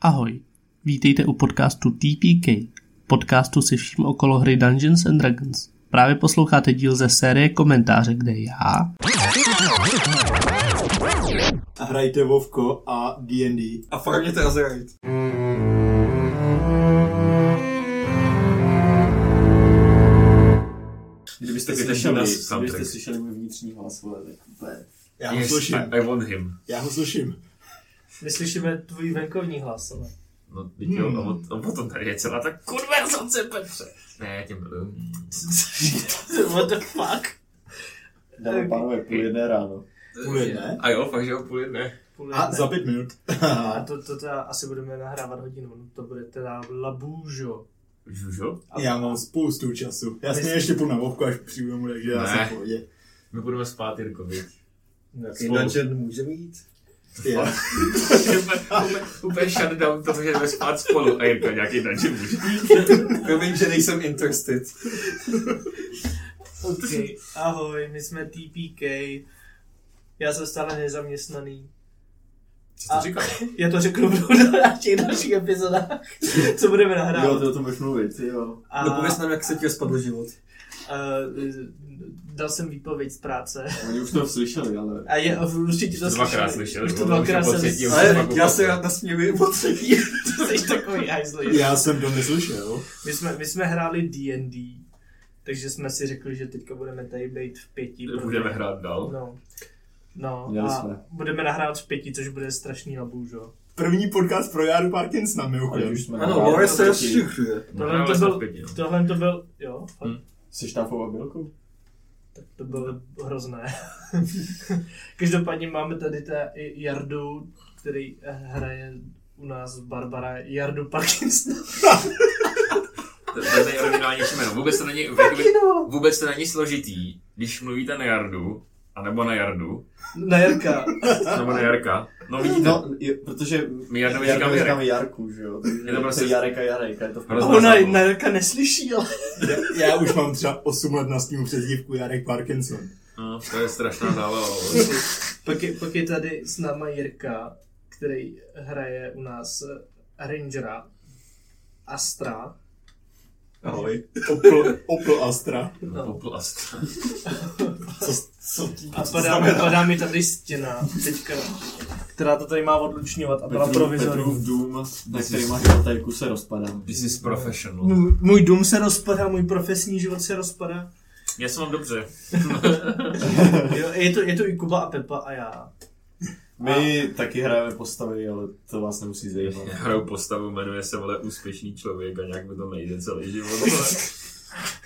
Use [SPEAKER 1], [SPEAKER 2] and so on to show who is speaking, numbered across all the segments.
[SPEAKER 1] Ahoj, vítejte u podcastu TPK, podcastu si vším okolo hry Dungeons and Dragons. Právě posloucháte díl ze série komentáře, kde já
[SPEAKER 2] Hrajte Vovko a D&D.
[SPEAKER 3] A farměte Azerite.
[SPEAKER 2] Kdybyste
[SPEAKER 3] Tak je
[SPEAKER 2] slyšeli,
[SPEAKER 3] ten nás
[SPEAKER 2] kdybyste
[SPEAKER 3] soundtrack.
[SPEAKER 2] slyšeli můj vnitřní hlas, vole, tak úplně. Já ho
[SPEAKER 3] Yes,
[SPEAKER 2] slyším,
[SPEAKER 3] I, I want him.
[SPEAKER 2] já ho slyším.
[SPEAKER 4] My slyšíme tvůj venkovní hlas, ale.
[SPEAKER 3] No, teď jo,
[SPEAKER 2] Hmm.
[SPEAKER 3] a o- a potom tady je celá ta konverzace, Petře. Ne, já tě miluju.
[SPEAKER 4] What the fuck?
[SPEAKER 2] Dámy a pánové, půl jedné ráno. Půl jedné?
[SPEAKER 3] A jo, fakt, že o půl jedné.
[SPEAKER 4] Půl
[SPEAKER 2] A
[SPEAKER 4] jedné.
[SPEAKER 2] za pět minut.
[SPEAKER 4] A to, to teda asi budeme nahrávat hodinu, no to bude teda labůžo.
[SPEAKER 3] Žužo?
[SPEAKER 2] Já mám spoustu času. Já stejně ještě půjdu na Vovku, až přijdu domů, takže já
[SPEAKER 3] Ne.
[SPEAKER 2] jsem v pohodě.
[SPEAKER 3] My budeme spát, Jirko, viď?
[SPEAKER 2] Jaký
[SPEAKER 3] Spolu.
[SPEAKER 2] můžeme jít? Já.
[SPEAKER 3] Úplně- Úplně shutdown to, že jdeme spát spolu. A Jirko, nějaký dungeon může. Promiň, že nejsem interested.
[SPEAKER 4] OK, ahoj, my jsme TPK. Já jsem stále nezaměstnaný.
[SPEAKER 3] Co
[SPEAKER 4] A-
[SPEAKER 3] jsi říkal?
[SPEAKER 4] Já to řeknu v těch dalších epizodách, co budeme
[SPEAKER 2] Jo,
[SPEAKER 4] nahrávat.
[SPEAKER 2] to o tom budeš mluvit, jo. No,
[SPEAKER 4] A,
[SPEAKER 3] nám, jak se ti spadl život.
[SPEAKER 4] a, Eh, dal jsem výpověď z práce.
[SPEAKER 2] Oni už to slyšeli, ale...
[SPEAKER 4] A je, určitě to
[SPEAKER 3] To dvakrát
[SPEAKER 4] slyšeli.
[SPEAKER 3] slyšel.
[SPEAKER 4] Už to
[SPEAKER 3] jo,
[SPEAKER 4] dvakrát
[SPEAKER 3] po
[SPEAKER 4] jsem
[SPEAKER 3] třetí,
[SPEAKER 4] slyšel.
[SPEAKER 2] jako
[SPEAKER 3] už to pak-
[SPEAKER 2] nasměju po třetí.
[SPEAKER 4] Ty Jsi takový hajzl.
[SPEAKER 2] Já jsem to neslyšel.
[SPEAKER 4] My jsme, my jsme hráli D&D, takže jsme si řekli, že teďka budeme tady být v pěti.
[SPEAKER 3] Budeme hrát dál.
[SPEAKER 4] No. No
[SPEAKER 2] Měli
[SPEAKER 4] a
[SPEAKER 2] jsme.
[SPEAKER 4] budeme nahrát v pěti, což bude strašný labůžo.
[SPEAKER 2] První podcast pro Járu Parkinsona, mimochodem.
[SPEAKER 5] Ano, Lore se
[SPEAKER 4] Tohle to
[SPEAKER 3] Budeme
[SPEAKER 4] byl,
[SPEAKER 3] spát pěti, no.
[SPEAKER 4] tohle to byl, jo, fakt,
[SPEAKER 3] Hm.
[SPEAKER 2] Jsi štáfová bylkou?
[SPEAKER 4] tak to bylo hrozné. Každopádně máme tady ta Jardu, který eh, hraje u nás Barbara Jardu Parkinson.
[SPEAKER 3] To to je nejoriginálnější jméno. Vůbec to není, jakoby,
[SPEAKER 2] no.
[SPEAKER 3] vůbec to není složitý, když mluvíte na Jardu, anebo na Jardu,
[SPEAKER 4] Na Jarka.
[SPEAKER 3] nebo na Jarka. No vidíte,
[SPEAKER 5] No,
[SPEAKER 3] no,
[SPEAKER 5] jo, protože
[SPEAKER 3] my Jardovi říkáme Jarek.
[SPEAKER 5] říkáme Jarku, že jo?
[SPEAKER 3] Je to prostě-
[SPEAKER 5] Jarek a Jarek, a je to v
[SPEAKER 3] Roz-
[SPEAKER 4] A
[SPEAKER 5] pohodě.
[SPEAKER 4] No, ona na Jarka neslyší, ale
[SPEAKER 2] Já, já už mám třeba 8 let na snímu přezdívku Jarek Parkinson.
[SPEAKER 3] No, to je strašná zábava.
[SPEAKER 4] Pak je, pak je tady s náma Jirka, který hraje u nás eh, Rangera Astra.
[SPEAKER 5] Ahoj.
[SPEAKER 2] Opel, Opel Astra.
[SPEAKER 3] No.
[SPEAKER 4] No.
[SPEAKER 3] Poplast.
[SPEAKER 2] Co, co, co
[SPEAKER 4] A
[SPEAKER 2] to
[SPEAKER 4] padá, mi- padá mi tady stěna teďka, která to tady má odlučňovat a byla provizorní.
[SPEAKER 5] Petrův dům, na
[SPEAKER 3] This
[SPEAKER 5] který
[SPEAKER 3] is-
[SPEAKER 5] máš fotelku, se rozpadá.
[SPEAKER 3] This is professional.
[SPEAKER 4] Můj, můj dům se rozpadá, můj profesní život se rozpadá.
[SPEAKER 3] Já jsem vám dobře.
[SPEAKER 4] Jo, je, to, je to i Kuba a Pepa a já.
[SPEAKER 5] My taky hrajeme postavy, ale to vás nemusí zajímat.
[SPEAKER 3] Já hraju postavu, jmenuje se vole úspěšný člověk a nějak mi to nejde celý život. vole.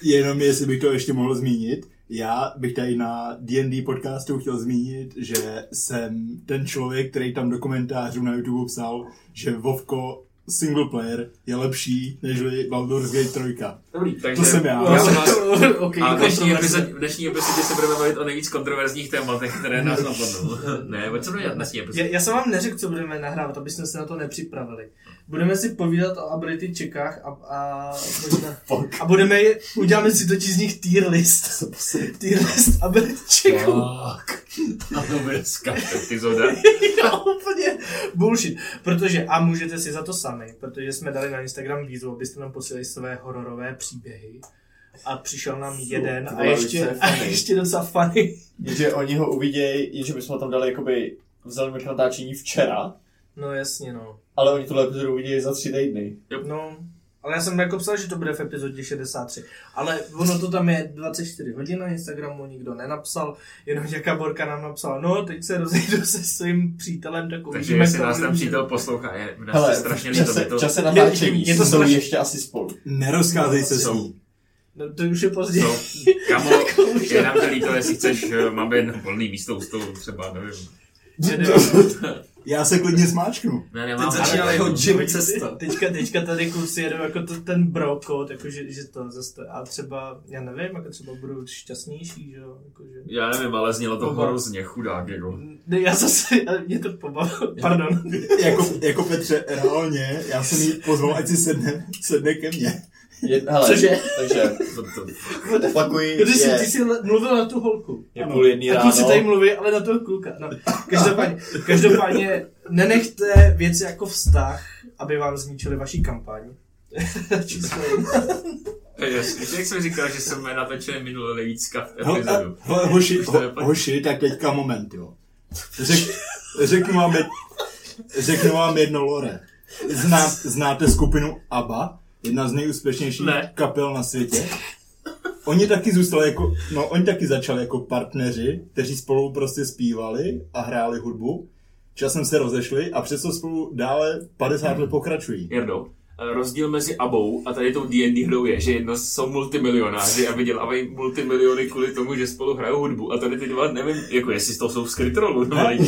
[SPEAKER 2] Jenom jestli bych to ještě mohl zmínit, já bych tady na D&D podcastu chtěl zmínit, že jsem ten člověk, který tam do komentářů na YouTube psal, že Vovko single player je lepší než Baldur's Gate 3.
[SPEAKER 3] Dobrý, takže
[SPEAKER 2] To jsem já.
[SPEAKER 3] já jsem vás...
[SPEAKER 4] okay,
[SPEAKER 3] A v dnešní,
[SPEAKER 4] kontroverze.
[SPEAKER 3] epizodě, v dnešní epizodě se budeme bavit o nejvíc kontroverzních tématech, které nás napadnou. ne, co budeme dělat v dnešní
[SPEAKER 4] Já,
[SPEAKER 3] epizodě?
[SPEAKER 4] já jsem vám neřekl, co budeme nahrávat, abyste se na to nepřipravili. Budeme si povídat o Abrity Čekách a, a, možná, a budeme je, uděláme si totiž z nich tier list. Tier list Abrity
[SPEAKER 3] No.
[SPEAKER 4] Čeků.
[SPEAKER 3] Tak. A to bude epizoda.
[SPEAKER 4] Jo, úplně bullshit. Protože, a můžete si za to sami, protože jsme dali na Instagram výzvu, abyste nám posílali své hororové příběhy. A přišel nám jeden
[SPEAKER 5] ty
[SPEAKER 4] a
[SPEAKER 5] vole,
[SPEAKER 4] ještě,
[SPEAKER 5] to je
[SPEAKER 4] a
[SPEAKER 5] funny.
[SPEAKER 4] ještě docela funny.
[SPEAKER 5] Jenže oni ho uvidějí, jenže my jsme ho tam dali jakoby vzali k natáčení včera,
[SPEAKER 4] No jasně, no.
[SPEAKER 5] ale oni tuhle epizodu uvidějí za tři týdny.
[SPEAKER 4] No, ale já jsem jako psal, že to bude v epizodě 63. Ale ono to tam je 24 hodin na Instagramu, nikdo nenapsal, jenom nějaká Borka nám napsala, no teď se rozejdu se svým přítelem, tak
[SPEAKER 3] Takže
[SPEAKER 4] uvidíme.
[SPEAKER 3] jestli
[SPEAKER 4] komu
[SPEAKER 3] nás tam
[SPEAKER 4] dobře.
[SPEAKER 3] přítel poslouchá, je mi nás
[SPEAKER 5] Hele,
[SPEAKER 3] je strašně
[SPEAKER 5] v
[SPEAKER 3] líto,
[SPEAKER 5] čase,
[SPEAKER 3] my to
[SPEAKER 5] v čase
[SPEAKER 4] Je-
[SPEAKER 5] natáčení
[SPEAKER 4] je to
[SPEAKER 5] jsou
[SPEAKER 4] strašně-
[SPEAKER 5] ještě asi spolu.
[SPEAKER 2] Nerozcházej se s
[SPEAKER 3] Jsou.
[SPEAKER 2] ní.
[SPEAKER 4] No, to už je později.
[SPEAKER 3] jsou. Kamo, je nám to líto, jestli chceš, eh, máme jedno volný místo u stolu, třeba, nevím.
[SPEAKER 2] Já se klidně smáčknu.
[SPEAKER 3] Ne, nemám.
[SPEAKER 4] začíná
[SPEAKER 3] ale-
[SPEAKER 4] jeho Teďka, teďka, teďka tady kluci jedou jako to, ten broko, takže že to zase, a třeba, já nevím, jako třeba budou šťastnější, že jo, jakože.
[SPEAKER 3] Já nevím, ale znělo to
[SPEAKER 4] Oba.
[SPEAKER 3] hrozně, chudák, jako.
[SPEAKER 4] Ne, já zase, já- mě to pobavilo, pardon.
[SPEAKER 2] Jako, jako Petře, reálně, já jsem jí pozval, ať si sedne, sedne ke mně.
[SPEAKER 5] Je, hele,
[SPEAKER 4] Cože?
[SPEAKER 5] takže
[SPEAKER 3] To, to,
[SPEAKER 5] opakuji,
[SPEAKER 4] Když jsi, ty
[SPEAKER 5] je,
[SPEAKER 4] jsi le- mluvil na tu holku.
[SPEAKER 5] je
[SPEAKER 2] Ano.
[SPEAKER 5] půl jedný
[SPEAKER 4] A kluci
[SPEAKER 5] ráno.
[SPEAKER 4] tady mluví, ale na toho kluka. No. Každopádně, každopádně nenechte věci jako vztah aby vám zničili vaší kampaň. Číslo
[SPEAKER 3] Jasně, jak jsem říkal, že jsme natočili minulý levícka v
[SPEAKER 2] Hele,
[SPEAKER 3] epizodu.
[SPEAKER 2] hele, hoši,
[SPEAKER 3] Už to
[SPEAKER 2] ho,
[SPEAKER 3] vypadá.
[SPEAKER 2] hoši, tak teďka moment, jo. Řek, řeknu, vám jed, řeknu vám jedno lore. Zná, znáte skupinu ABBA? Jedna z nejúspěšnějších
[SPEAKER 3] Ne.
[SPEAKER 2] kapel na světě. Oni taky zůstali jako, no oni taky začali jako partneři, kteří spolu prostě zpívali a hráli hudbu. Časem se rozešli a přesto spolu dále 50 let pokračují.
[SPEAKER 3] Jirdo, rozdíl mezi abou a tady tou D&D hrou je, že jedno jsou multimilionáři a vydělávají multimiliony kvůli tomu, že spolu hrajou hudbu. A tady ty dva, nevím, jako jestli to jsou z krytrolu, no ale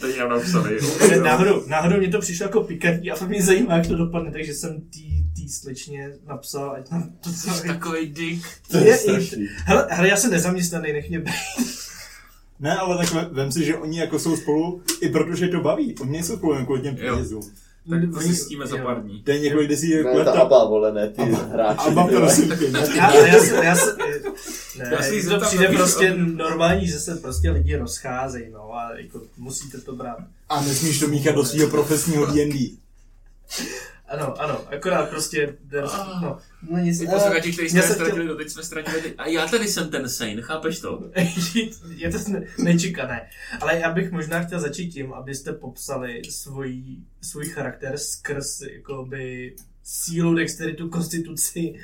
[SPEAKER 3] tady já napsali.
[SPEAKER 4] Ne, náhodou, náhodou mě to přišlo jako pikantní a fakt mě zajímá, jak to dopadne, takže jsem tý, tý slečně napsal, ať nám to
[SPEAKER 3] Jsi Takový dick.
[SPEAKER 2] To je strašný.
[SPEAKER 4] hele, hele, já jsem nezaměstnaný, nech mě být.
[SPEAKER 2] Ne, ale tak vem- vem si, že oni jako jsou spolu, i protože to baví. Oni nejsou spolu jen kvůli těm
[SPEAKER 3] Jo.
[SPEAKER 2] penězům.
[SPEAKER 3] Tak to zjistíme za
[SPEAKER 4] Jo.
[SPEAKER 3] pár dní.
[SPEAKER 2] To je několik desítek
[SPEAKER 5] Ne,
[SPEAKER 2] let.
[SPEAKER 5] ta
[SPEAKER 2] a-
[SPEAKER 5] aba, vole, ne, ty hráči.
[SPEAKER 2] Aba, prostě-
[SPEAKER 5] ty vole.
[SPEAKER 2] prosím tě, ne, ty
[SPEAKER 4] Já,
[SPEAKER 2] ne.
[SPEAKER 4] ale já jsem, já jsem, ne,
[SPEAKER 3] Já si
[SPEAKER 4] mně to
[SPEAKER 3] zeptám,
[SPEAKER 4] přijde
[SPEAKER 3] jaký-
[SPEAKER 4] prostě normální, že se prostě lidi rozcházejí, no a jako musíte to brát.
[SPEAKER 2] A nesmíš to míchat do svého profesního D&D.
[SPEAKER 4] Ano, ano, akorát prostě, no, no nic.
[SPEAKER 3] Ty
[SPEAKER 4] eh,
[SPEAKER 3] posluchači, kteří jsme
[SPEAKER 4] já jsem chtěl-
[SPEAKER 3] ztratili, no, teď jsme ztratili. ty- A já tady jsem ten sane, chápeš to?
[SPEAKER 4] je to ne- nečekané. Ale já bych možná chtěl začít tím, abyste popsali svůj, svůj charakter skrz jakoby, sílu, dexteritu, konstituci,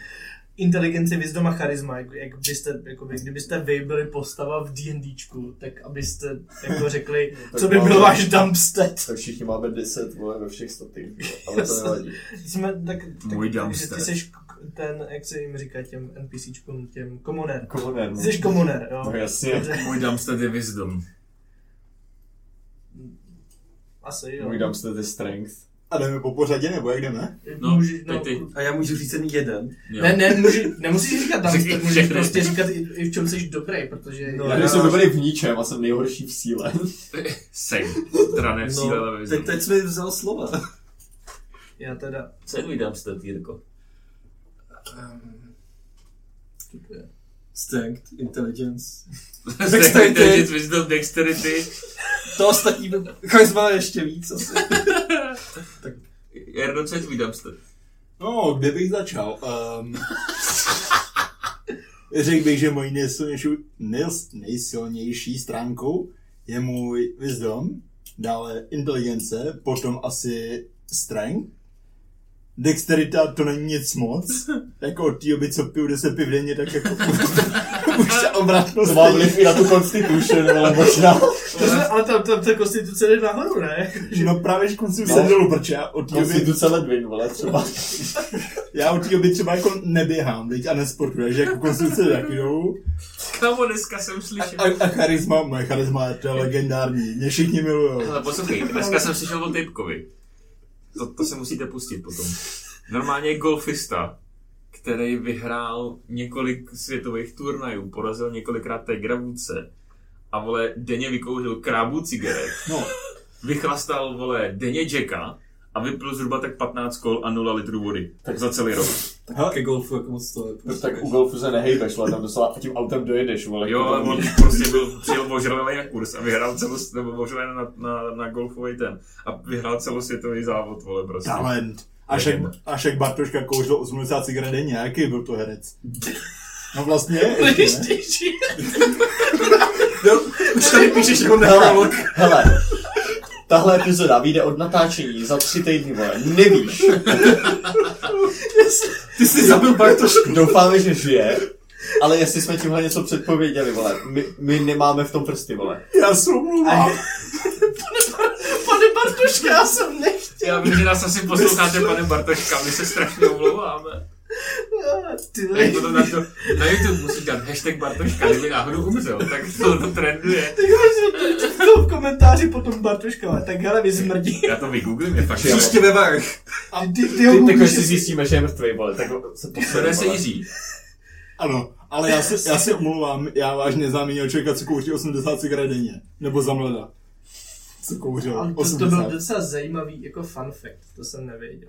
[SPEAKER 4] inteligenci, vizdom a charisma. Jak, jak byste, jakoby, kdybyste vy byli postava v D&Dčku, tak abyste jako řekli,
[SPEAKER 5] tak
[SPEAKER 4] co by
[SPEAKER 5] máme-
[SPEAKER 4] byl váš dumpstat.
[SPEAKER 5] Tak všichni máme 10, vole, ve všech statech, ale to nevadí.
[SPEAKER 4] Jsme tak, tak
[SPEAKER 3] Můj
[SPEAKER 4] že
[SPEAKER 3] dumpstat.
[SPEAKER 4] ty seš k- ten, jak se jim říká těm NPCčkům, těm komuner.
[SPEAKER 5] Kohonen.
[SPEAKER 4] Ty jsi komuner, jo.
[SPEAKER 5] No jasně.
[SPEAKER 3] Můj dumpster je wisdom.
[SPEAKER 4] Asi jo.
[SPEAKER 5] Můj dumpster je strength.
[SPEAKER 2] A jdeme po pořadě, nebo jak jdeme?
[SPEAKER 3] No,
[SPEAKER 4] Můžeš-
[SPEAKER 3] teď ty.
[SPEAKER 6] A já můžu říct jen jeden.
[SPEAKER 3] Jo.
[SPEAKER 4] Ne, ne, může, nemusíš říkat tam,
[SPEAKER 3] Řekni
[SPEAKER 4] tak můžeš
[SPEAKER 3] všechny.
[SPEAKER 4] prostě říkat i, i v čem jsi dobrý, protože...
[SPEAKER 6] No,
[SPEAKER 4] No,
[SPEAKER 5] Já
[SPEAKER 6] já-
[SPEAKER 5] nejsem dobrý v ničem a jsem nejhorší v síle.
[SPEAKER 3] Sane. Teda ne v síle, ale
[SPEAKER 6] No, teď,
[SPEAKER 3] wisdom.
[SPEAKER 6] teď jsi mi vzal slova.
[SPEAKER 4] já teda...
[SPEAKER 3] Co je tvůj dumpster, Jirko? Ehm,
[SPEAKER 6] Strength, intelligence.
[SPEAKER 3] Dexterity. Dexterity, wisdom, dexterity.
[SPEAKER 6] To ostatní by... Charisma ještě víc asi.
[SPEAKER 3] Jarno, co je tvůj dumpster?
[SPEAKER 2] No, kde bych začal? Um, řekl bych, že mojí nejsilnější, nejs- nejsilnější stránkou je můj wisdom, dále inteligence, potom asi strength. Dexterita to není nic moc. Jako od té doby, co piju 10 piv denně, tak jako už ta obratnost
[SPEAKER 5] To má
[SPEAKER 2] není.
[SPEAKER 5] vliv i na tu constitution, ale možná.
[SPEAKER 4] To jsme, ale tam, tam ta konstituce jde nahoru, ne?
[SPEAKER 2] No právě, že konci se dolů, protože já od té doby
[SPEAKER 5] Konstituce ledvin, vole, třeba.
[SPEAKER 2] Já od té doby třeba jako neběhám, teď a nesportuju, takže jako konstrukce taky dolů.
[SPEAKER 3] Kámo, dneska jsem slyšel.
[SPEAKER 2] A, a charisma, moje charisma to je legendární, mě všichni milujou.
[SPEAKER 3] Hele, poslouchej, dneska jsem slyšel o Typkovi. To, to se musíte pustit potom. Normálně je golfista, který vyhrál několik světových turnajů, porazil několikrát Tigra Woodse a vole, denně vykouřil krábu cigaret.
[SPEAKER 2] No.
[SPEAKER 3] Vychlastal, vole, denně Jacka a vypil zhruba tak 15 kol a 0 litrů vody. Tak za celý rok.
[SPEAKER 2] Hele.
[SPEAKER 6] Ke golfu, jak moc to je.
[SPEAKER 5] No, Tak u golfu se nehejbeš, vole, tam doslova a tím autem dojedeš, vole.
[SPEAKER 3] Jo,
[SPEAKER 5] Jako
[SPEAKER 3] ale
[SPEAKER 5] to-
[SPEAKER 3] on prostě byl, přijel ožralý na kurz a vyhrál celos, nebo ožralý na, na, na golfový ten a vyhrál celosvětový závod, vole, prostě.
[SPEAKER 2] Talent. Až jak, až jak Bartoška kouřil 80 cigaret denně, jaký byl to herec? No vlastně, ještě, ne?
[SPEAKER 4] Ještě-
[SPEAKER 6] Jo, už tady píšeš jako nekrolog.
[SPEAKER 5] Hele, tahle epizoda vyjde od natáčení za tři týdny, vole, nevíš.
[SPEAKER 6] Ty jsi zabil Bartošku.
[SPEAKER 5] Doufáme, že žije, ale jestli jsme tímhle něco předpověděli, vole, my, my nemáme v tom prsty, vole.
[SPEAKER 2] já se omlouvám.
[SPEAKER 4] Pane Bartoška, já jsem nechtěl.
[SPEAKER 3] Já vím, že nás asi posloucháte, pane Bartoška, my se strašně omlouváme.
[SPEAKER 4] Ty
[SPEAKER 3] A jak
[SPEAKER 4] vole.
[SPEAKER 3] potom na, to, na YouTube musí dát hashtag Bartoška, kdyby náhodou umřel, tak to, to trenduje.
[SPEAKER 4] Tak já jsem to- to v komentáři potom Bartoška, ale tak hele, vy zmrdí.
[SPEAKER 3] Já to vygooglím, je fakt. jako-
[SPEAKER 5] Přijel.
[SPEAKER 6] Příště ve varch.
[SPEAKER 2] A
[SPEAKER 4] Ty, ty, ho
[SPEAKER 5] Ty, tak až
[SPEAKER 4] můžeš-
[SPEAKER 5] si zjistíme, že je mrtvý, vole, tak se
[SPEAKER 3] Jmenuje
[SPEAKER 5] posuneme,
[SPEAKER 3] se
[SPEAKER 5] vole.
[SPEAKER 3] Jiří.
[SPEAKER 2] Ano, ale já se, já se omlouvám, já vážně znám jiného člověka, co kouří 80 cigaret denně. Nebo za mlada. Co
[SPEAKER 4] Ale
[SPEAKER 2] kouřil
[SPEAKER 4] to, to
[SPEAKER 2] 80.
[SPEAKER 4] byl docela zajímavý jako fun fact, to jsem nevěděl.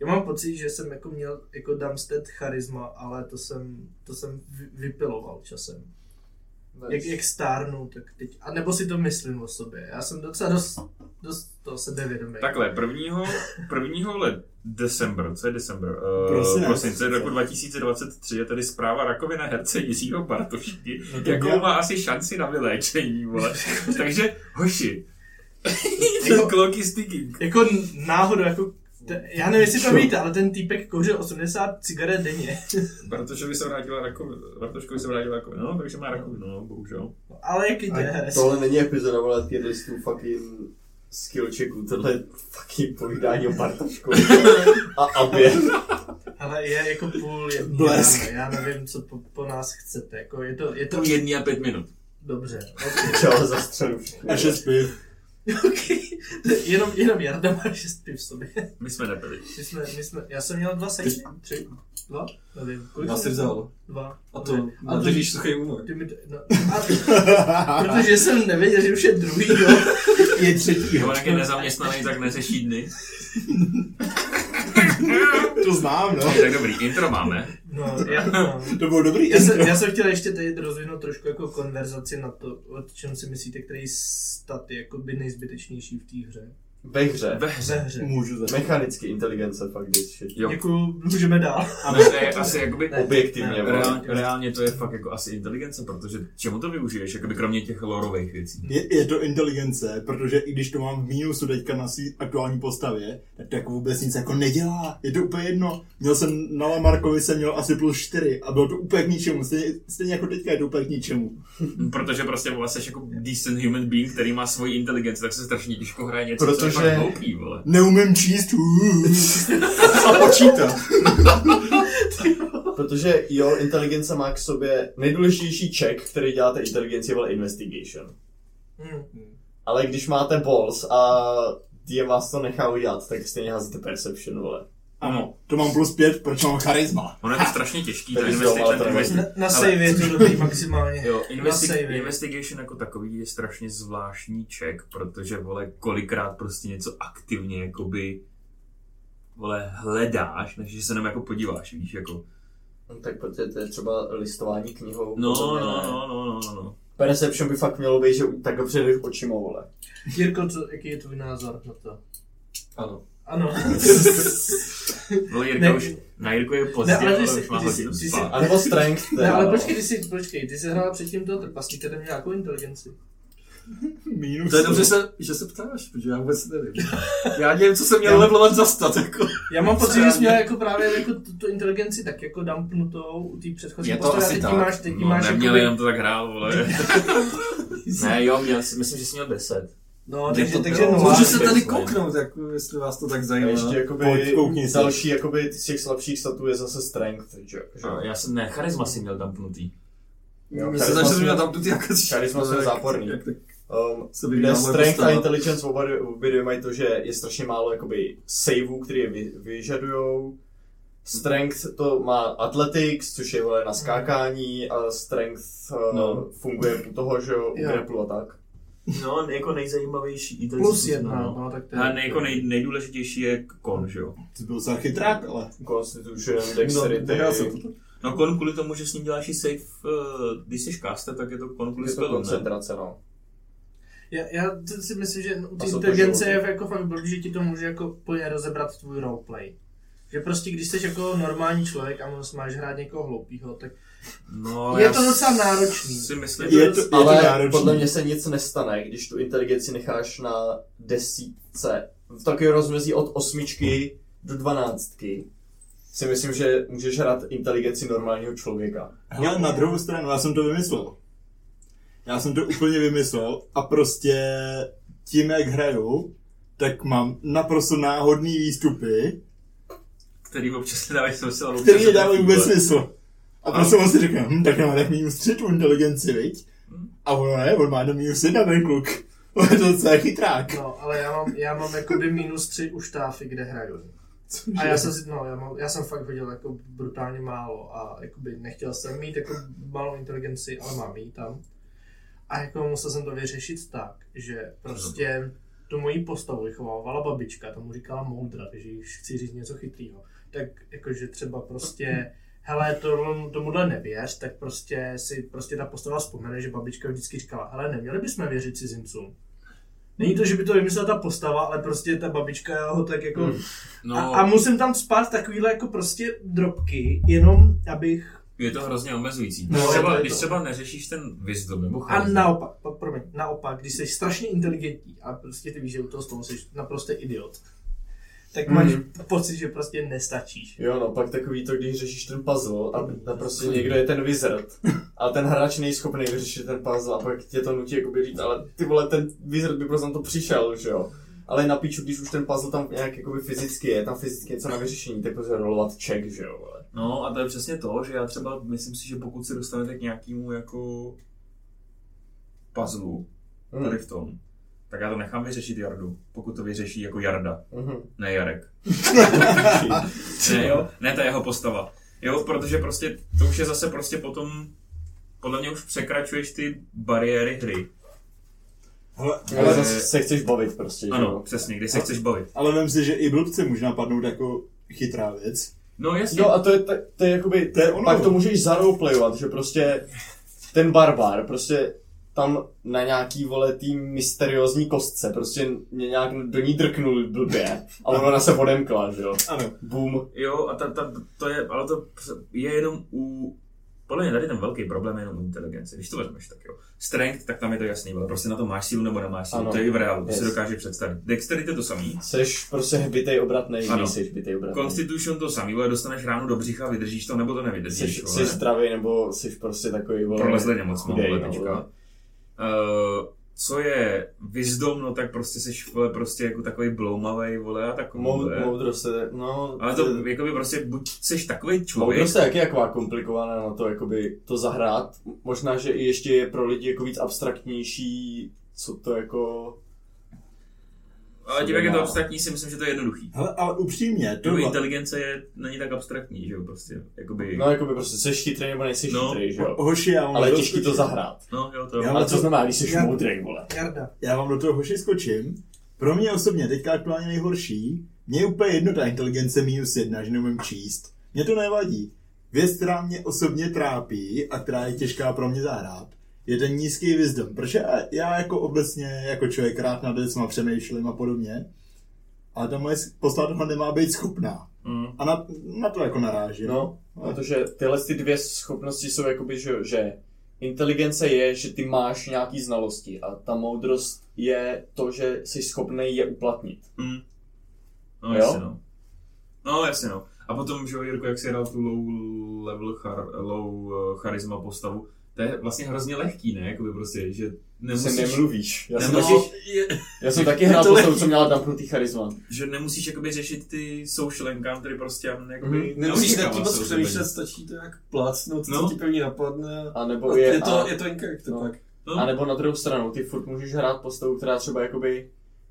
[SPEAKER 4] Já mám pocit, že jsem jako měl jako dumpstead charisma, ale to jsem, to jsem vy- vypiloval časem. jak, jak stárnu, tak teď, a nebo si to myslím o sobě. Já jsem docela dost, dost to sebevědomý.
[SPEAKER 3] Takhle, prvního, prvního let december, co je december? Uh,
[SPEAKER 5] Prosinec.
[SPEAKER 3] prosince roku 2023 je tady zpráva rakovina herce Jiřího Bartošky, no jakou má asi šanci na vyléčení, vole. Takže, hoši, ten klok is ticking.
[SPEAKER 4] Jako náhodou, jako te- já nevím, jestli to víte, ale ten týpek kouřil 80 cigaret denně.
[SPEAKER 3] Bartošovi se vrátila rakovina, Bartoškovi se vrátila rakovina, no, takže má rakovinu, no, bohužel.
[SPEAKER 4] Ale jaký to je hezký.
[SPEAKER 5] Tohle není epizoda, vole, tier listu fucking skill checku, tohle je fucking povídání o partačku. A abě.
[SPEAKER 4] Ale je jako půl jedný
[SPEAKER 5] Blesk.
[SPEAKER 4] ráno, já nevím, co po, po nás chcete, jako je to, je to
[SPEAKER 3] Půl jedný a pět minut.
[SPEAKER 4] dobře, okay.
[SPEAKER 5] Čau, zastřelu všechny.
[SPEAKER 2] A šest piv.
[SPEAKER 4] okay. jenom, jenom Jarda má šest piv v sobě,
[SPEAKER 3] My jsme nepili.
[SPEAKER 4] my jsme, my jsme, já jsem měl dva sejny, tři, dva, nevím, kolik
[SPEAKER 6] Dva
[SPEAKER 4] jsem
[SPEAKER 6] si
[SPEAKER 4] měl?
[SPEAKER 6] vzal.
[SPEAKER 4] Dva,
[SPEAKER 6] A to,
[SPEAKER 4] dobře.
[SPEAKER 6] a to říš suchý humor.
[SPEAKER 4] ty mi to, no, a, protože jsem nevěděl, že už je druhý, jo.
[SPEAKER 5] je třetí.
[SPEAKER 3] Jo, jak je nezaměstnaný, tak neřeší dny.
[SPEAKER 2] To znám, no.
[SPEAKER 3] Tak dobrý, intro máme.
[SPEAKER 4] No, já, no.
[SPEAKER 2] To bylo dobrý.
[SPEAKER 4] Já, jsem, já jsem chtěl ještě tady rozvinout trošku jako konverzaci na to, o čem si myslíte, který stat je jako by nejzbytečnější v té hře.
[SPEAKER 5] Ve hře.
[SPEAKER 3] Ve hře.
[SPEAKER 4] Ve hře.
[SPEAKER 2] Můžu začít.
[SPEAKER 5] Mechanicky inteligence, fakt this shit.
[SPEAKER 3] Jo.
[SPEAKER 4] Děkuju, můžeme dál.
[SPEAKER 3] Ale to je asi jakoby...
[SPEAKER 4] Ne.
[SPEAKER 5] Objektivně,
[SPEAKER 4] Ne,
[SPEAKER 5] vole.
[SPEAKER 3] Reálně, reálně to je fakt jako asi inteligence, protože čemu to využiješ, jakoby kromě těch lorových věcí?
[SPEAKER 2] Je, je to inteligence, protože i když to mám v mínusu teďka na svý aktuální postavě, tak to jako vůbec nic jako nedělá. Je to úplně jedno. Měl jsem na Lamarkovi jsem měl asi plus 4 a bylo to úplně k ničemu. Stejně, stejně jako teďka je to úplně k ničemu.
[SPEAKER 3] Protože prostě vole jsi jako decent human being, který má svoji inteligenci, tak se strašně těžko hraje něco, co je
[SPEAKER 5] Protože-
[SPEAKER 3] fakt hloupý, vole.
[SPEAKER 2] Neumím číst.
[SPEAKER 6] A počítá.
[SPEAKER 5] Protože jo, inteligence má k sobě nejdůležitější check, který děláte inteligenci, je vole investigation.
[SPEAKER 4] Hmm.
[SPEAKER 5] Ale když máte balls a je vás to nechá udělat, tak stejně házíte perception, vole.
[SPEAKER 2] Ano, to mám plus 5, proč mám charisma.
[SPEAKER 3] Ono je to strašně těžký, ta
[SPEAKER 5] Tak jo, ale
[SPEAKER 3] investigation,
[SPEAKER 5] to
[SPEAKER 3] investi-
[SPEAKER 4] Na, na save je to dobrý maximálně.
[SPEAKER 3] Jo,
[SPEAKER 4] Na
[SPEAKER 3] investi-
[SPEAKER 4] savey.
[SPEAKER 3] investigation jako takový je strašně zvláštní ček, protože vole kolikrát prostě něco aktivně jakoby vole hledáš, než že se jenom jako podíváš, víš, jako.
[SPEAKER 5] No, tak protože to je třeba listování knihou.
[SPEAKER 3] No,
[SPEAKER 5] podle
[SPEAKER 3] no,
[SPEAKER 5] mě ne.
[SPEAKER 3] no, no, no, no.
[SPEAKER 5] Perception by fakt mělo být, že tak přijdeš očima, vole.
[SPEAKER 4] Jirko, co, jaký je tvůj názor na to?
[SPEAKER 6] Ano.
[SPEAKER 4] Ano.
[SPEAKER 3] Vole No, Jirka
[SPEAKER 4] Ne.
[SPEAKER 3] už, na Jirku je
[SPEAKER 4] Ne,
[SPEAKER 3] pozdě,
[SPEAKER 4] ale
[SPEAKER 3] ale
[SPEAKER 4] ty jsi-
[SPEAKER 3] už má
[SPEAKER 4] ty jsi-
[SPEAKER 3] hodinu
[SPEAKER 4] ty jsi-
[SPEAKER 3] spát.
[SPEAKER 5] A nebo strength, teda,
[SPEAKER 4] Ne, ale
[SPEAKER 5] no.
[SPEAKER 4] počkej, ty jsi, počkej, ty jsi hrála předtím toho trpaslíka, ten měl nějakou inteligenci.
[SPEAKER 2] Minus.
[SPEAKER 6] To je dobře, že se, že se ptáš, protože já vůbec nevím. Já nevím, co jsem měl levelovat za stat, jako.
[SPEAKER 4] Já mám pocit, že
[SPEAKER 6] Srandě.
[SPEAKER 4] jsi měl jako právě jako tu, tu inteligenci tak jako dumpnutou u té předchozí
[SPEAKER 6] Je to
[SPEAKER 4] postavy a
[SPEAKER 6] Prostě
[SPEAKER 4] teď
[SPEAKER 6] asi tak.
[SPEAKER 4] ji máš, teď ji
[SPEAKER 3] No,
[SPEAKER 4] máš
[SPEAKER 3] neměl,
[SPEAKER 4] jakoby-
[SPEAKER 3] jenom to tak hrál, vole. ne, jo, měl, myslím, že jsi měl 10.
[SPEAKER 4] No, takže,
[SPEAKER 5] to
[SPEAKER 4] takže
[SPEAKER 5] bylo.
[SPEAKER 4] no.
[SPEAKER 6] Můžu
[SPEAKER 5] Můžu
[SPEAKER 6] se
[SPEAKER 5] bez
[SPEAKER 6] tady
[SPEAKER 5] vlivu.
[SPEAKER 6] kouknout, jako, jestli vás to tak
[SPEAKER 5] A
[SPEAKER 6] zajímá.
[SPEAKER 5] ještě jakoby
[SPEAKER 2] Pojď, koukni se.
[SPEAKER 5] další jakoby z těch slabších statů je zase strength, že jo. že
[SPEAKER 6] No.
[SPEAKER 3] Jo,
[SPEAKER 5] jo.
[SPEAKER 3] Já jsem, ne, charisma si měl dumpnutý.
[SPEAKER 5] Jo,
[SPEAKER 6] Mně se
[SPEAKER 5] charisma
[SPEAKER 6] zdá, že
[SPEAKER 5] jsme-
[SPEAKER 6] jsem měl Znaczy, tam tu jako...
[SPEAKER 5] charisma jsme
[SPEAKER 6] jak-
[SPEAKER 5] záporný.
[SPEAKER 6] jak- jak-
[SPEAKER 5] Um,
[SPEAKER 6] se
[SPEAKER 5] kde
[SPEAKER 6] vyvíjela moje
[SPEAKER 5] strength a
[SPEAKER 6] postava.
[SPEAKER 5] intelligence oba dvě- obě dvě mají to, že je strašně málo jakoby saveů, které je vy, vyžadujou. Strength to má athletics, což je vole na skákání a strength uh,
[SPEAKER 6] No.
[SPEAKER 5] funguje u toho, že jo, u
[SPEAKER 4] Jo.
[SPEAKER 5] grapplu a tak.
[SPEAKER 3] No, jako nejzajímavější.
[SPEAKER 4] Plus jedna, no, tak to je.
[SPEAKER 3] Ale nej, jako nej, nejdůležitější je kon, že jo?
[SPEAKER 2] Ty byl za chytrák, ale.
[SPEAKER 5] Constitution,
[SPEAKER 6] No,
[SPEAKER 5] dexterity,
[SPEAKER 6] já jsem to-
[SPEAKER 3] No kon kvůli tomu, že s ním děláš i save, eh, když jsi caster, tak je to kon kvůli
[SPEAKER 5] je to
[SPEAKER 3] spellu, ne?
[SPEAKER 5] koncentrace, no.
[SPEAKER 4] Já, já to si myslím, že u té
[SPEAKER 5] A jsou to
[SPEAKER 4] inteligence je
[SPEAKER 5] životy.
[SPEAKER 4] jako fakt blbý, že ti to může jako plně rozebrat tvůj roleplay. Že prostě, když jsi jako normální člověk a moc máš hrát někoho hloupýho, tak
[SPEAKER 3] No,
[SPEAKER 4] Je
[SPEAKER 3] já
[SPEAKER 4] to docela náročný.
[SPEAKER 3] Si myslím,
[SPEAKER 2] Je
[SPEAKER 3] že...
[SPEAKER 2] to, je to
[SPEAKER 5] Ale podle
[SPEAKER 2] náročný.
[SPEAKER 5] mě se nic nestane, když tu inteligenci necháš na desítce. V takovém rozmezí od osmičky do dvanáctky si myslím, že můžeš hrát inteligenci normálního člověka.
[SPEAKER 2] Hele, na druhou stranu, já jsem to vymyslel. Já jsem to úplně vymyslel a prostě tím, jak hraju, tak mám naprosto náhodný výstupy,
[SPEAKER 3] Který občas nedávají smysl, ale
[SPEAKER 2] který
[SPEAKER 3] občas
[SPEAKER 2] nedávají
[SPEAKER 3] nedávají
[SPEAKER 2] vůbec smysl. A prostě on si říká, hm, tak já mám minus tři tu inteligenci, viď? A ono ne, on má jenom minus jedna, ten kluk. On je to docela chytrák.
[SPEAKER 4] no, ale já mám, já mám jakoby minus tři u štáfy, kde hraju. A já jsem, si- no, já, mám, já jsem fakt hodil jako brutálně málo a jakoby nechtěl jsem mít jako malou inteligenci, ale mám ji tam. A jako musel jsem to vyřešit tak, že prostě tu moji postavu vychovávala babička, tomu říkala moudra, že když chci říct něco chytrýho, tak jakože třeba prostě hele, to, tomuhle nevěř, tak prostě si prostě ta postava vzpomene, že babička vždycky říkala, hele, neměli bychom věřit cizincům. Není to, že by to vymyslela ta postava, ale prostě ta babička ho tak jako...
[SPEAKER 3] No,
[SPEAKER 4] A, a musím tam spát takovýhle jako prostě drobky, jenom abych...
[SPEAKER 3] je to hrozně omezující.
[SPEAKER 4] No,
[SPEAKER 3] No,
[SPEAKER 4] to
[SPEAKER 3] třeba,
[SPEAKER 4] je
[SPEAKER 3] když
[SPEAKER 4] to.
[SPEAKER 3] třeba neřešíš ten wisdom nebo
[SPEAKER 4] A
[SPEAKER 3] charisma.
[SPEAKER 4] naopak, pa- promiň, naopak, když jsi strašně inteligentní a prostě ty víš, že u toho stolu jsi naprosto idiot, tak máš
[SPEAKER 3] Hmm.
[SPEAKER 4] pocit, že prostě nestačíš.
[SPEAKER 5] Jo, no, pak takový to, když řešíš ten puzzle a tam prostě někdo je ten wizard a ten hráč není schopný vyřešit ten puzzle a pak tě to nutí jakoby říct, ale ty vole, ten wizard by prostě na to přišel, že jo. Ale je na piču, když už ten puzzle tam nějak jakoby fyzicky je, tam fyzicky něco na vyřešení, tak prostě rolovat check, že jo, vole.
[SPEAKER 3] No a to je přesně to, že já třeba myslím si, že pokud se dostanete k nějakému jako puzzlu tady
[SPEAKER 5] Mm.
[SPEAKER 3] v tom, tak já to nechám vyřešit Jardu, pokud to vyřeší jako Jarda,
[SPEAKER 5] Mhm.
[SPEAKER 3] ne Jarek. ne, jo? ne ta jeho postava. Jo, protože prostě to už je zase prostě potom, podle mě už překračuješ ty bariéry hry.
[SPEAKER 2] Hele,
[SPEAKER 5] Ale
[SPEAKER 2] ale,
[SPEAKER 5] zase se chceš bavit prostě, že
[SPEAKER 3] Ano,
[SPEAKER 5] jo.
[SPEAKER 3] přesně, kdy se chceš bavit.
[SPEAKER 2] ale vem si, že i blbce může napadnout jako chytrá věc.
[SPEAKER 3] No jasně,
[SPEAKER 5] No a to je, to, to je jakoby, to je ono. pak to můžeš zaroleplayovat, že prostě ten barbar prostě tam na nějaký vole tý mysteriózní kostce prostě mě nějak do ní drknul blbě a ona se odemkla, že jo.
[SPEAKER 2] Ano.
[SPEAKER 5] Boom.
[SPEAKER 3] Jo, a ta, ta, to je, ale to je jenom u... Podle mě tady ten velký problém je jenom u inteligence. Když to vezmeš, tak jo. Strength, tak tam je to jasný, ale prostě na to máš sílu nebo nemáš sílu.
[SPEAKER 5] Ano.
[SPEAKER 3] Ano. To je i v reálu, to
[SPEAKER 5] Yes.
[SPEAKER 3] si dokáže představit. Dexterity to samý.
[SPEAKER 5] Seš prostě hbitej obratnej,
[SPEAKER 3] Ano.
[SPEAKER 5] ano. jsi hbitej obratnej.
[SPEAKER 3] Constitution to samý, ale dostaneš ránu do břicha, vydržíš to nebo to
[SPEAKER 5] Jsi,
[SPEAKER 3] nevydržíš.
[SPEAKER 5] jsi zdravý nebo jsi prostě takový vole.
[SPEAKER 3] Prolezli nemocnou,
[SPEAKER 5] chudej,
[SPEAKER 3] vole,
[SPEAKER 5] no,
[SPEAKER 3] teďka.
[SPEAKER 5] vole.
[SPEAKER 3] Uh, co je wisdom, no tak prostě seš vole, prostě jako takový bloumavej, vole, a takový.
[SPEAKER 5] Mou-
[SPEAKER 3] vole.
[SPEAKER 5] Moudrost je, no...
[SPEAKER 3] Ale to jako by prostě buď seš takový člověk,
[SPEAKER 5] Moudrost No, je taky jaková komplikovaná na to, jakoby to zahrát. Možná, že i ještě je pro lidi jako víc abstraktnější, co to jako...
[SPEAKER 3] ale tím, jak je to
[SPEAKER 5] Má.
[SPEAKER 3] abstraktní, si myslím, že to je jednoduchý.
[SPEAKER 2] Hele, ale upřímně,
[SPEAKER 3] Jako
[SPEAKER 2] to je
[SPEAKER 3] inteligence je, není tak abstraktní, že jo, prostě, jakoby,
[SPEAKER 5] No, jakoby prostě jsi chytrý nebo nejsi
[SPEAKER 3] No.
[SPEAKER 5] chytrý, že jo?
[SPEAKER 2] hoši, já vám
[SPEAKER 5] Ale
[SPEAKER 2] do-
[SPEAKER 5] je těžký to zahrát.
[SPEAKER 3] no jo, to,
[SPEAKER 2] Já
[SPEAKER 3] jo.
[SPEAKER 2] mám-
[SPEAKER 5] Ale co znamená, když jsi
[SPEAKER 4] Já-
[SPEAKER 5] moudrý, vole?
[SPEAKER 4] Jarda,
[SPEAKER 2] Já vám do toho hoši skočím. Pro mě osobně teďka aktuálně nejhorší. Mně je úplně jedno ta inteligence minus jedna, že neumím číst. Mě to nevadí. Věc, která mě osobně trápí a která je těžká pro mě zahrát, je ten nízký wisdom. Protože já jako obecně, jako člověk rád nad věcma přemýšlím a podobně, ale ta moje postava toho nemá být schopná.
[SPEAKER 3] Mm.
[SPEAKER 2] A na, na to jako narážím.
[SPEAKER 5] No, protože tyhle ty dvě schopnosti jsou jakoby, že, že inteligence je, že ty máš nějaký znalosti a ta moudrost je to, že jsi schopný je uplatnit.
[SPEAKER 3] Mm. No,
[SPEAKER 5] Jo?
[SPEAKER 3] jasně, no. No, jasně, no. A potom, že jo, Jirko, jak si hrál tu low level, char, low eh, charisma postavu, to je vlastně hrozně lehký, ne, jakoby prostě, že
[SPEAKER 5] Se
[SPEAKER 3] nemusíš,
[SPEAKER 5] nemluvíš. Já jsem,
[SPEAKER 3] nemusíš,
[SPEAKER 5] taky,
[SPEAKER 3] je,
[SPEAKER 5] já jsem taky
[SPEAKER 3] Je
[SPEAKER 5] hrál
[SPEAKER 3] to
[SPEAKER 5] postavu,
[SPEAKER 3] lehký.
[SPEAKER 5] co měla napnutý charisma.
[SPEAKER 3] že nemusíš jakoby řešit ty social encountery prostě, a jakoby,
[SPEAKER 5] Mhm.
[SPEAKER 6] Nemusíš nad tím
[SPEAKER 3] neočekávat se
[SPEAKER 6] moc
[SPEAKER 3] od
[SPEAKER 6] přemýšlet,
[SPEAKER 3] tebe.
[SPEAKER 6] stačí to jak plácnout, co
[SPEAKER 3] No.
[SPEAKER 6] ti pevně napadne. A,
[SPEAKER 5] A nebo
[SPEAKER 6] a
[SPEAKER 5] je,
[SPEAKER 6] je, to,
[SPEAKER 5] a,
[SPEAKER 6] je to inkarektor
[SPEAKER 5] no.
[SPEAKER 6] no. pak.
[SPEAKER 3] No,
[SPEAKER 5] A nebo na druhou stranu, ty furt můžeš hrát postavu, která třeba jakoby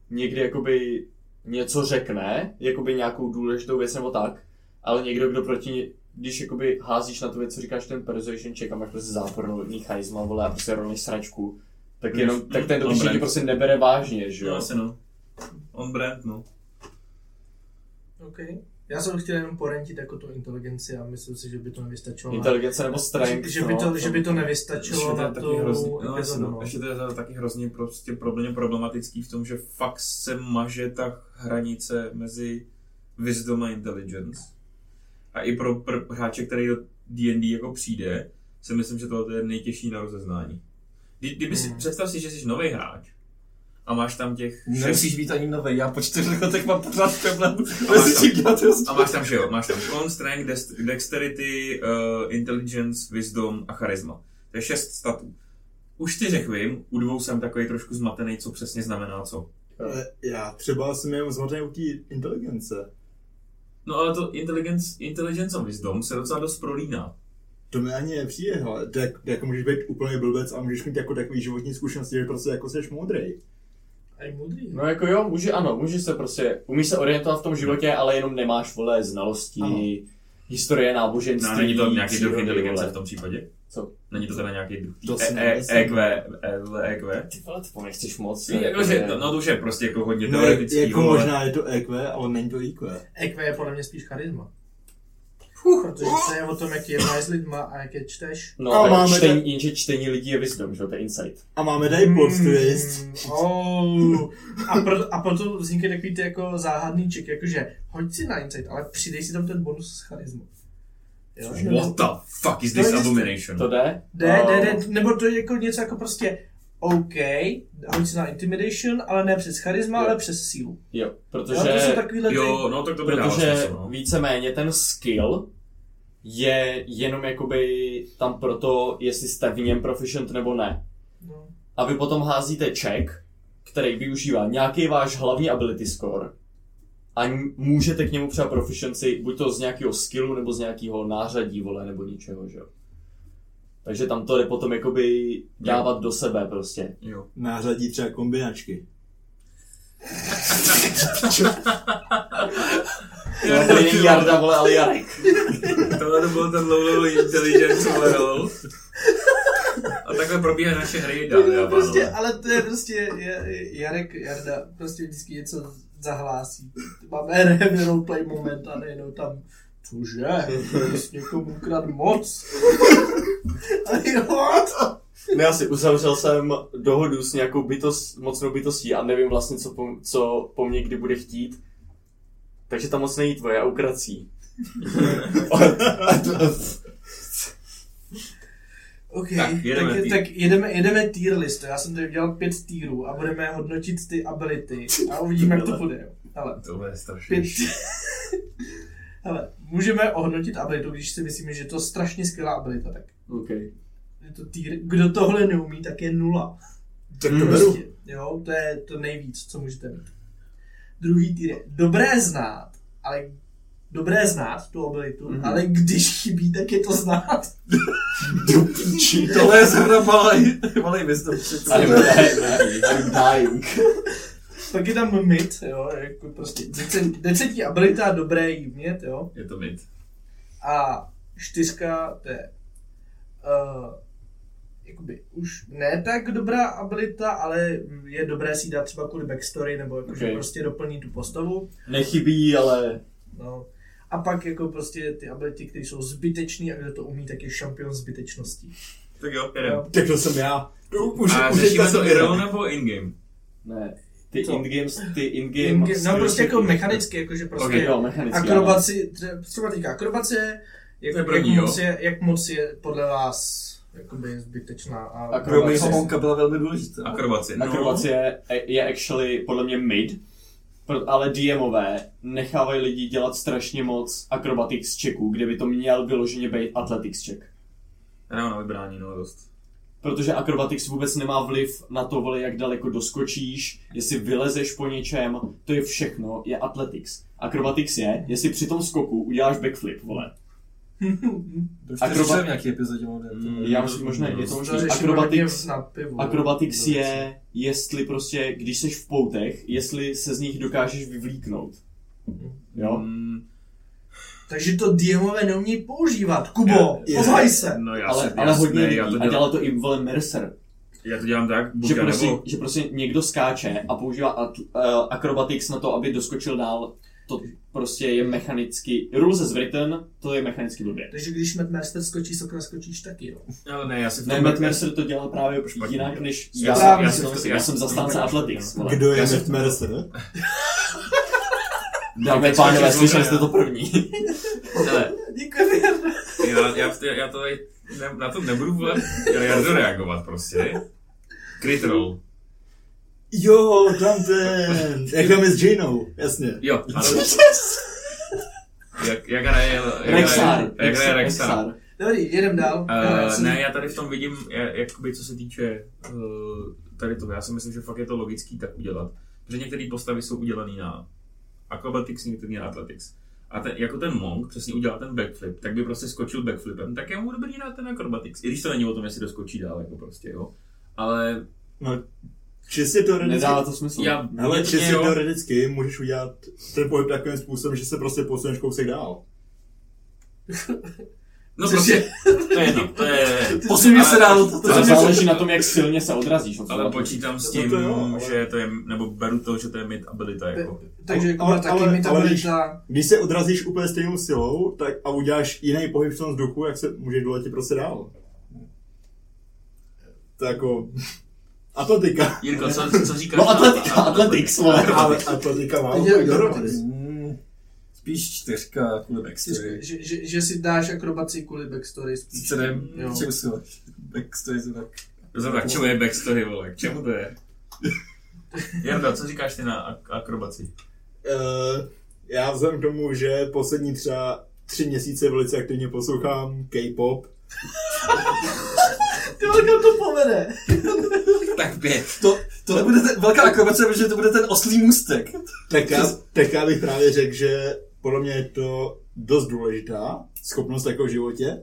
[SPEAKER 5] někdy jakoby něco řekne, jakoby nějakou důležitou věc nebo tak, ale někdo, kdo proti ní- když jakoby házíš na tu věc, co říkáš ten persuasion check a máš prostě zápornou ní charisma, vole, a prostě rovný sračku, tak, jenom,
[SPEAKER 3] Mm,
[SPEAKER 5] tak ten
[SPEAKER 3] mm,
[SPEAKER 5] dobrý
[SPEAKER 3] dobré.
[SPEAKER 5] tě prostě nebere vážně, že
[SPEAKER 3] no,
[SPEAKER 5] jo?
[SPEAKER 3] jasně, no. On brand, no.
[SPEAKER 4] OK. Já jsem chtěl jenom porentit jako tu inteligenci a myslím si, že by to nevystačilo. na-
[SPEAKER 5] Inteligence nebo strength,
[SPEAKER 4] že, že, by to,
[SPEAKER 5] no,
[SPEAKER 4] že by to nevystačilo
[SPEAKER 3] Ještě
[SPEAKER 4] na
[SPEAKER 3] to je taky
[SPEAKER 4] tu
[SPEAKER 3] hrozně, no, jasně,
[SPEAKER 4] epizodu.
[SPEAKER 3] no.
[SPEAKER 4] no.
[SPEAKER 3] Ještě to je taky hrozně prostě problém, problematický v tom, že fakt se maže ta hranice mezi wisdom a intelligence. A i pro pr- hráče, který do D&D jako přijde, si myslím, že tohle je nejtěžší na rozeznání. Kdy, kdyby si,
[SPEAKER 4] Mm.
[SPEAKER 3] představ si, že jsi nový hráč a máš tam těch šest,
[SPEAKER 6] Nemusíš být ani nový, já po čtyřech letech mám pořád problém, ale
[SPEAKER 3] máš
[SPEAKER 6] si tím dělat
[SPEAKER 3] a máš tam, že jo, máš tam con, strength, dest- dexterity, uh, intelligence, wisdom a charisma. To je šest statů. U čtyřech vím, u dvou jsem takový trošku zmatený, co přesně znamená co.
[SPEAKER 2] Ale E, Já třeba jsem jenom zmatený u té inteligence.
[SPEAKER 3] No ale to intelligence, intelligence a wisdom se docela dost prolíná.
[SPEAKER 2] To mi ani nepřijde, ale to, jak- to jako můžeš být úplně blbec a můžeš mít jako takový životní zkušenosti, že prostě jako seš moudrej.
[SPEAKER 4] A je moudrý.
[SPEAKER 5] No jako jo, může, ano, může se prostě, umíš se orientovat v tom životě, ale jenom nemáš, vole, znalosti,
[SPEAKER 2] Ano.
[SPEAKER 5] historie, náboženství,
[SPEAKER 3] No, a není to nějaký druh
[SPEAKER 5] přírody,
[SPEAKER 3] inteligence
[SPEAKER 5] vole.
[SPEAKER 3] v tom případě?
[SPEAKER 5] Co?
[SPEAKER 3] Není to teda nějaký druh?
[SPEAKER 2] To si
[SPEAKER 3] E- e-
[SPEAKER 2] nemyslím.
[SPEAKER 3] EQ, e- EQ?
[SPEAKER 5] Ty vole, to nechceš moc. jako
[SPEAKER 3] Jakože, no to už je prostě jako hodně
[SPEAKER 2] No,
[SPEAKER 3] teoretický.
[SPEAKER 2] jako
[SPEAKER 3] vole.
[SPEAKER 2] E
[SPEAKER 4] E
[SPEAKER 2] možná je to EQ, ale není to IQ.
[SPEAKER 4] EQ je podle mě spíš charisma. protože to je o tom, jak jednáš s lidma a jak je čteš.
[SPEAKER 5] No,
[SPEAKER 2] A
[SPEAKER 5] a
[SPEAKER 2] máme
[SPEAKER 5] tak čtení, jenže čtení lidí je wisdom, že jo, to je insight.
[SPEAKER 2] A máme
[SPEAKER 3] Hmm.
[SPEAKER 2] tady plot twist.
[SPEAKER 4] Mm, oh. a, pro, a proto vznikne takový ty jako záhadný ček, jakože hoď si na insight, ale přidej si tam ten bonus z charismu. Jo?
[SPEAKER 3] What the fuck is
[SPEAKER 4] To
[SPEAKER 3] this
[SPEAKER 4] je-
[SPEAKER 3] abomination?
[SPEAKER 5] To jde?
[SPEAKER 4] Ne, ne, ne, nebo to je jako něco jako prostě OK, hoď si na intimidation, ale ne přes charisma,
[SPEAKER 5] Jo.
[SPEAKER 4] ale přes sílu.
[SPEAKER 5] Jo, protože...
[SPEAKER 4] Jo, to jsou takovýhle ty...
[SPEAKER 3] Jo, no tak to by dávalo
[SPEAKER 5] Protože
[SPEAKER 3] smysl, no.
[SPEAKER 5] víceméně ten skill je jenom jakoby tam proto, jestli jste v něm proficient nebo ne.
[SPEAKER 4] No.
[SPEAKER 5] A vy potom házíte check, který využívá nějaký váš hlavní ability score a n- můžete k němu třeba proficiency, buď to z nějakého skillu, nebo z nějakého nářadí, vole, nebo ničeho, že jo. Takže tam to jde potom jakoby
[SPEAKER 3] No.
[SPEAKER 5] dávat do sebe prostě.
[SPEAKER 3] Jo.
[SPEAKER 2] Nářadí třeba kombinačky.
[SPEAKER 5] To jako není Jarda, vole, ale Jarek.
[SPEAKER 3] Tohle to byl ten low level intelligence, vole, no. A takhle probíhá naše hry, dámy a
[SPEAKER 4] Jo, prostě,
[SPEAKER 3] pánové.
[SPEAKER 4] ale to je prostě je, Jarek Jarda prostě vždycky něco zahlásí. Máme RM roleplay moment a nejenom tam cože, jsi někomu krát moc. A jo,
[SPEAKER 5] Ne, asi uzavřel jsem dohodu s nějakou bytost, mocnou bytostí a nevím vlastně, co po, co po mně kdy bude chtít. Takže tam moc není tvoje a ukrací.
[SPEAKER 4] OK,
[SPEAKER 3] Tak,
[SPEAKER 4] tak
[SPEAKER 3] jedeme
[SPEAKER 4] jedeme, tak,
[SPEAKER 3] tier.
[SPEAKER 4] tak jedeme, jedeme tier listu. Já jsem tady udělal pět tírů a budeme hodnotit ty ability a uvidíme, jak to bude. Hele,
[SPEAKER 3] Tohle je
[SPEAKER 4] pět...
[SPEAKER 3] strašný.
[SPEAKER 4] Hele, můžeme ohodnotit abilitu, když si myslíme, že to je strašně skvělá abilita. Tak
[SPEAKER 5] okay.
[SPEAKER 4] je to tier. Kdo tohle neumí, tak je nula.
[SPEAKER 2] Tak
[SPEAKER 5] Mm.
[SPEAKER 2] to beru.
[SPEAKER 4] Prostě, jo, to je to nejvíc, co můžete mít. Druhý týr je dobré znát, ale dobré znát tu abilitu,
[SPEAKER 2] Mhm.
[SPEAKER 4] mm-hmm. ale když chybí, tak je to znát.
[SPEAKER 6] Tohle je zrovna malý, malý wisdom. check.
[SPEAKER 5] I'm dying. I'm dying.
[SPEAKER 4] Pak je tam mit, jo, jako prostě decent, decentní abilita, dobré jí mět, jo.
[SPEAKER 3] Je to mít.
[SPEAKER 4] A čtyřka, to je uh, jakoby už ne tak dobrá abilita, ale je dobré si ji dát třeba kvůli backstory, nebo jako, okay.
[SPEAKER 5] Ok.
[SPEAKER 4] že prostě doplní tu postavu.
[SPEAKER 5] Nechybí, ale...
[SPEAKER 4] No. A pak jako prostě ty ability, které jsou zbytečné a kdo to umí, tak je šampion zbytečností.
[SPEAKER 3] Tak jo,
[SPEAKER 4] Jo.
[SPEAKER 3] jdem.
[SPEAKER 2] Tak to jsem já. No, Už,
[SPEAKER 3] A
[SPEAKER 2] už teďka
[SPEAKER 3] řešíme to
[SPEAKER 2] jsem
[SPEAKER 3] IRL nebo in-game?
[SPEAKER 5] Ne. Ty
[SPEAKER 4] Co?
[SPEAKER 5] in-games, ty in-game...
[SPEAKER 4] Game, no prostě jako mechanicky, jakože prostě...
[SPEAKER 5] Okay, jo, mechanicky, no. ano.
[SPEAKER 4] Akrobaci, tře- třeba teďka akrobacie, jak,
[SPEAKER 3] To je
[SPEAKER 4] jak,
[SPEAKER 3] první,
[SPEAKER 4] moc je, jak moc je podle vás jakoby zbytečná. A,
[SPEAKER 5] Akro-
[SPEAKER 6] Pro mě homonka byla velmi důležitá.
[SPEAKER 3] Akrobaci. No.
[SPEAKER 5] Akrobacie je- je actually podle mě mid, pro- ale DMové nechávají lidi dělat strašně moc acrobatics checků, kde by to měl vyloženě být athletics check.
[SPEAKER 3] Já nemám na vybrání, no dost.
[SPEAKER 5] Protože acrobatics vůbec nemá vliv na to, vole, jak daleko doskočíš, jestli vylezeš po něčem, to je všechno, je athletics. Acrobatics je, jestli při tom skoku uděláš backflip, vole.
[SPEAKER 6] Akrobat... v nějaký epizodě mám
[SPEAKER 3] Mm.
[SPEAKER 5] Já myslím, možná je to
[SPEAKER 4] To
[SPEAKER 5] možná
[SPEAKER 4] řešíme
[SPEAKER 5] acrobatics.
[SPEAKER 4] hodně na pivu. no.
[SPEAKER 5] Acrobatics je, jestli prostě, když seš v poutech, jestli se z nich dokážeš vyvlíknout. Jo?
[SPEAKER 3] Mm,
[SPEAKER 4] Takže to DMové neumí používat. Kubo,
[SPEAKER 2] Je- je-
[SPEAKER 4] povaj se.
[SPEAKER 3] No já
[SPEAKER 5] Ale,
[SPEAKER 3] se,
[SPEAKER 5] ale
[SPEAKER 3] jasný,
[SPEAKER 5] hodně lidí.
[SPEAKER 3] já to
[SPEAKER 5] A
[SPEAKER 3] dělám,
[SPEAKER 5] dělal to i vole Mercer.
[SPEAKER 3] já to dělám tak, buď
[SPEAKER 5] Že
[SPEAKER 3] já
[SPEAKER 5] prostě,
[SPEAKER 3] nebo...
[SPEAKER 5] že prostě někdo skáče a používá at, uh, acrobatics na to, aby doskočil dál. To prostě je mechanicky... Rules is written, to je mechanicky blbě.
[SPEAKER 4] Takže když Mad Master skočí, sokra skočíš taky, jo.
[SPEAKER 3] Ale ne, já si v
[SPEAKER 5] Ne,
[SPEAKER 3] tom...
[SPEAKER 5] Matt Mercer to dělal právě
[SPEAKER 3] Špatně.
[SPEAKER 5] jinak než
[SPEAKER 3] Já
[SPEAKER 5] já.
[SPEAKER 4] jsem-
[SPEAKER 5] Já,
[SPEAKER 4] já
[SPEAKER 3] jsem-
[SPEAKER 5] jsem, já, jsem,
[SPEAKER 3] já-
[SPEAKER 5] zastánce
[SPEAKER 3] já-
[SPEAKER 5] Athletics. vole.
[SPEAKER 2] Kdo je
[SPEAKER 3] Já jsem-
[SPEAKER 2] Matt Mercer?
[SPEAKER 5] Dámy a
[SPEAKER 3] Já-
[SPEAKER 5] pánové,
[SPEAKER 3] já-
[SPEAKER 5] slyšeli
[SPEAKER 3] já-
[SPEAKER 5] jste to první.
[SPEAKER 3] Hele,
[SPEAKER 4] Děkuji.
[SPEAKER 3] já, já, já to tady, ne, na to nebudu vole, já, já jdu reagovat prostě. Crit roll.
[SPEAKER 2] Jo, tam ten. Jak tam je s Jinou, jasně.
[SPEAKER 3] Jo, ano. Jak, jak hraje... jak hraje-
[SPEAKER 5] Rexar.
[SPEAKER 3] Jak hraje Rexar.
[SPEAKER 4] Dobrý, jedem dál.
[SPEAKER 6] Eh,
[SPEAKER 4] Já
[SPEAKER 3] Uh,
[SPEAKER 4] jsem-
[SPEAKER 3] ne, já tady v tom vidím, je- jakoby co se týče uh, tady toho, já si myslím, že fakt je to logický tak udělat. Protože některé postavy jsou udělané na acrobatics, některé na athletics. A ten, jako ten monk přesně udělal ten backflip, tak by prostě skočil backflipem, tak je mu dobrý dát ten acrobatics. I když to není o tom, jestli doskočí dál, jako prostě, jo. Ale
[SPEAKER 2] No, čistě teoreticky.
[SPEAKER 5] Nedává to smysl.
[SPEAKER 3] já...
[SPEAKER 2] Hele,
[SPEAKER 3] mě-
[SPEAKER 2] čistě
[SPEAKER 3] jo,
[SPEAKER 2] teoreticky můžeš udělat ten pohyb takovým způsobem, že se prostě posuneš kousek dál.
[SPEAKER 3] No
[SPEAKER 4] Což
[SPEAKER 3] prostě, to je jedno, to je...
[SPEAKER 6] Poslední se dá to,
[SPEAKER 7] Ale záleží na tom, jak silně se odrazíš od
[SPEAKER 3] Ale
[SPEAKER 7] toho.
[SPEAKER 3] počítám s tím,
[SPEAKER 2] No to jo, ale-
[SPEAKER 3] že to je, nebo beru to, že to je mid abilita, jako.
[SPEAKER 4] Takže jako
[SPEAKER 2] Ale-
[SPEAKER 4] taky
[SPEAKER 2] ale-
[SPEAKER 4] mi tam
[SPEAKER 2] ale
[SPEAKER 4] bude
[SPEAKER 2] když-
[SPEAKER 4] ta...
[SPEAKER 2] Když se odrazíš úplně stejnou silou tak a uděláš jiný pohyb v tom vzduchu, jak se můžeš doletět prostě dál. To jako... Atletika.
[SPEAKER 3] Jirko, co, co říkáš?
[SPEAKER 7] No
[SPEAKER 3] na-
[SPEAKER 7] atletika, atletics, vole.
[SPEAKER 2] Ale atletika má
[SPEAKER 4] Je-
[SPEAKER 2] úplně
[SPEAKER 4] je-
[SPEAKER 2] dohromady.
[SPEAKER 6] Mm, Spíš čtyřka kvůli backstory.
[SPEAKER 4] Že, že, že, si dáš akrobaci kvůli backstory spíš.
[SPEAKER 6] Sice nevím,
[SPEAKER 5] No.
[SPEAKER 4] Jo.
[SPEAKER 6] k čemu si ho- backstory to tak.
[SPEAKER 3] Zrovna, k čemu je backstory, vole, k čemu to je? Jarda, co říkáš ty na ak- akrobaci?
[SPEAKER 2] Eh, já vzhledem k tomu, že poslední třeba tři měsíce velice aktivně poslouchám K-pop,
[SPEAKER 4] Ty velkám to povede.
[SPEAKER 3] Tak pět.
[SPEAKER 6] To, to nebude ten, velká akrobace, protože to bude ten oslý můstek.
[SPEAKER 2] tak já, tak já bych právě řekl, že podle mě je to dost důležitá schopnost jako v životě.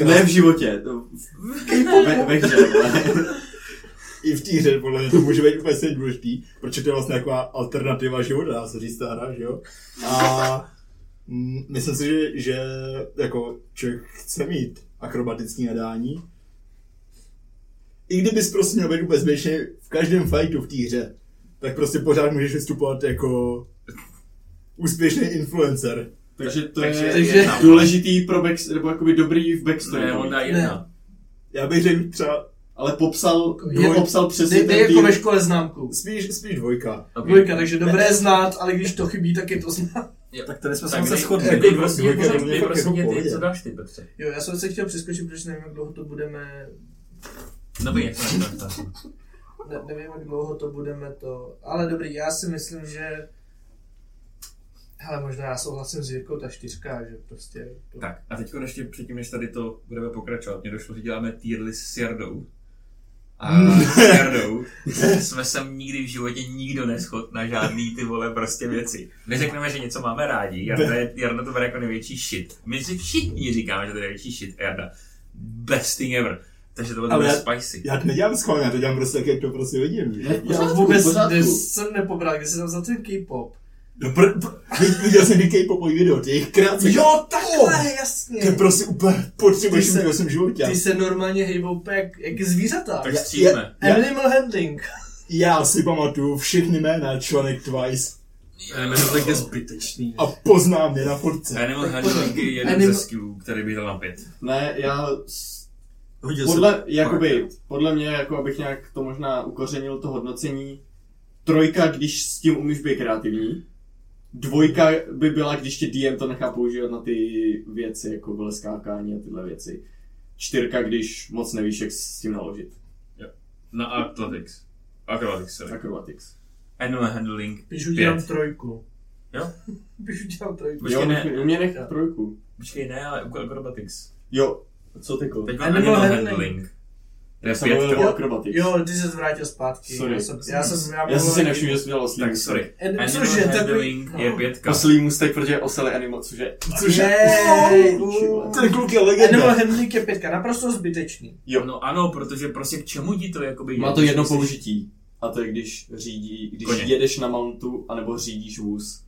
[SPEAKER 2] Eh,
[SPEAKER 5] Ne v životě, to ve, ve hře, vole.
[SPEAKER 2] I v té hře podle mě to může být úplně stejně důležitý, protože to je vlastně taková alternativa života, dá se říct ta hra, že jo? A mm, myslím si, že, že jako člověk chce mít akrobatický nadání, i kdybys prostě měl být úplně zbytečně v každém fightu v té hře, tak prostě pořád můžeš vystupovat jako úspěšný influencer.
[SPEAKER 5] Takže to
[SPEAKER 3] Takže-
[SPEAKER 5] je
[SPEAKER 4] Takže
[SPEAKER 3] Jedna.
[SPEAKER 5] důležitý pro back, nebo jakoby dobrý v backstory.
[SPEAKER 3] Ne, on dá jedna.
[SPEAKER 2] Já bych řekl třeba
[SPEAKER 5] Ale popsal,
[SPEAKER 4] Je-
[SPEAKER 5] je, popsal přesně
[SPEAKER 4] Dej,
[SPEAKER 5] ten
[SPEAKER 4] dej jako
[SPEAKER 5] tým.
[SPEAKER 4] ve škole známku.
[SPEAKER 2] spíš, spíš dvojka.
[SPEAKER 3] Ok.
[SPEAKER 4] Dvojka, takže dobré znát, ale když to chybí, tak je to znát.
[SPEAKER 6] Tak tady jsme se
[SPEAKER 3] Tak
[SPEAKER 6] moc
[SPEAKER 3] dej-
[SPEAKER 6] shodli.
[SPEAKER 3] dej prosím
[SPEAKER 2] Jako
[SPEAKER 3] tě,
[SPEAKER 2] dvojka,
[SPEAKER 3] dej prosím tě,
[SPEAKER 2] jako
[SPEAKER 3] ty, co
[SPEAKER 2] pohodě.
[SPEAKER 3] dáš ty, Petře?
[SPEAKER 4] Jo, já jsem se chtěl přeskočit, protože nevím, jak dlouho to budeme...
[SPEAKER 3] Dobrý, jak to dáš?
[SPEAKER 4] Ne, nevím, jak dlouho to budeme to... Ale dobrý, já si myslím, že... Hele, možná já souhlasím s Jirkou, ta čtyřka, že prostě... To...
[SPEAKER 3] Tak, a teď ještě předtím, než tady to budeme pokračovat, mě došlo, že děláme tier list s Jardou. A
[SPEAKER 2] Mm.
[SPEAKER 3] s Jardou jsme se nikdy v životě nikdo neschod na žádný ty vole prostě věci. Neřekneme, že něco máme rádi, Jarda, je, Jarda to bere jako největší shit. My si všichni říkáme, že to je největší shit a Jarda. Best thing ever. Takže to bylo
[SPEAKER 2] Ale-
[SPEAKER 3] spicy.
[SPEAKER 2] Já to nedělám schválně, já to dělám prostě tak, jak to prostě vidím. že?
[SPEAKER 4] Já
[SPEAKER 5] Pořádku,
[SPEAKER 4] vůbec
[SPEAKER 5] pořádku.
[SPEAKER 4] kde jsem nepobral, kde jsem tam za ten K-pop.
[SPEAKER 2] No pr- pr- viděl jsem ty K-popový video, ty jejich krátce.
[SPEAKER 4] Jo, takhle, jasně.
[SPEAKER 2] To je prostě úplně potřebuješ
[SPEAKER 4] Ty
[SPEAKER 2] mít
[SPEAKER 4] se-
[SPEAKER 2] ve svém životě.
[SPEAKER 4] Ty se normálně hejbou úplně jak, jak zvířata.
[SPEAKER 3] Tak
[SPEAKER 2] Já-
[SPEAKER 3] střílíme.
[SPEAKER 2] já-
[SPEAKER 4] Animal handling.
[SPEAKER 2] Já si pamatuju všechny jména článek Twice
[SPEAKER 6] To tak je zbytečný.
[SPEAKER 2] a poznám je na fotce.
[SPEAKER 3] Animal Handling je jeden
[SPEAKER 4] Animal-
[SPEAKER 3] ze skillů, který bych dal na pět.
[SPEAKER 5] Ne, já s-
[SPEAKER 6] Hodil
[SPEAKER 5] Podle, jakoby, podle mě, jako abych nějak to možná ukořenil to hodnocení, trojka, když s tím umíš být kreativní, dvojka by byla, když tě DM to nechá používat na ty věci, jako vole skákání a tyhle věci. Čtyřka, když moc nevíš, jak s tím naložit.
[SPEAKER 3] Na Athletics. Acrobatics, sorry.
[SPEAKER 5] Acrobatics.
[SPEAKER 3] Animal Handling
[SPEAKER 4] Když udělám
[SPEAKER 3] Pět.
[SPEAKER 4] trojku.
[SPEAKER 3] Jo?
[SPEAKER 4] Když udělám trojku.
[SPEAKER 3] Počkej,
[SPEAKER 5] jo,
[SPEAKER 3] ne.
[SPEAKER 5] ne. mě nech trojku.
[SPEAKER 3] Počkej, ne, ale u Acrobatics.
[SPEAKER 5] Jo, co ty ko?
[SPEAKER 3] Teď mám
[SPEAKER 4] Animal
[SPEAKER 3] Animal
[SPEAKER 4] handling.
[SPEAKER 3] Handling. To je
[SPEAKER 5] Já jsem mluvil o
[SPEAKER 3] pětka.
[SPEAKER 5] acrobatics.
[SPEAKER 4] Jo, ty se zvrátil zpátky.
[SPEAKER 5] Sorry.
[SPEAKER 4] Já jsem, já jsem, já
[SPEAKER 5] Já
[SPEAKER 4] mluvil-
[SPEAKER 5] jsem si nevšiml, že jsi dělal Jako oslý
[SPEAKER 3] Tak
[SPEAKER 5] můstek.
[SPEAKER 3] sorry.
[SPEAKER 4] An-
[SPEAKER 3] Animal
[SPEAKER 4] což je takový...
[SPEAKER 3] Handling je pětka.
[SPEAKER 5] Oslý můstek, protože osel je animal, což je...
[SPEAKER 2] Což je...
[SPEAKER 4] Jej,
[SPEAKER 2] Oh, Ten kluk je
[SPEAKER 4] Animal
[SPEAKER 2] legenda.
[SPEAKER 4] handling je pětka, naprosto zbytečný.
[SPEAKER 5] Jo.
[SPEAKER 3] No ano, protože prostě k čemu ti to jakoby...
[SPEAKER 5] Má
[SPEAKER 3] je?
[SPEAKER 5] to jedno
[SPEAKER 3] Myslíš-
[SPEAKER 5] použití. A to je, když, řídí, když
[SPEAKER 3] Koně.
[SPEAKER 5] jedeš na mountu, anebo řídíš vůz.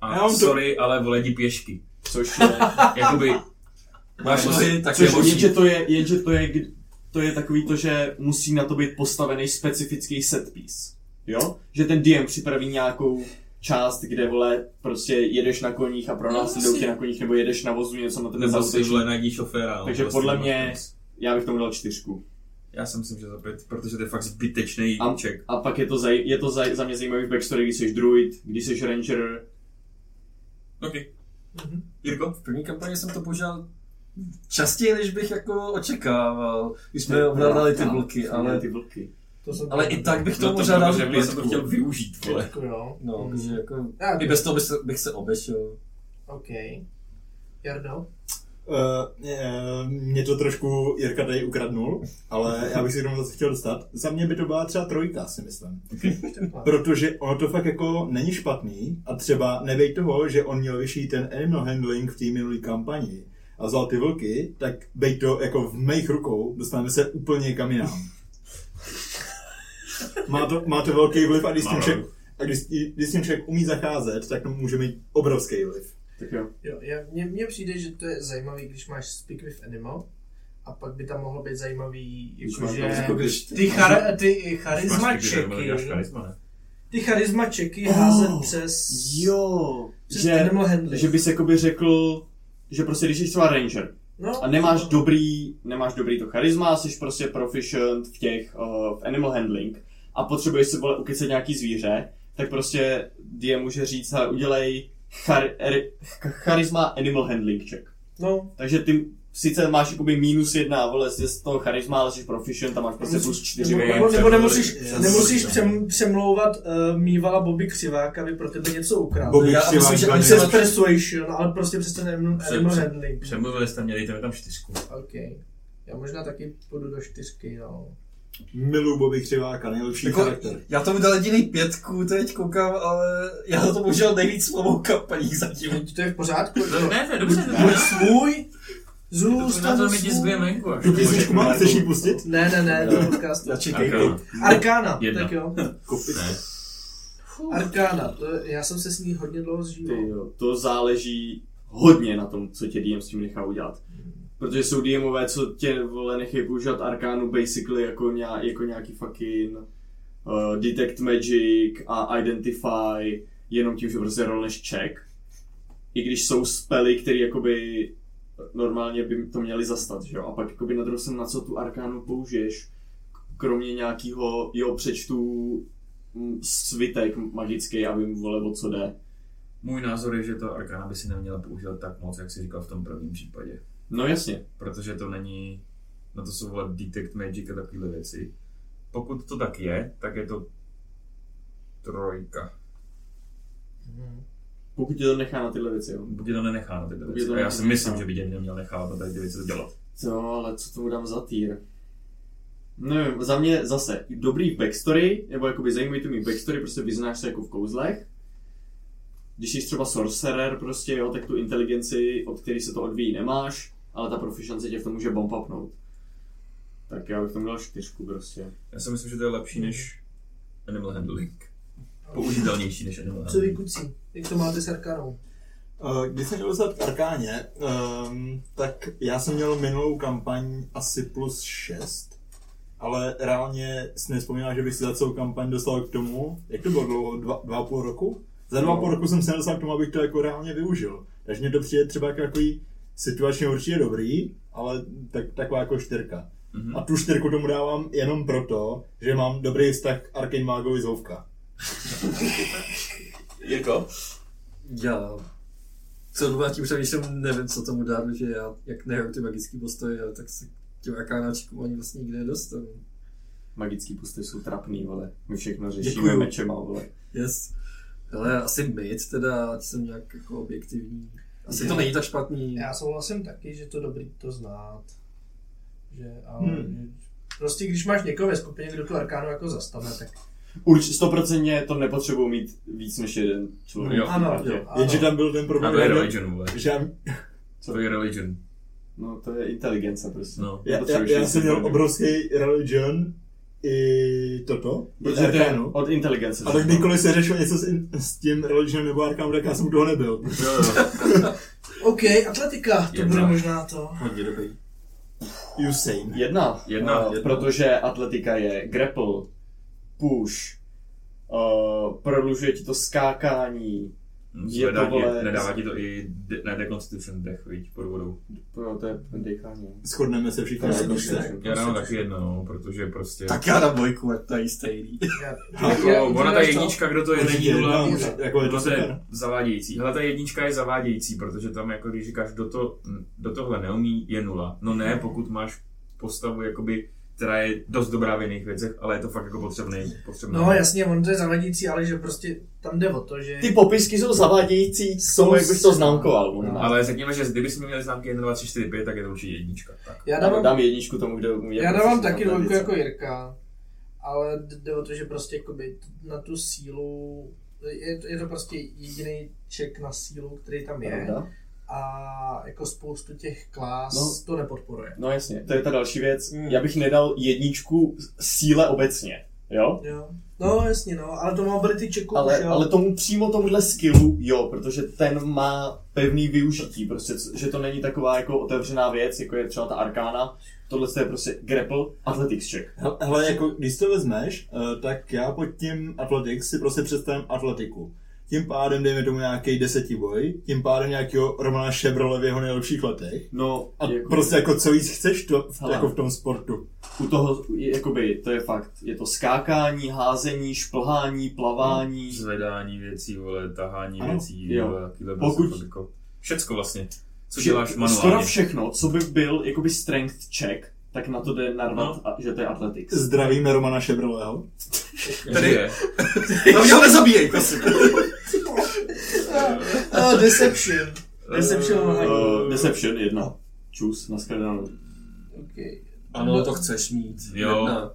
[SPEAKER 3] A
[SPEAKER 2] Já mám to-
[SPEAKER 3] sorry, ale vole jdi pěšky.
[SPEAKER 5] Což je,
[SPEAKER 3] Jakoby...
[SPEAKER 6] Máš nohy, tak je
[SPEAKER 5] což je,
[SPEAKER 6] boží.
[SPEAKER 5] že to je, je, že to je, kdy- to je takový to, že musí na to být postavený specifický set piece. Jo? Že ten DM připraví nějakou část, kde vole, prostě jedeš na koních a pronásledují tě na koních, No, nebo jedeš na vozu, něco na tebe
[SPEAKER 3] Nebo si
[SPEAKER 5] zautečí.
[SPEAKER 3] vole najdí šoféra. no,
[SPEAKER 5] Takže
[SPEAKER 3] prostě
[SPEAKER 5] podle
[SPEAKER 3] máš
[SPEAKER 5] mě-
[SPEAKER 3] moc.
[SPEAKER 5] Já bych tomu dal čtyřku.
[SPEAKER 3] Já si myslím, že za pět, protože to je fakt zbytečný
[SPEAKER 5] A,
[SPEAKER 3] jíček.
[SPEAKER 5] a pak je to, zaj, je to zaj, za mě zajímavý v backstory, když jsi druid, když jsi ranger.
[SPEAKER 3] Ok. Jirko?
[SPEAKER 6] V první kampani jsem to používal častěji, než bych jako očekával, když jsme ovládali ty bloky, ale,
[SPEAKER 5] Ty vlky.
[SPEAKER 4] To jsem
[SPEAKER 6] ale i tak bych
[SPEAKER 3] No
[SPEAKER 6] tomu možná dal
[SPEAKER 3] protože já jsem to
[SPEAKER 6] pětku.
[SPEAKER 3] chtěl využít, vole.
[SPEAKER 4] Pětku, jo.
[SPEAKER 6] No,
[SPEAKER 4] Mm.
[SPEAKER 6] takže jako,
[SPEAKER 4] Já-
[SPEAKER 6] i bez toho bych se, bych se obešel.
[SPEAKER 4] OK. Jardo?
[SPEAKER 2] Uh, mě to trošku Jirka tady ukradnul, ale já bych si k tomu zase chtěl dostat. Za mě by to byla třeba trojka, si myslím. Protože ono to fakt jako není špatný a třeba nevej toho, že on měl vyšší ten animal handling v té minulé kampani a vzal ty vlky, tak bej to jako v mých rukou, dostaneme se úplně kam jinam. Má to, má to velký vliv a když s tím
[SPEAKER 3] Má
[SPEAKER 2] člověk, a když, když s tím člověk umí zacházet, tak to může mít obrovský vliv.
[SPEAKER 5] Tak jo.
[SPEAKER 4] Jo, já, mně, mně přijde, že to je zajímavý, když máš Speak with Animal, a pak by tam mohlo být zajímavý, jakože
[SPEAKER 2] jako když-
[SPEAKER 4] ty, char, ty
[SPEAKER 3] Když máš ty
[SPEAKER 4] charismačeky,
[SPEAKER 3] dvě rebely, dáš charisma, ne?
[SPEAKER 4] ty charismačeky
[SPEAKER 5] Oh,
[SPEAKER 4] házet přes,
[SPEAKER 5] Jo,
[SPEAKER 4] přes
[SPEAKER 5] že,
[SPEAKER 4] Animal Handling.
[SPEAKER 5] že bys jakoby řekl, že prostě když jsi třeba ranger
[SPEAKER 4] no,
[SPEAKER 5] a nemáš dobrý, nemáš dobrý to charisma, jsi prostě proficient v těch, uh, v animal handling a potřebuješ si vole ukecat nějaký zvíře, tak prostě DM může říct, hele, udělej char, er, ch- charisma animal handling check.
[SPEAKER 4] no,
[SPEAKER 5] Takže ty sice máš jakoby minus jedna, vole, jsi z toho charisma, ale jsi proficient a máš prostě plus čtyři.
[SPEAKER 4] nebo,
[SPEAKER 3] vejce,
[SPEAKER 4] nebo, nebo
[SPEAKER 3] vole,
[SPEAKER 4] nemusíš,
[SPEAKER 2] přes-
[SPEAKER 4] nemusíš přem, přemlouvat uh, mývala Bobby Křivák, aby pro tebe něco ukradl.
[SPEAKER 2] Bobby
[SPEAKER 6] já
[SPEAKER 2] Křivák,
[SPEAKER 6] myslím, že
[SPEAKER 2] Daniel-
[SPEAKER 6] ani
[SPEAKER 4] Přes persuasion, ale prostě přes ten animal,
[SPEAKER 3] Přem-
[SPEAKER 4] animal
[SPEAKER 3] přem-
[SPEAKER 4] handling.
[SPEAKER 3] Přemluvili jste mě, dejte mi tam čtyřku.
[SPEAKER 4] OK. Já možná taky půjdu do čtyřky, no.
[SPEAKER 2] Miluju Bobby Křiváka, nejlepší
[SPEAKER 6] Jako,
[SPEAKER 2] charakter.
[SPEAKER 6] já tomu dal jediný pětku, teď koukám, ale já na to bohužel nejvíc slovou kapaní zatím.
[SPEAKER 4] To je v pořádku.
[SPEAKER 3] No, ne, to je dobře, to je
[SPEAKER 4] Buď
[SPEAKER 3] dobře.
[SPEAKER 4] svůj,
[SPEAKER 3] Na
[SPEAKER 4] zůstaň
[SPEAKER 3] to mi tiskuje
[SPEAKER 4] svůj.
[SPEAKER 3] venku. až
[SPEAKER 2] Tu
[SPEAKER 3] to bude.
[SPEAKER 2] písničku mám, chceš ji pustit?
[SPEAKER 4] Ne, ne, ne, do podcastu.
[SPEAKER 2] čekej,
[SPEAKER 3] Arkana.
[SPEAKER 4] Arkána,
[SPEAKER 3] Jedna.
[SPEAKER 4] tak jo.
[SPEAKER 2] kopit.
[SPEAKER 3] Ne.
[SPEAKER 4] Arkána, to je, já jsem se s ní hodně dlouho
[SPEAKER 5] Ty
[SPEAKER 4] zžíval.
[SPEAKER 5] jo, to záleží hodně na tom, co tě DM s tím nechá udělat. Protože jsou DMové, co tě vole nechají používat arkánu basically jako, nějak, jako nějaký fucking uh, detect magic a identify jenom tím, že prostě rolneš check. I když jsou spely, které jakoby normálně by to měli zastat, že jo? A pak jakoby na druhou stranu, na co tu arkánu použiješ, kromě nějakého, jo, přečtu mm, svitek magický, aby mu vole o co jde.
[SPEAKER 3] Můj názor je, že to Arkana by si neměla používat tak moc, jak si říkal v tom prvním případě.
[SPEAKER 5] No jasně.
[SPEAKER 3] Protože to není, na to jsou volat Detect Magic a takovéhle věci. Pokud to tak je, tak je to trojka.
[SPEAKER 4] Mhm.
[SPEAKER 5] Pokud tě to nechá na tyhle věci, jo.
[SPEAKER 3] Buď je to nenechá na tyhle
[SPEAKER 5] Buď
[SPEAKER 3] věci.
[SPEAKER 5] to
[SPEAKER 3] A já si
[SPEAKER 5] nenechá.
[SPEAKER 3] myslím, že by tě neměl nechávat na tady ty věci dělat.
[SPEAKER 5] Jo, ale co tomu dám za týr? Nevím, za mě zase dobrý backstory, nebo jakoby zajímavý to mít backstory, prostě vyznáš se jako v kouzlech. Když jsi třeba sorcerer prostě, jo, tak tu inteligenci, od který se to odvíjí, nemáš, ale ta proficience tě v tom může bombapnout. Tak já bych tomu dal čtyřku prostě.
[SPEAKER 3] Já si myslím, že to je lepší
[SPEAKER 5] Hmm.
[SPEAKER 3] než Animal Handling. Použitelnější než Animal
[SPEAKER 4] Co vy
[SPEAKER 3] Handling.
[SPEAKER 4] kucí, jak to máte s Arkanou?
[SPEAKER 2] Eh, Když jsem chtěl dostat k Arkáně, ehm, tak já jsem měl minulou kampaň asi plus 6, ale reálně si nespomínám, že bych si za celou kampaň dostal k tomu, jak to bylo dlouho, dva, dva a půl roku? Za dva a půl roku jsem se nedostal k tomu, abych to jako reálně využil. Takže mě to přijde třeba jako takový situačně určitě dobrý, ale tak, taková jako čtyřka.
[SPEAKER 3] Mhm.
[SPEAKER 2] A tu čtyřku tomu dávám jenom proto, že mám dobrý vztah k Arkane Mágovi z Hovka.
[SPEAKER 5] Jako?
[SPEAKER 6] Já co dobu nad tím přemýšlím, nevím, co tomu dát, že já, jak nehrám ty magický postoje, ale tak se k těm arkánáčkům ani vlastně nikdy nedostanu.
[SPEAKER 5] Magický pusty jsou trapný, vole. My všechno řešíme
[SPEAKER 6] Děkuju.
[SPEAKER 5] mečema, vole.
[SPEAKER 6] Yes. Ale asi mid teda, ať jsem nějak jako objektivní. Asi to není tak špatný.
[SPEAKER 4] Já souhlasím taky, že to dobrý to znát. Že, ale,
[SPEAKER 2] Hmm.
[SPEAKER 4] že, prostě když máš někoho ve skupině, kdo tu Arkánu jako zastane, tak
[SPEAKER 5] Určitě 100% to nepotřebuji mít víc než jeden člověk.
[SPEAKER 3] Jo.
[SPEAKER 4] ano,
[SPEAKER 5] jo.
[SPEAKER 4] ano.
[SPEAKER 2] Jenže tam byl ten
[SPEAKER 3] A to je
[SPEAKER 2] problém, že-
[SPEAKER 3] religion, vole.
[SPEAKER 2] že já
[SPEAKER 3] To je religion.
[SPEAKER 5] No to je inteligence prostě.
[SPEAKER 3] No.
[SPEAKER 2] Já,
[SPEAKER 5] Nebo co
[SPEAKER 2] já,
[SPEAKER 5] ještě
[SPEAKER 2] já jsem
[SPEAKER 5] jsi
[SPEAKER 2] měl
[SPEAKER 5] měl?
[SPEAKER 2] obrovský religion i toto, i
[SPEAKER 5] Protože to je
[SPEAKER 2] Arkánu.
[SPEAKER 5] od inteligence.
[SPEAKER 2] A tak
[SPEAKER 5] všechno.
[SPEAKER 2] kdykoliv se řešil něco s, in- s tím religionem nebo Arkánu, tak já jsem u toho nebyl.
[SPEAKER 3] Jo, jo.
[SPEAKER 4] OK, atletika, to
[SPEAKER 3] Jedna.
[SPEAKER 4] bude možná to.
[SPEAKER 2] Hodně dobrý. Usain.
[SPEAKER 5] Jedna.
[SPEAKER 3] Jedna,
[SPEAKER 5] Eh,
[SPEAKER 3] jedna.
[SPEAKER 5] Protože atletika je grapple, push, uh, prodlužuje ti to skákání, Je to,
[SPEAKER 3] Nedá,
[SPEAKER 5] vole,
[SPEAKER 3] je, nedává ti to i de, ne deconstitution dech, viď, pod vodou.
[SPEAKER 5] no, to je dýchání.
[SPEAKER 2] Shodneme se všichni prostě- na
[SPEAKER 4] Já
[SPEAKER 2] jednom
[SPEAKER 4] jsem
[SPEAKER 2] se.
[SPEAKER 3] Já dám taky jedno, no, protože prostě...
[SPEAKER 6] Tak já dám dvojku, ať to je stejný.
[SPEAKER 4] Já-
[SPEAKER 3] Jako,
[SPEAKER 4] já-
[SPEAKER 3] ona ta
[SPEAKER 4] uděláš to?
[SPEAKER 3] jednička, kdo to je, není nula.
[SPEAKER 5] no.
[SPEAKER 2] Jedno, Jako je to
[SPEAKER 3] Ono to
[SPEAKER 2] super.
[SPEAKER 3] je zavádějící. Hele, ta jednička je zavádějící, protože tam, jako když říkáš, do, to, do tohle neumí, je nula. No ne, pokud máš postavu, jakoby, která je dost dobrá v jiných věcech, ale je to fakt jako potřebný. potřebná.
[SPEAKER 4] No jasně, ono to je zavadící, ale že prostě tam jde o to, že...
[SPEAKER 5] Ty popisky jsou zavádějící k tomu, jak bych to známkoval. možná.
[SPEAKER 3] Ale řekněme, že kdybychom měli známky 1, 2, 3, 4, 5, tak je to určitě jednička. Tak.
[SPEAKER 4] Já
[SPEAKER 5] Dám,
[SPEAKER 4] dávám,
[SPEAKER 5] dám jedničku tomu, kde umí.
[SPEAKER 4] já
[SPEAKER 5] jako
[SPEAKER 4] dávám
[SPEAKER 5] všechno
[SPEAKER 4] taky
[SPEAKER 5] na
[SPEAKER 4] dvojku
[SPEAKER 5] věci.
[SPEAKER 4] jako Jirka, ale jde o to, že prostě jakoby na tu sílu, je, to- je to prostě jediný ček na sílu, který tam je
[SPEAKER 5] Pravda?
[SPEAKER 4] a jako spoustu těch klás
[SPEAKER 5] No.
[SPEAKER 4] to nepodporuje.
[SPEAKER 5] No
[SPEAKER 4] Hmm.
[SPEAKER 5] jasně, to je ta další věc. Já bych nedal jedničku síle obecně. Jo?
[SPEAKER 4] Jo. No jasně, no, ale to má ability checku už,
[SPEAKER 5] Ale,
[SPEAKER 4] jo.
[SPEAKER 5] ale tomu přímo tomuhle skillu, jo, protože ten má pevný využití, prostě, c- že to není taková jako otevřená věc, jako je třeba ta Arkána. Tohle je prostě grapple, athletics check.
[SPEAKER 2] Hele, Hele, jako když to vezmeš, eh, tak já pod tím Athletics si prostě představím atletiku. Tím pádem dejme tomu nějaký desetiboj, tím pádem nějakého Romana Šebrole v jeho nejlepších letech.
[SPEAKER 5] No,
[SPEAKER 2] A jako, prostě jako co víc chceš to, v,
[SPEAKER 5] Hele.
[SPEAKER 2] jako v tom sportu.
[SPEAKER 5] u toho, je- jakoby, to je fakt, je to skákání, házení, šplhání, plavání,
[SPEAKER 3] Zvedání věcí, vole, tahání
[SPEAKER 5] Ano,
[SPEAKER 3] věcí,
[SPEAKER 5] jo.
[SPEAKER 3] vole, takýhle
[SPEAKER 5] Pokud-
[SPEAKER 3] prostě fakt jako... Všecko vlastně, co
[SPEAKER 5] Vše-
[SPEAKER 3] děláš
[SPEAKER 5] skoro
[SPEAKER 3] manuálně.
[SPEAKER 5] všechno, co by byl jakoby strength check, tak na to jde narvat, a, že to je athletics.
[SPEAKER 2] Zdravíme Romana Šebroleho.
[SPEAKER 3] Tady je.
[SPEAKER 6] No jo, nezabíjej, prosím.
[SPEAKER 4] Ah, deception. Eh,
[SPEAKER 2] Eh,
[SPEAKER 4] Deception.
[SPEAKER 5] Uh, deception jedna. Čus, nashledanou.
[SPEAKER 4] Okay.
[SPEAKER 6] Ano, to chceš mít.
[SPEAKER 3] Jo.
[SPEAKER 6] No. Jedna.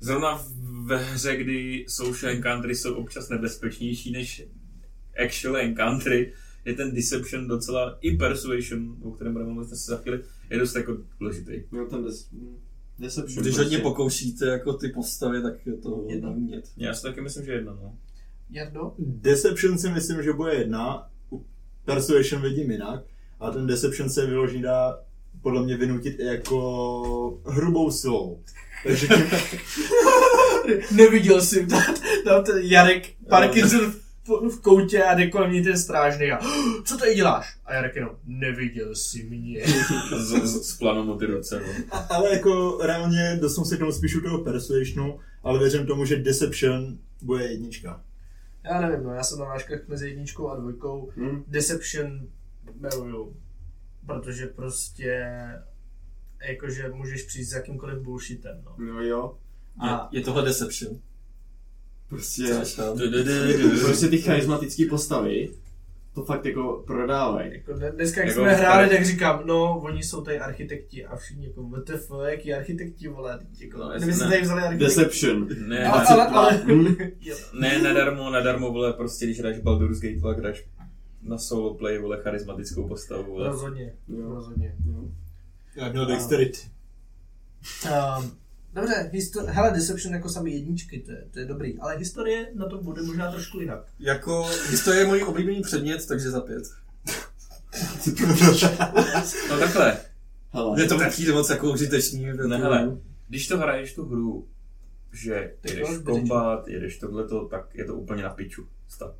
[SPEAKER 3] Zrovna v- ve hře, kdy social encountery jsou občas nebezpečnější než actual encountery, je ten deception docela i persuasion, o kterém budeme mluvit asi za chvíli, je dost jako důležitý.
[SPEAKER 5] Měl ten des, mm, deception.
[SPEAKER 6] Když
[SPEAKER 5] prostě.
[SPEAKER 6] hodně pokoušíte jako ty postavy, tak je to
[SPEAKER 5] Jedna.
[SPEAKER 6] umět.
[SPEAKER 3] Já si taky myslím, že jedna, no.
[SPEAKER 4] Jardo?
[SPEAKER 2] Deception si myslím, že bude jedna, u Persuasion vidím jinak, a ten Deception se vyloží dá podle mě vynutit i jako hrubou silou. Takže tím,
[SPEAKER 4] Neviděl jsem tam, tam ten Jarek
[SPEAKER 3] No.
[SPEAKER 4] Parkinson v, v koutě a jde kolem ní ten strážný a co tady děláš? A Jarek jenom, neviděl jsi mě.
[SPEAKER 3] Z, z, z plánu motivace, no.
[SPEAKER 2] A- Ale jako reálně dostanu se k tomu spíš u toho persuasionu, ale věřím tomu, že deception bude jednička.
[SPEAKER 4] Já nevím, no, já jsem na váškách mezi jedničkou a dvojkou.
[SPEAKER 3] Hmm.
[SPEAKER 5] Hm.
[SPEAKER 4] Deception miluju, protože prostě jakože můžeš přijít s jakýmkoliv bullshitem, no.
[SPEAKER 5] No jo.
[SPEAKER 4] A
[SPEAKER 6] Je, je tohle deception.
[SPEAKER 5] Prostě,
[SPEAKER 6] Máš tam.
[SPEAKER 5] prostě ty charismatické postavy, to fakt jako prodávají.
[SPEAKER 4] jako dne- dneska, jak
[SPEAKER 3] Jako
[SPEAKER 4] jsme
[SPEAKER 3] tady-
[SPEAKER 4] hráli, tak říkám, no, oni jsou tady architekti a všichni jako, WTF, jaký architekti, vole, teď jako,
[SPEAKER 3] No,
[SPEAKER 4] no,
[SPEAKER 3] jasně,
[SPEAKER 4] kdyby se
[SPEAKER 3] ne.
[SPEAKER 4] tady vzali architekti.
[SPEAKER 5] Deception.
[SPEAKER 3] Ne,
[SPEAKER 4] Ale,
[SPEAKER 3] ale,
[SPEAKER 4] ale, ale,
[SPEAKER 5] Hm.
[SPEAKER 4] jo.
[SPEAKER 3] ne, nadarmo, nadarmo, vole, prostě když hráš Baldur's Gate, vole, hráš na solo play, vole, charismatickou postavu, vole.
[SPEAKER 4] rozhodně,
[SPEAKER 5] Jo.
[SPEAKER 4] rozhodně.
[SPEAKER 2] Já měl dexterity.
[SPEAKER 4] Um, dobře, histo- hele, Deception jako samý jedničky, to je, to je dobrý, ale historie na tom bude možná trošku jinak.
[SPEAKER 6] Jako, historie je můj oblíbený předmět, takže za pět.
[SPEAKER 3] No takhle,
[SPEAKER 5] Hele.
[SPEAKER 6] Je to taky moc jako užitečný.
[SPEAKER 3] ne, hele, když to hraješ tu hru, že
[SPEAKER 4] Tak
[SPEAKER 3] jedeš
[SPEAKER 4] jo,
[SPEAKER 3] v kombat, jedeš tohleto, tak je to úplně na piču. Stav.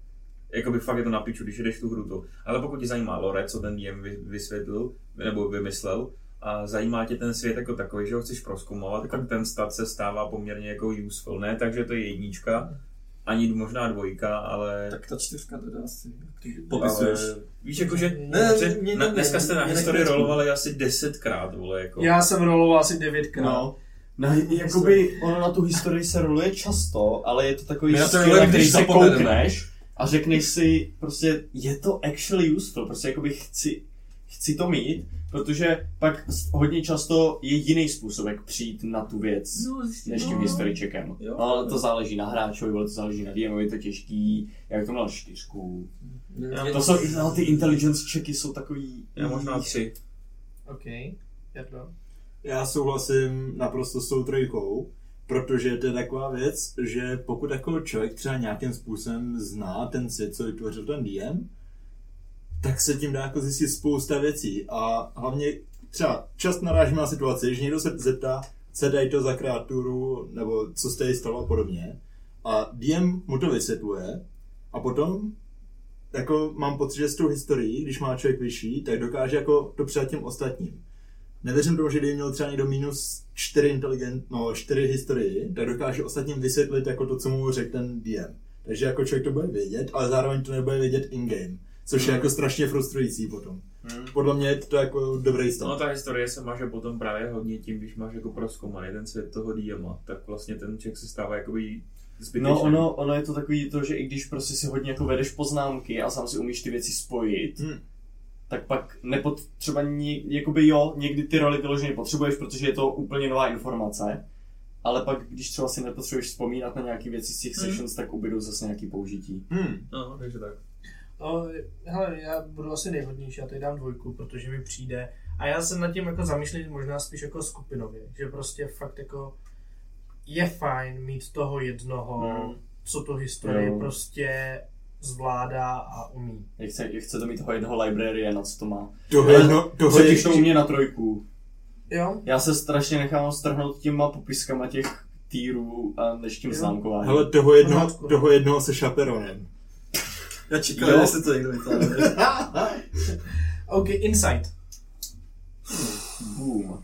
[SPEAKER 3] Jakoby fakt je to na piču, když jedeš tu hru to. Ale pokud tě zajímá lore, co ten DM vy- vysvětlil, nebo vymyslel, a zajímá tě ten svět jako takový, že ho chceš proskoumovat, tak ten stat se stává poměrně jako useful. Ne, takže to je jednička, ani možná dvojka, ale...
[SPEAKER 6] Tak ta čtyřka teda asi. jak to
[SPEAKER 3] ale
[SPEAKER 6] Popisuješ.
[SPEAKER 3] víš, jakože
[SPEAKER 6] Ne,
[SPEAKER 3] že
[SPEAKER 6] mě-
[SPEAKER 3] na,
[SPEAKER 6] mě-
[SPEAKER 3] dneska jste na
[SPEAKER 6] mě
[SPEAKER 3] historii
[SPEAKER 6] nechci-
[SPEAKER 3] rolovali asi desetkrát, vole, jako.
[SPEAKER 4] Já jsem roloval asi devětkrát.
[SPEAKER 5] No, na, jakoby ono na tu historii se roluje často, ale je to takový
[SPEAKER 6] My na to
[SPEAKER 5] styl,
[SPEAKER 6] rolujeme,
[SPEAKER 5] když
[SPEAKER 6] když
[SPEAKER 5] se
[SPEAKER 6] zapomeneme.
[SPEAKER 5] koukneš a řekneš si, prostě je to actually useful, prostě jakoby chci, chci to mít, protože pak s- hodně často je jiný způsob, jak přijít na tu věc než tím historičekem.
[SPEAKER 6] Jo.
[SPEAKER 5] No, ale to záleží na hráčovi, ale to záleží na DMovi, je to těžký, jak to měl čtyřku.
[SPEAKER 6] Já
[SPEAKER 5] To jsou, no, ty intelligence checky jsou takový... No,
[SPEAKER 3] Já možná tři.
[SPEAKER 4] OK, Jardo.
[SPEAKER 2] Já souhlasím naprosto s tou trojkou, protože to je taková věc, že pokud jako člověk třeba nějakým způsobem zná ten svět, co vytvořil ten DM, tak se tím dá jako zjistit spousta věcí a hlavně třeba často narážíme na situaci, že někdo se zeptá, co dají to za kreaturu, nebo co se tady stalo a podobně. A DM mu to vysvětluje a potom jako mám pocit, že s tou historií, když má člověk vyšší, tak dokáže jako to předat těm ostatním. Nevěřím tomu, že kdyby měl třeba někdo minus 4 inteligent, no 4 historii, tak dokáže ostatním vysvětlit jako to, co mu řekl ten DM. Takže jako člověk to bude vědět, ale zároveň to nebude vědět in-game. Což je jako strašně frustrující potom.
[SPEAKER 3] Hmm.
[SPEAKER 2] Podle mě je to jako dobrý stav.
[SPEAKER 3] No ta historie se maže potom právě hodně tím, když máš jako proskoumaný ten svět toho DMa, tak vlastně ten člověk se stává jakoby zbytečný.
[SPEAKER 5] No ono, ono je to takový to, že i když prostě si hodně jako vedeš poznámky a sám si umíš ty věci spojit,
[SPEAKER 2] Hmm.
[SPEAKER 5] hmm. tak pak nepotřeba, ni, jakoby jo, někdy ty roli vyloženě potřebuješ, protože je to úplně nová informace, ale pak když třeba si nepotřebuješ vzpomínat na nějaké věci z těch
[SPEAKER 3] Hmm.
[SPEAKER 5] hmm. sessions, tak ubydou zase nějaký použití.
[SPEAKER 2] Hmm.
[SPEAKER 3] No, takže tak.
[SPEAKER 4] O, hele, já budu asi nejhodnější, já tady dám dvojku, protože mi přijde. A já jsem nad tím jako zamýšlím možná spíš jako skupinově, že prostě fakt jako je fajn mít toho
[SPEAKER 3] Hmm.
[SPEAKER 4] jednoho,
[SPEAKER 5] Mm.
[SPEAKER 4] co tu historii
[SPEAKER 5] Jo.
[SPEAKER 4] prostě zvládá a umí.
[SPEAKER 5] Chce, chce to mít toho jednoho librariana, co to má.
[SPEAKER 2] Tohle,
[SPEAKER 5] Ale
[SPEAKER 2] jedno, tohle
[SPEAKER 5] Hodíš
[SPEAKER 2] ještě,
[SPEAKER 5] to u mě na trojku.
[SPEAKER 4] Jo?
[SPEAKER 5] Já se strašně nechám strhnout těma popiskama těch týrů a než tím
[SPEAKER 4] Jo.
[SPEAKER 5] známkováním.
[SPEAKER 2] hele, toho, jednoho,
[SPEAKER 4] Pořádku.
[SPEAKER 2] toho jednoho se šaperonem.
[SPEAKER 6] Já čekám,
[SPEAKER 5] Jo.
[SPEAKER 6] jestli to někdo vytáhne.
[SPEAKER 4] OK, insight.
[SPEAKER 5] Boom.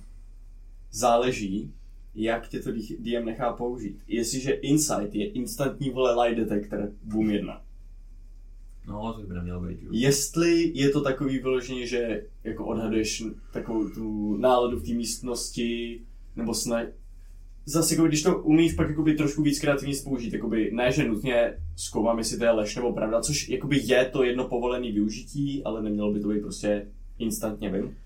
[SPEAKER 5] Záleží, jak tě to D- DM nechá použít. Jestliže Insight je instantní vole lie detector, boom 1.
[SPEAKER 3] No, to by nemělo být, jo.
[SPEAKER 5] Jestli je to takový vyloženě, že jako odhaduješ takovou tu náladu v té místnosti, nebo snad Zase, jako, když to umíš pak jakoby, trošku víc kreativně použít, jakoby, ne, že nutně zkoumám, jestli to je lež nebo pravda, což jakoby, je to jedno povolené využití, ale nemělo by to být prostě instantně, vím.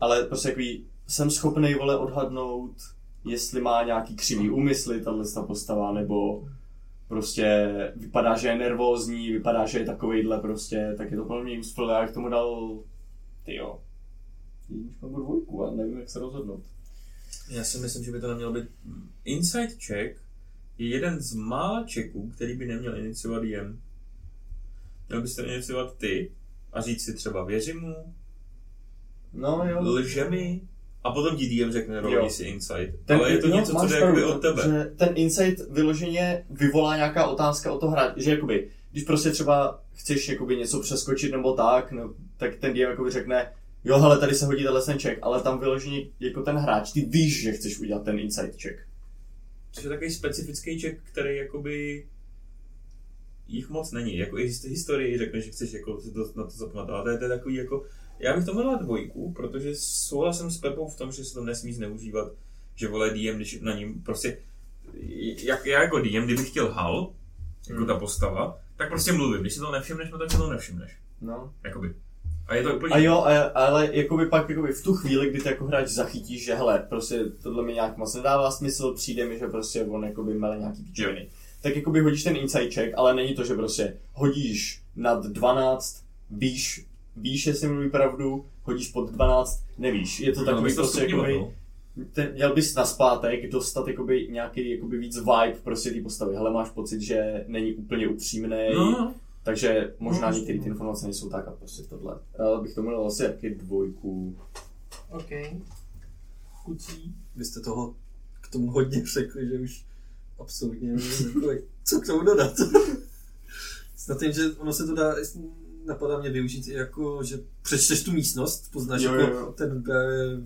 [SPEAKER 5] Ale prostě takový, jsem schopný vole odhadnout, jestli má nějaký křivý úmysly tahle ta postava, nebo prostě vypadá, že je nervózní, vypadá, že je takovejhle prostě, tak je to podle mě useful, já k tomu dal, ty jo, jedničku nebo dvojku, ale nevím, jak se rozhodnout.
[SPEAKER 3] Já si myslím, že by to nemělo být... Inside check je jeden z mála checků, který by neměl iniciovat jen. Měl bys to iniciovat ty a říct si třeba věřím mu,
[SPEAKER 5] No jo.
[SPEAKER 3] lže mi, a potom ti DM řekne,
[SPEAKER 5] Jo. no,
[SPEAKER 3] rovni si insight. Ale je to něco, co
[SPEAKER 5] máš
[SPEAKER 3] jde jakoby
[SPEAKER 5] pravdu,
[SPEAKER 3] od tebe.
[SPEAKER 5] Že ten insight vyloženě vyvolá nějaká otázka o to hra, že jakoby, když prostě třeba chceš jakoby něco přeskočit nebo tak, no, tak ten DM jakoby řekne, jo hele, tady se hodí tenhle ten check, ale tam vyloženě jako ten hráč, ty víš, že chceš udělat ten insight check.
[SPEAKER 3] Což je takový specifický check, který jakoby jich moc není. Jako i z historii řekne, že chceš jako si to, na to zapamatovat. To je, to je takový jako... Já bych tomu dal dvojku, protože souhlasím s Pepou v tom, že se to nesmí zneužívat, že vole DM, když na ním prostě... Jak, já jako DM, kdybych chtěl hal, jako
[SPEAKER 5] Hmm.
[SPEAKER 3] ta postava, tak prostě mluvím. Když si to nevšimneš, no tak si to nevšimneš.
[SPEAKER 5] No.
[SPEAKER 3] Jakoby. A je to úplně...
[SPEAKER 5] A jo, a, ale jakoby pak jakoby v tu chvíli, kdy ty jako hráč zachytíš, že hele, prostě tohle mi nějak moc nedává smysl, přijde mi, že prostě on jakoby mele nějaký píčoviny. Tak jakoby hodíš ten insight check, ale není to, že prostě hodíš nad 12, víš, víš, jestli mluví pravdu, hodíš pod 12, nevíš. Je to
[SPEAKER 3] No, bych
[SPEAKER 5] takový prostě
[SPEAKER 3] stupňoval,
[SPEAKER 5] jakoby,
[SPEAKER 3] no.
[SPEAKER 5] ten, měl bys na zpátek dostat jakoby nějaký jakoby víc vibe prostě té postavy. Hele, máš pocit, že není úplně upřímný,
[SPEAKER 3] No, no.
[SPEAKER 5] takže možná
[SPEAKER 4] No,
[SPEAKER 5] některé
[SPEAKER 4] no.
[SPEAKER 5] ty informace nejsou tak a prostě tohle. Ale bych tomu dal asi jaký dvojku.
[SPEAKER 4] OK. Kucí.
[SPEAKER 6] Vy jste toho k tomu hodně řekli, že už absolutně nevím, jako, jak- co k tomu dodat. Snad jen, že ono se to dá, napadá mě využít i jako, že přečteš tu místnost, poznáš
[SPEAKER 5] Jo,
[SPEAKER 6] jo,
[SPEAKER 5] jo,
[SPEAKER 6] jako
[SPEAKER 5] jo.
[SPEAKER 6] ten, eh,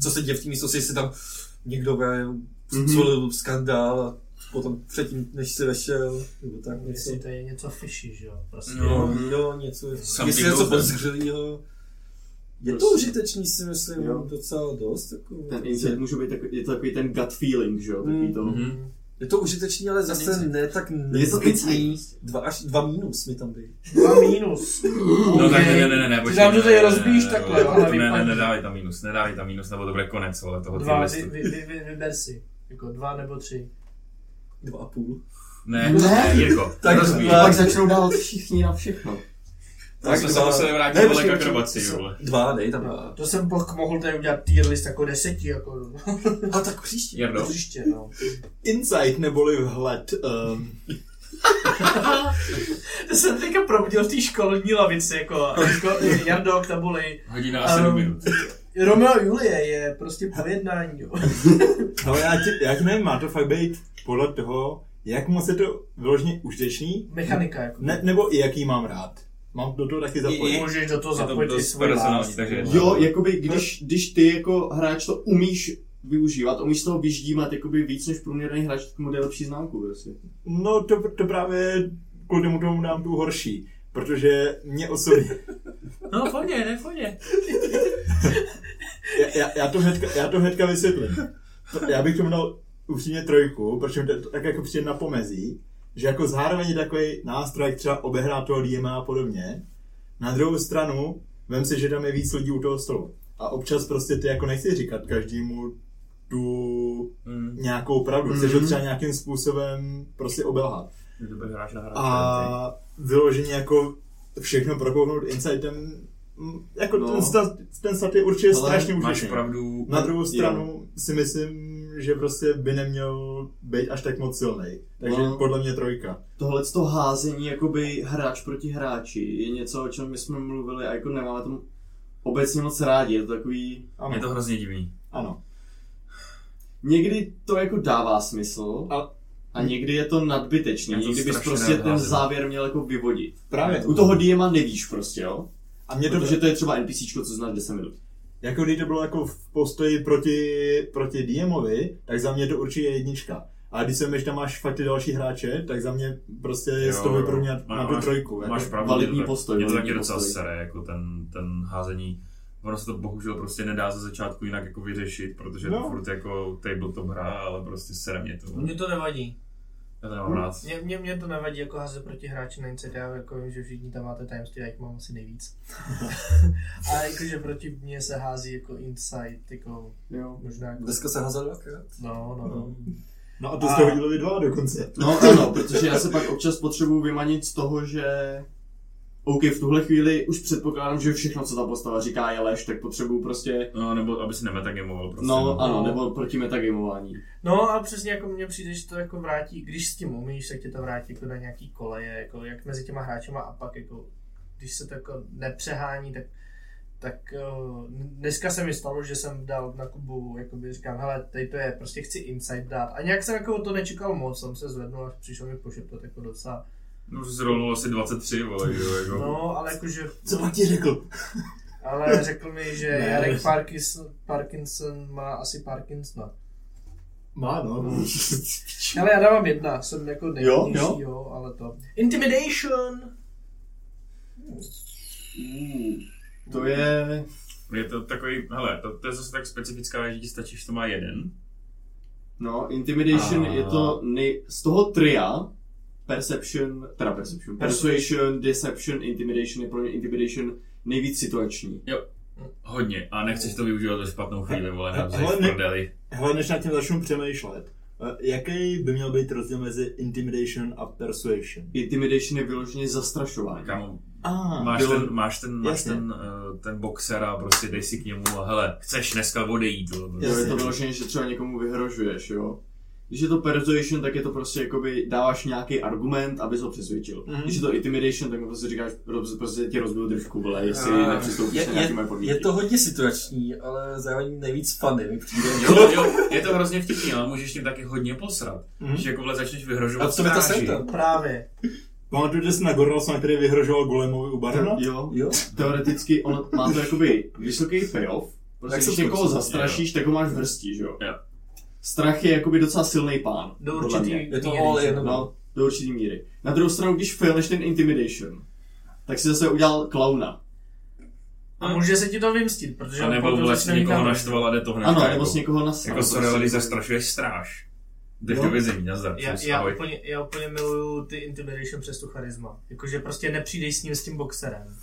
[SPEAKER 6] co se děje v té místnosti, jestli tam někdo
[SPEAKER 5] Mhm.
[SPEAKER 6] mm-hmm. svolil skandál a potom předtím, než si vešel, nebo tak něco.
[SPEAKER 4] Jestli to je něco fishy, že jo? Prostě.
[SPEAKER 3] No.
[SPEAKER 6] Jo, jo, něco,
[SPEAKER 3] Something
[SPEAKER 6] jestli něco
[SPEAKER 3] goes on.
[SPEAKER 6] podezřelého. Je to
[SPEAKER 5] Prostě.
[SPEAKER 6] užitečný, si myslím,
[SPEAKER 5] Jo.
[SPEAKER 6] docela dost. Jako,
[SPEAKER 5] Ten insight může být takový, je to takový ten gut feeling, že jo, takový to.
[SPEAKER 3] Mhm.
[SPEAKER 6] Je to užitečný, ale zase
[SPEAKER 5] Nic.
[SPEAKER 6] ne tak
[SPEAKER 5] Je to
[SPEAKER 6] nezbytný. Dva až dva mínus mi tam dej.
[SPEAKER 4] Dva minus.
[SPEAKER 3] No tak ne, ne, ne, ne, ne,
[SPEAKER 4] Ty
[SPEAKER 3] počkej,
[SPEAKER 4] nám to
[SPEAKER 3] ne,
[SPEAKER 4] tady
[SPEAKER 3] ne,
[SPEAKER 4] rozbíjíš
[SPEAKER 3] ne,
[SPEAKER 4] takhle,
[SPEAKER 3] ne,
[SPEAKER 4] ale
[SPEAKER 3] Ne, ne, ne,
[SPEAKER 4] vypadne.
[SPEAKER 3] nedávej tam minus, nedávej tam minus, nebo to bude konec, ale toho
[SPEAKER 4] Dva,
[SPEAKER 3] ty
[SPEAKER 4] vy, vy, vy, vy, vyber si. Jako dva nebo tři.
[SPEAKER 6] Dva a půl.
[SPEAKER 3] Ne, ne, Jirko, tak
[SPEAKER 6] Tak
[SPEAKER 3] rozumíš.
[SPEAKER 6] dva.
[SPEAKER 5] Pak začnou dávat všichni na všechno.
[SPEAKER 3] Tak jsme se
[SPEAKER 6] dva.
[SPEAKER 3] museli vrátit
[SPEAKER 6] Ne,
[SPEAKER 3] vole k
[SPEAKER 6] počkej,
[SPEAKER 3] akrobaci,
[SPEAKER 6] počkej,
[SPEAKER 3] vole.
[SPEAKER 6] Dva, dej tam dva.
[SPEAKER 4] To jsem pak mohl tady udělat tier list jako deseti, jako
[SPEAKER 6] A tak příště.
[SPEAKER 3] Jardo,
[SPEAKER 4] příště, no.
[SPEAKER 2] Insight neboli vhled. Um,
[SPEAKER 4] To jsem teďka probudil v té školní lavici, jako, jako Jardo k tabuli.
[SPEAKER 3] hodina a sedm
[SPEAKER 4] Ehm,
[SPEAKER 3] minut.
[SPEAKER 4] Romeo a Julie je prostě pojednání. jo.
[SPEAKER 2] ale já ti, já ti nevím, má to fakt být podle toho, jak moc je to vyloženě užitečný,
[SPEAKER 4] Mechanika, jako.
[SPEAKER 2] ne, nebo i jaký mám rád. Mám do toho taky zapojit.
[SPEAKER 4] Můžeš do toho
[SPEAKER 3] Je to
[SPEAKER 4] zapojit i
[SPEAKER 3] dost
[SPEAKER 4] svůj
[SPEAKER 3] personální,
[SPEAKER 4] hlas.
[SPEAKER 3] takže-
[SPEAKER 5] Jo, jakoby když, když ty jako hráč to umíš využívat, umíš z toho vyždímat jakoby víc než průměrný hráč, tak mu jde lepší známku prostě.
[SPEAKER 2] No to, to právě kvůli tomu tomu dám tu horší. Protože mě osobně,
[SPEAKER 3] No, foně, ne, foně.
[SPEAKER 2] já, já, já, to hnedka, já to hnedka vysvětlím. To- Já bych tomu dal upřímně trojku, protože mi to tak jako přijde na pomezí, že jako zároveň je takový nástroj, jak třeba obehrá toho DMA a podobně. Na druhou stranu, vem si, že tam je víc lidí u toho stolu. A občas prostě ty jako nechci říkat každému tu
[SPEAKER 3] Hmm,
[SPEAKER 2] nějakou pravdu. Chceš ho
[SPEAKER 5] Mhm.
[SPEAKER 2] třeba nějakým způsobem prostě obelhat.
[SPEAKER 3] Dobře, hráš na hra.
[SPEAKER 2] A vyloženě jako všechno prokouknout insightem, mm, jako
[SPEAKER 5] No.
[SPEAKER 2] no. ten, stat, ten stat je určitě
[SPEAKER 5] Ale
[SPEAKER 2] strašně
[SPEAKER 3] Máš
[SPEAKER 2] užitečný.
[SPEAKER 3] pravdu.
[SPEAKER 2] Na druhou stranu si myslím, že prostě by neměl být až tak moc silný. Takže
[SPEAKER 5] No.
[SPEAKER 2] no. podle mě trojka.
[SPEAKER 5] Tohle to házení jakoby hráč proti hráči je něco, o čem my jsme mluvili a jako nemáme tomu obecně moc rádi. Je to takový...
[SPEAKER 2] Ano,
[SPEAKER 3] Je to hrozně divný.
[SPEAKER 2] ano.
[SPEAKER 5] Někdy to jako dává smysl
[SPEAKER 2] A-
[SPEAKER 5] a, a někdy je to nadbytečný.
[SPEAKER 3] Já to
[SPEAKER 5] Někdy bys
[SPEAKER 3] strašně
[SPEAKER 5] prostě
[SPEAKER 3] rád
[SPEAKER 5] ten
[SPEAKER 3] házím.
[SPEAKER 5] závěr měl jako vyvodit.
[SPEAKER 2] Právě.
[SPEAKER 5] U toho Diema nevíš prostě, jo?
[SPEAKER 2] A mě to,
[SPEAKER 5] Protože to je třeba NPCčko, co znáš 10 minut.
[SPEAKER 2] jako když to bylo jako v postoji proti, proti DMovi, tak za mě to určitě je jednička. A když se tam máš fakt ty další hráče, tak za mě prostě jo, z toho
[SPEAKER 3] jo.
[SPEAKER 2] vyprů na,
[SPEAKER 3] Má-
[SPEAKER 2] na tu
[SPEAKER 3] máš-
[SPEAKER 2] trojku.
[SPEAKER 3] Máš
[SPEAKER 2] jako.
[SPEAKER 3] pravdu,
[SPEAKER 5] validní
[SPEAKER 3] je to tak-
[SPEAKER 5] postoj,
[SPEAKER 3] Je to taky
[SPEAKER 5] validní
[SPEAKER 3] docela
[SPEAKER 5] postoj.
[SPEAKER 3] sere, jako ten, ten házení. Ono se to bohužel prostě nedá ze začátku jinak jako vyřešit, protože no.
[SPEAKER 2] No.
[SPEAKER 3] to furt jako tabletop hra, ale prostě sere mě to.
[SPEAKER 4] Mně to nevadí.
[SPEAKER 3] Já to nemám rád.
[SPEAKER 4] Mně, mně, mně to nevadí jako házet proti hráči na NCDA, jako vím, že všichni tam máte tajemství, já jich mám asi nejvíc. a jakože proti mně se hází jako insight, jako
[SPEAKER 5] Jo.
[SPEAKER 4] možná jako...
[SPEAKER 6] Dneska se házel dvakrát.
[SPEAKER 4] No, no, no.
[SPEAKER 2] No a to
[SPEAKER 4] A-
[SPEAKER 2] jste hodili vy dva dokonce.
[SPEAKER 5] No ano, protože já se pak občas potřebuju vymanit z toho, že OK, v tuhle chvíli už předpokládám, že všechno, co ta postava říká, je lež, tak potřebuju prostě...
[SPEAKER 3] No, nebo aby si nemetagamoval prostě.
[SPEAKER 5] No ano, nebo proti metagamování.
[SPEAKER 4] No a přesně jako mně přijde, že to jako vrátí, když s tím umíš, tak tě to vrátí jako na nějaký koleje, jako jak mezi těma hráčema a pak jako, když se to jako nepřehání, tak tak eh, dneska se mi stalo, že jsem dal na Kubu, jakoby říkám, hele, tady to je, prostě chci insight dát. A nějak jsem jako to nečekal moc, jsem se zvednul a přišel mi pošeptat jako docela.
[SPEAKER 3] No, že se rolnul asi 23, vole, jo, jako.
[SPEAKER 4] No, ale jakože...
[SPEAKER 2] Co pak ti řekl?
[SPEAKER 4] Ale řekl mi, že
[SPEAKER 2] Ne.
[SPEAKER 4] Jarek Parkinson, Parkinson má asi Parkinsona. Hmm.
[SPEAKER 2] Má no.
[SPEAKER 4] Ale já dávám jedna, jsem jako nejlepší,
[SPEAKER 5] jo?
[SPEAKER 4] jo, jo, ale to. Intimidation!
[SPEAKER 5] Mm, to je...
[SPEAKER 3] Je to takový, hele, to, to je zase tak specifická, že ti stačí, že to má jeden.
[SPEAKER 5] No, Intimidation
[SPEAKER 3] A-
[SPEAKER 5] je to nej... z toho tria Perception, teda Perception, Persuasion, Deception, Intimidation je pro mě Intimidation nejvíc situační.
[SPEAKER 3] Hodně. A nechceš to využívat ve špatnou chvíli, vole, navzej
[SPEAKER 2] Hele,
[SPEAKER 3] v
[SPEAKER 2] ne-
[SPEAKER 3] prdeli.
[SPEAKER 2] Hele, než nad tím začnu přemýšlet, eh, jaký by měl být rozdíl mezi intimidation a persuasion?
[SPEAKER 5] Intimidation je vyloženě zastrašování.
[SPEAKER 3] Kámo,
[SPEAKER 2] Ah,
[SPEAKER 3] máš
[SPEAKER 5] bylo-
[SPEAKER 3] ten, máš ten, máš
[SPEAKER 2] jasně.
[SPEAKER 3] ten, eh, ten boxer a prostě dej si k němu a hele, chceš dneska odejít, vole,
[SPEAKER 5] Jo,
[SPEAKER 3] prostě.
[SPEAKER 5] je to vyloženě, že třeba někomu vyhrožuješ, jo. Když je to persuasion, tak je to prostě jakoby dáváš nějaký argument, abys ho přesvědčil.
[SPEAKER 2] Mhm.
[SPEAKER 5] Mm-hmm. Když je to intimidation, tak mu prostě říkáš, roz- prostě ti rozbil držku, vole, jestli
[SPEAKER 6] A-
[SPEAKER 5] nepřistoupíš
[SPEAKER 6] je-
[SPEAKER 5] na nějaké moje
[SPEAKER 6] Je
[SPEAKER 5] podmínky.
[SPEAKER 6] to hodně situační, ale zároveň nejvíc funny mi přijde.
[SPEAKER 3] Jo, jo, je to hrozně vtipný, ale můžeš tím taky hodně posrat. Mm. Že jako vole začneš vyhrožovat
[SPEAKER 6] A co by to
[SPEAKER 3] stráži.
[SPEAKER 6] sem
[SPEAKER 4] Právě.
[SPEAKER 2] Pamatujete si na Gorlasa, který vyhrožoval Golemovi u
[SPEAKER 6] No.
[SPEAKER 2] Barona?
[SPEAKER 5] Jo,
[SPEAKER 6] Jo?
[SPEAKER 5] teoreticky on má to jakoby vysoký payoff. Prostě
[SPEAKER 6] Tak
[SPEAKER 5] tak
[SPEAKER 6] se
[SPEAKER 5] když
[SPEAKER 6] to
[SPEAKER 5] někoho
[SPEAKER 6] prostě-
[SPEAKER 5] zastrašíš, tak ho máš v hrsti, že jo?
[SPEAKER 3] Jo.
[SPEAKER 5] Strach je jakoby docela silný pán.
[SPEAKER 4] Do
[SPEAKER 5] podle
[SPEAKER 4] určitý
[SPEAKER 5] mě.
[SPEAKER 6] Je to
[SPEAKER 4] míry,
[SPEAKER 6] all
[SPEAKER 4] že?
[SPEAKER 6] in.
[SPEAKER 5] No, do určitý míry. Na druhou stranu, když failneš ten intimidation, tak si zase udělal klauna.
[SPEAKER 4] A může se ti to vymstit, protože...
[SPEAKER 3] A
[SPEAKER 4] on
[SPEAKER 3] nebo
[SPEAKER 4] potom
[SPEAKER 3] vlastně
[SPEAKER 4] začne
[SPEAKER 3] někoho
[SPEAKER 4] mít
[SPEAKER 3] naštval a jde to hned.
[SPEAKER 5] Ano,
[SPEAKER 3] jako,
[SPEAKER 5] nebo s někoho nasral.
[SPEAKER 3] Jako sorry, ale když
[SPEAKER 5] Prostě.
[SPEAKER 3] zastrašuješ stráž. Jdeš
[SPEAKER 5] No.
[SPEAKER 3] do vězení, nazdar.
[SPEAKER 4] Já,
[SPEAKER 3] čus,
[SPEAKER 4] já,
[SPEAKER 3] ahoj.
[SPEAKER 4] úplně, já úplně miluju ty intimidation přes tu charisma. Jakože prostě nepřijdeš s ním s tím boxerem,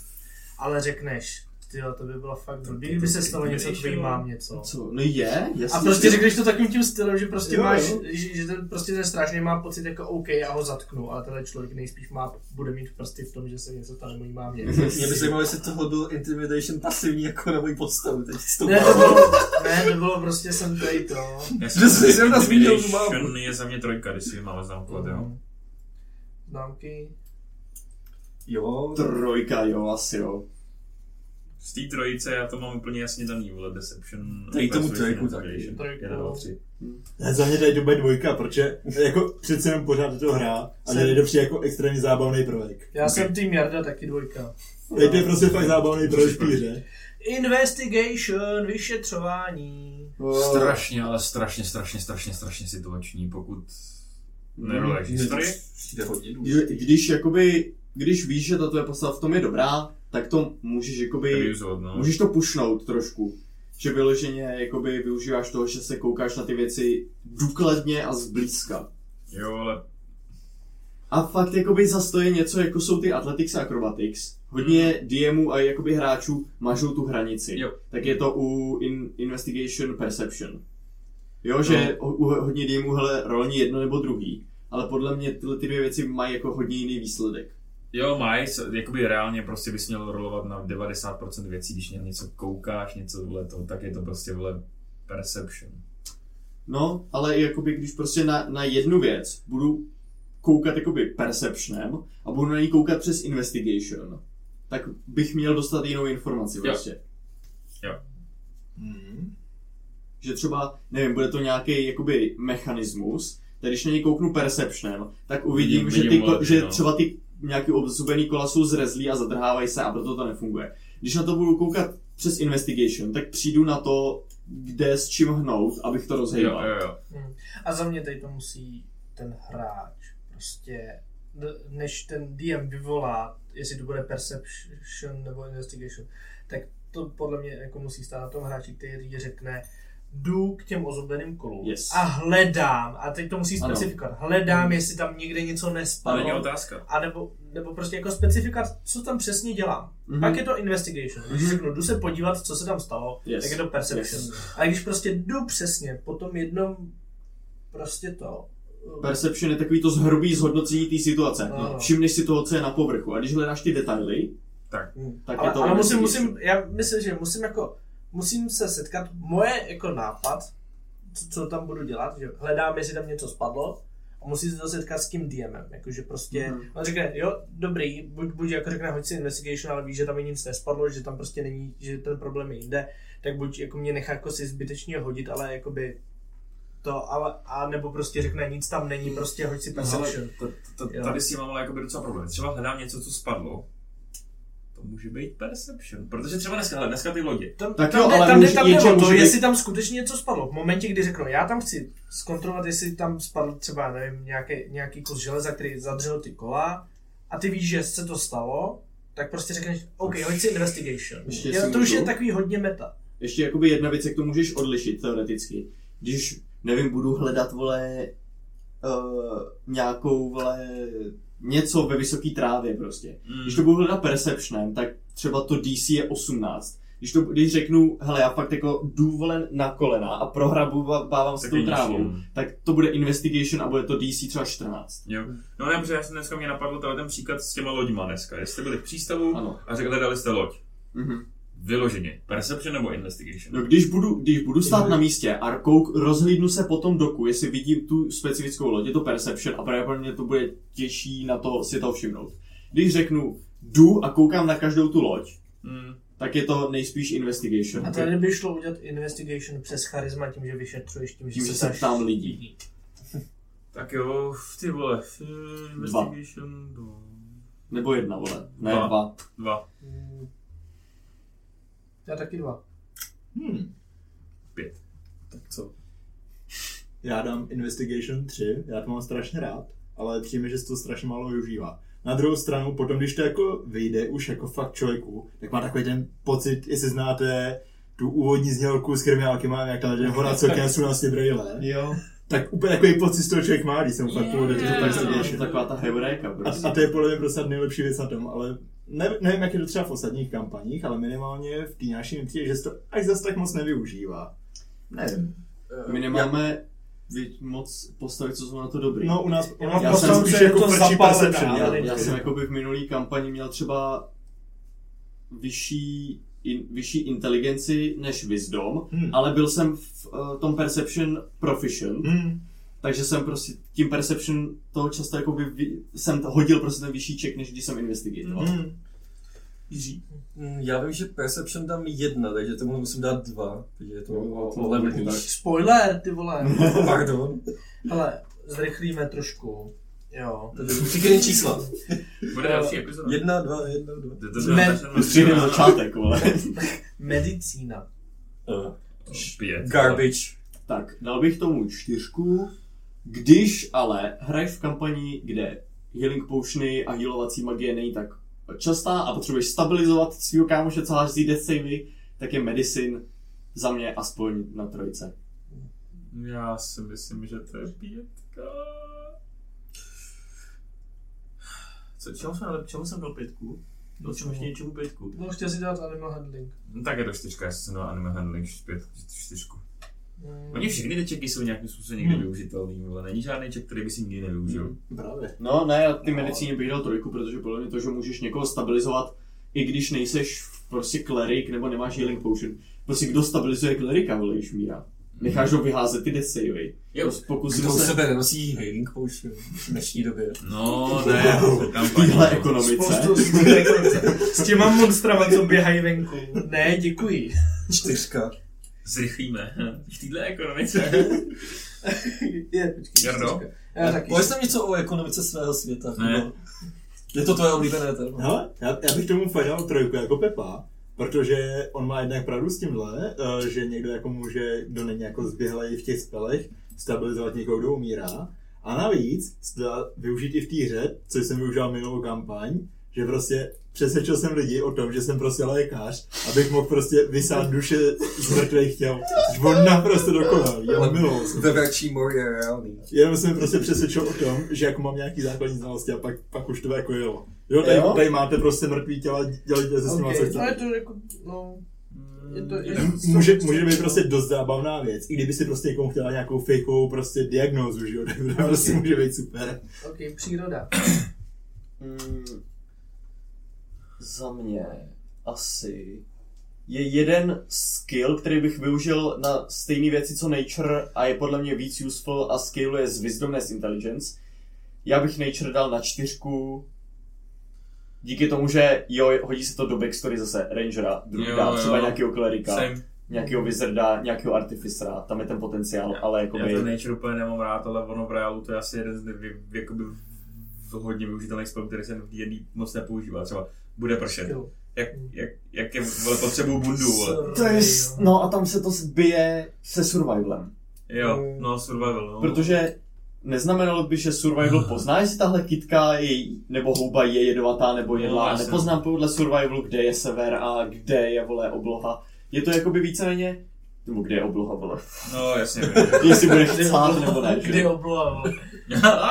[SPEAKER 4] ale řekneš, ty to by bylo fakt blbý, kdyby se stalo něco, tvý
[SPEAKER 3] Intimidation.
[SPEAKER 4] mám něco.
[SPEAKER 5] Co? No je, jasně.
[SPEAKER 4] A prostě
[SPEAKER 5] že-
[SPEAKER 4] řekneš to takovým tím stylem, že prostě
[SPEAKER 2] Jo,
[SPEAKER 4] jo,
[SPEAKER 2] jo.
[SPEAKER 4] máš, Že, že ten, prostě ten strážný má pocit jako OK, já ho zatknu, ale tenhle člověk nejspíš má, bude mít prsty v tom, že se něco tady mojí mámě.
[SPEAKER 6] Mě by zajímalo, jestli tohle byl intimidation pasivní jako na moji postavu. Teď s tou
[SPEAKER 4] Ne, to bylo, ne, to bylo prostě jsem tady to.
[SPEAKER 3] Já
[SPEAKER 6] Že jsi zrovna zmínil tu mámu.
[SPEAKER 3] Intimidation je za mě trojka, když si ji máme známkovat, jo.
[SPEAKER 4] Známky.
[SPEAKER 6] Jo,
[SPEAKER 5] Trojka, jo, asi jo.
[SPEAKER 3] Z té trojice já to mám úplně jasně daný, vole, Deception.
[SPEAKER 6] Dej tomu
[SPEAKER 3] Persuasion,
[SPEAKER 6] trojku taky.
[SPEAKER 3] Intimidation.
[SPEAKER 4] Trojku.
[SPEAKER 3] Jedna, dva, tři.
[SPEAKER 2] Ne, za mě tady to bude dvojka, protože jako přece jenom pořád to hra a
[SPEAKER 4] Jsem-
[SPEAKER 2] mě to přijde jako extrémně zábavný prvek.
[SPEAKER 4] Já jsem tým Jarda, taky dvojka.
[SPEAKER 2] Tady to je prostě fakt zábavný prvek v té hře.
[SPEAKER 4] Investigation, vyšetřování.
[SPEAKER 3] Strašně, ale strašně, strašně, strašně, strašně situační, pokud neroleš historii.
[SPEAKER 6] Přijde hodně
[SPEAKER 5] Že Když jakoby, když víš, že ta tvoje postava v tom je dobrá, tak to můžeš jakoby,
[SPEAKER 3] Abusovat, no.
[SPEAKER 5] můžeš to pušnout trošku. Že vyloženě jakoby využíváš toho, že se koukáš na ty věci důkladně a zblízka.
[SPEAKER 3] Jo, ale
[SPEAKER 5] A fakt jakoby zas to je něco, jako jsou ty Athletics a Acrobatics. Hodně DMů a jakoby hráčů mažou tu hranici.
[SPEAKER 3] Jo.
[SPEAKER 5] Tak je to u in, Investigation Perception. Jo, že no. u, u hodně DMů hele, rolní jedno nebo druhý. Ale podle mě tyhle ty dvě věci mají jako hodně jiný výsledek.
[SPEAKER 3] Jo, mají, s- jakoby reálně prostě bys měl rolovat na 90% věcí, když na něco koukáš, něco vole to, tak je to prostě vole perception.
[SPEAKER 5] No, ale i jakoby, když prostě na, na jednu věc budu koukat jakoby perceptionem a budu na ní koukat přes investigation, tak bych měl dostat jinou informaci prostě.
[SPEAKER 3] Jo.
[SPEAKER 5] Že třeba, nevím, bude to nějaký jakoby mechanismus, tak když na něj kouknu perceptionem, tak uvidím,
[SPEAKER 3] Vidím-
[SPEAKER 5] že, ty,
[SPEAKER 3] vidím
[SPEAKER 5] ko-
[SPEAKER 3] lety,
[SPEAKER 5] že
[SPEAKER 3] no.
[SPEAKER 5] třeba ty nějaký obzubený kola jsou zrezlí a zadrhávají se a proto to nefunguje. Když na to budu koukat přes investigation, tak přijdu na to, kde s čím hnout, abych to
[SPEAKER 3] Jo,
[SPEAKER 5] rozhýbal.
[SPEAKER 3] jo, jo.
[SPEAKER 4] A za mě tady to musí ten hráč prostě, d- než ten DM vyvolá, jestli to bude perception nebo investigation, tak to podle mě jako musí stát na tom hráči, který řekne, jdu k těm ozubleným kolům
[SPEAKER 5] Yes.
[SPEAKER 4] a hledám, a teď to musí
[SPEAKER 5] Ano.
[SPEAKER 4] specifikovat, hledám, jestli tam někde něco nespadlo.
[SPEAKER 3] To není otázka.
[SPEAKER 4] A nebo, nebo prostě jako specifikat, co tam přesně dělám.
[SPEAKER 5] Mhm.
[SPEAKER 4] Mm-hmm. Pak je to investigation. Když
[SPEAKER 5] Mhm.
[SPEAKER 4] mm-hmm. řeknu, jdu se podívat, co se tam stalo,
[SPEAKER 5] Yes.
[SPEAKER 4] yes. tak je to perception.
[SPEAKER 5] Yes.
[SPEAKER 4] Yes. A když prostě jdu přesně po tom jednom prostě to,
[SPEAKER 5] Perception je takový to zhrubý zhodnocení té situace.
[SPEAKER 4] No, no.
[SPEAKER 5] Všimneš si toho, co je na povrchu. A když hledáš ty detaily,
[SPEAKER 3] Tak.
[SPEAKER 5] tak
[SPEAKER 4] ale,
[SPEAKER 5] je to
[SPEAKER 4] ale musím,
[SPEAKER 5] investigation.
[SPEAKER 4] musím, já myslím, že musím jako, musím se setkat, moje jako nápad, co, co tam budu dělat, že hledám, jestli tam něco spadlo, a musí se to setkat s tím DMem, jakože prostě,
[SPEAKER 5] Mhm.
[SPEAKER 4] mm-hmm. on řekne, jo, dobrý, buď, buď jako řekne, hoď si investigation, ale ví, že tam nic nespadlo, že tam prostě není, že ten problém je jinde, tak buď jako mě nechá jako si zbytečně hodit, ale jakoby to, ale, a nebo prostě řekne, nic tam není, prostě hoď si
[SPEAKER 5] No,
[SPEAKER 3] Ale
[SPEAKER 4] perception.
[SPEAKER 3] to- to- to-
[SPEAKER 4] Jo.
[SPEAKER 3] tady s tím mám ale jakoby docela problém. Třeba hledám něco, co spadlo. To může být perception. Protože třeba dneska, hele, dneska ty lodě.
[SPEAKER 4] Tam,
[SPEAKER 5] Tak
[SPEAKER 4] tak tam,
[SPEAKER 5] jo,
[SPEAKER 4] jo,
[SPEAKER 5] No, ale
[SPEAKER 4] tam,
[SPEAKER 5] může-
[SPEAKER 4] může, tam
[SPEAKER 5] jenže
[SPEAKER 4] jde o to,
[SPEAKER 5] může být-
[SPEAKER 4] jestli tam skutečně něco spadlo. V momentě, kdy řeknu, já tam chci zkontrolovat, jestli tam spadl třeba, nevím, nějaký, nějaký kus železa, který zadřel ty kola, a ty víš, že se to stalo, tak prostě řekneš, OK, hoď si investigation.
[SPEAKER 5] Ještě
[SPEAKER 4] Jo,
[SPEAKER 5] si
[SPEAKER 4] to už
[SPEAKER 5] můžu?
[SPEAKER 4] je takový hodně meta.
[SPEAKER 5] Ještě jakoby jedna věc, jak to můžeš odlišit teoreticky. Když, nevím, budu hledat, vole, uh, nějakou, vole, něco ve vysoké trávě prostě. Když to budu hledat perceptionem, tak třeba to DC je 18. Když, to, když řeknu, hele, já fakt jako jdu vole na kolena a prohrabávám s
[SPEAKER 3] Tak
[SPEAKER 5] tou
[SPEAKER 3] je nižší,
[SPEAKER 5] trávou,
[SPEAKER 3] no.
[SPEAKER 5] tak to bude investigation a bude to DC třeba 14.
[SPEAKER 3] Jo. No ne, protože já jsem dneska mě napadl tenhle ten příklad s těma loďma dneska. Jestli jste byli v přístavu
[SPEAKER 5] Ano.
[SPEAKER 3] a řekli, dali jste loď.
[SPEAKER 5] Mhm.
[SPEAKER 3] Vyloženě. Perception nebo investigation?
[SPEAKER 5] No když budu, když budu stát na místě a kouk, rozhlídnu se po tom doku, jestli vidím tu specifickou loď, je to perception a pravděpodobně to bude těžší na to si to všimnout. Když řeknu jdu a koukám na každou tu loď,
[SPEAKER 3] Mm.
[SPEAKER 5] tak je to nejspíš investigation.
[SPEAKER 4] A tady by šlo udělat investigation přes charisma tím, že vyšetřuješ, tím, že
[SPEAKER 5] Tím, že
[SPEAKER 4] se
[SPEAKER 5] se
[SPEAKER 4] ptáš
[SPEAKER 5] ptám lidí.
[SPEAKER 3] Tak jo, ty vole. eh, Investigation dva.
[SPEAKER 5] Nebo jedna, vole. Ne,
[SPEAKER 3] Dva.
[SPEAKER 5] dva.
[SPEAKER 3] Dva.
[SPEAKER 4] Hmm. Já taky dva.
[SPEAKER 2] Hmm.
[SPEAKER 3] Pět.
[SPEAKER 2] Tak co? Já dám Investigation 3, já to mám strašně rád, ale přijme, že se to strašně málo využívá. Na druhou stranu, potom, když to jako vyjde už jako fakt člověku, tak má takový ten pocit, jestli znáte tu úvodní znělku s kriminálkama, jak tam jde Horacio Kensu na Braille,
[SPEAKER 5] Jo.
[SPEAKER 2] tak úplně takový pocit z toho člověk má, když se mu fakt povede
[SPEAKER 3] Je,
[SPEAKER 2] to
[SPEAKER 5] To
[SPEAKER 2] Investigation.
[SPEAKER 5] je taková ta hebrejka,
[SPEAKER 2] A,
[SPEAKER 5] prostě.
[SPEAKER 2] a to je podle mě prostě nejlepší věc na tom, ale ne, nevím, jak je to třeba v ostatních kampaních, ale minimálně v té naší mi přijde, že se to až zas tak moc nevyužívá. Nevím.
[SPEAKER 5] My nemáme vě- moc postavit, co jsou na to dobrý.
[SPEAKER 2] No u nás, u nás
[SPEAKER 5] Já
[SPEAKER 2] prostě
[SPEAKER 5] jsem-
[SPEAKER 2] už
[SPEAKER 4] že je
[SPEAKER 2] jako
[SPEAKER 4] to
[SPEAKER 2] frčí
[SPEAKER 4] zapálená,
[SPEAKER 2] perception.
[SPEAKER 5] Já,
[SPEAKER 2] jo.
[SPEAKER 5] já jsem jako by v minulý kampani měl třeba vyšší, in, vyšší inteligenci než wisdom,
[SPEAKER 2] Hmm.
[SPEAKER 5] ale byl jsem v uh, tom perception proficient,
[SPEAKER 2] Hmm.
[SPEAKER 5] takže jsem prostě tím perception toho často jako by vy, jsem t- hodil prostě ten vyšší ček, než když jsem investigatoval.
[SPEAKER 2] Hmm.
[SPEAKER 6] Mm, Já vím, že Perception dám jedna, takže tomu musím dát dva. Takže je to
[SPEAKER 5] Jo,
[SPEAKER 6] o-
[SPEAKER 5] No, to
[SPEAKER 6] o level
[SPEAKER 5] taky
[SPEAKER 6] níž.
[SPEAKER 4] Spoiler, ty vole.
[SPEAKER 6] Pardon.
[SPEAKER 4] Ale zrychlíme trošku. Jo.
[SPEAKER 6] Takže Říkej čísla.
[SPEAKER 3] Bude další epizoda.
[SPEAKER 6] Jedna, dva, jedna, dva.
[SPEAKER 3] To- to- to-
[SPEAKER 4] Ne.
[SPEAKER 3] to- to- to-
[SPEAKER 5] Střídem začátek, vole.
[SPEAKER 4] Medicína.
[SPEAKER 3] Pět.
[SPEAKER 6] Garbage.
[SPEAKER 5] tak, dal bych tomu čtyřku, když ale hraješ v kampani, kde healing potiony a healovací magie není tak častá a potřebuješ stabilizovat svého kámoše, co hází death savey, tak je medicine za mě aspoň na trojce.
[SPEAKER 3] Já si myslím, že to je pětka. Co, čemu, jsme, čemu jsem dal pětku? Dal jsem ještě něčemu pětku.
[SPEAKER 4] No, chtěl si dát animal handling.
[SPEAKER 3] No, tak je to čtyřka, já jsem dal Animal Handling pět, čtyřku.
[SPEAKER 4] Mm.
[SPEAKER 3] Oni všechny ty čeky jsou nějakým způsobem někdy využitelný, ale není žádný ček, který by si nikdy nevyužil.
[SPEAKER 2] Právě.
[SPEAKER 5] No ne, já ty medicíně bych dal trojku, protože podle mě to, že můžeš někoho stabilizovat, i když nejseš prostě klerik nebo nemáš healing potion. Prostě kdo stabilizuje klerika, vole, když umírá. Necháš ho vyházet ty Prostě desy, vej.
[SPEAKER 3] Jo.
[SPEAKER 5] Pokusím
[SPEAKER 6] Kdo u
[SPEAKER 5] se
[SPEAKER 6] sebe nenosí healing potion v dnešní době?
[SPEAKER 3] No, ne, tam
[SPEAKER 5] téhle ekonomice.
[SPEAKER 4] Spoustu s těma monstrama, co běhají venku. Ne, děkuji.
[SPEAKER 6] Čtyřka.
[SPEAKER 3] Zrychlíme. V téhle ekonomice.
[SPEAKER 4] Je, počkej.
[SPEAKER 3] Jardo?
[SPEAKER 4] Já taky.
[SPEAKER 6] Pojď tam něco o ekonomice svého světa.
[SPEAKER 3] Ne.
[SPEAKER 6] No. Je to tvoje oblíbené téma.
[SPEAKER 2] Hele, já, já bych tomu fakt dal trojku jako Pepa, protože on má jednak pravdu s tímhle, eh, že někdo jako může, kdo není jako zběhlej v těch spelech, stabilizovat někoho, kdo umírá. A navíc se dá využít i v té hře, což jsem využil minulou kampaň, že prostě přesvědčil jsem lidi o tom, že jsem prostě lékař, abych mohl prostě vysát duše z mrtvých těl. Což On naprosto dokonalý, já milost.
[SPEAKER 6] Ve větší moře je reálný.
[SPEAKER 2] Jenom jsem prostě přesvědčil o tom, že jako mám nějaký základní znalosti a pak, pak už to jako jelo. Jo, tady,
[SPEAKER 5] Jo?
[SPEAKER 2] tady máte prostě mrtvý těla, dělejte se s nimi, co
[SPEAKER 4] Okay. No je
[SPEAKER 2] chcete.
[SPEAKER 4] to jako, no, je to, je
[SPEAKER 5] Mm.
[SPEAKER 2] M-
[SPEAKER 4] to,
[SPEAKER 2] Může, může být prostě dost zábavná věc, i kdyby si prostě někomu chtěla nějakou fejkovou prostě diagnózu, že jo, tak to prostě může být super.
[SPEAKER 4] ok, příroda.
[SPEAKER 5] Mm, za mě asi je jeden skill, který bych využil na stejné věci co Nature a je podle mě víc useful a skill je z Wisdomness Intelligence. Já bych Nature dal na čtyřku díky tomu, že jo, hodí se to do backstory zase Rangera, druida,
[SPEAKER 3] Jo, jo.
[SPEAKER 5] třeba nějakého klerika,
[SPEAKER 3] Jsem,
[SPEAKER 5] nějakého wizarda, nějakého artificera, tam je ten potenciál, ale jako
[SPEAKER 3] já to nature úplně nemám rád, ale ono v reálu to je asi jeden z nevy, jakoby v hodně využitelných spell, který jsem v jedný moc nepoužívá. Třeba bude pršet.
[SPEAKER 4] Jo.
[SPEAKER 3] Jak, jak, jak je, vole, potřebuju bundu, vole.
[SPEAKER 5] to je, no a tam se to zbije se survivalem.
[SPEAKER 3] Jo, no, survival, no.
[SPEAKER 5] Protože neznamenalo by, že survival pozná, jestli tahle kytka je, nebo houba je jedovatá nebo jedlá.
[SPEAKER 3] jasně.
[SPEAKER 5] Nepoznám podle survivalu, kde je sever a kde je, vole, obloha. Je to jakoby víceméně nebo kde je obloha, vole.
[SPEAKER 3] No, jasně.
[SPEAKER 5] Jestli bude chcát nebo ne. že?
[SPEAKER 4] Kdy obloha,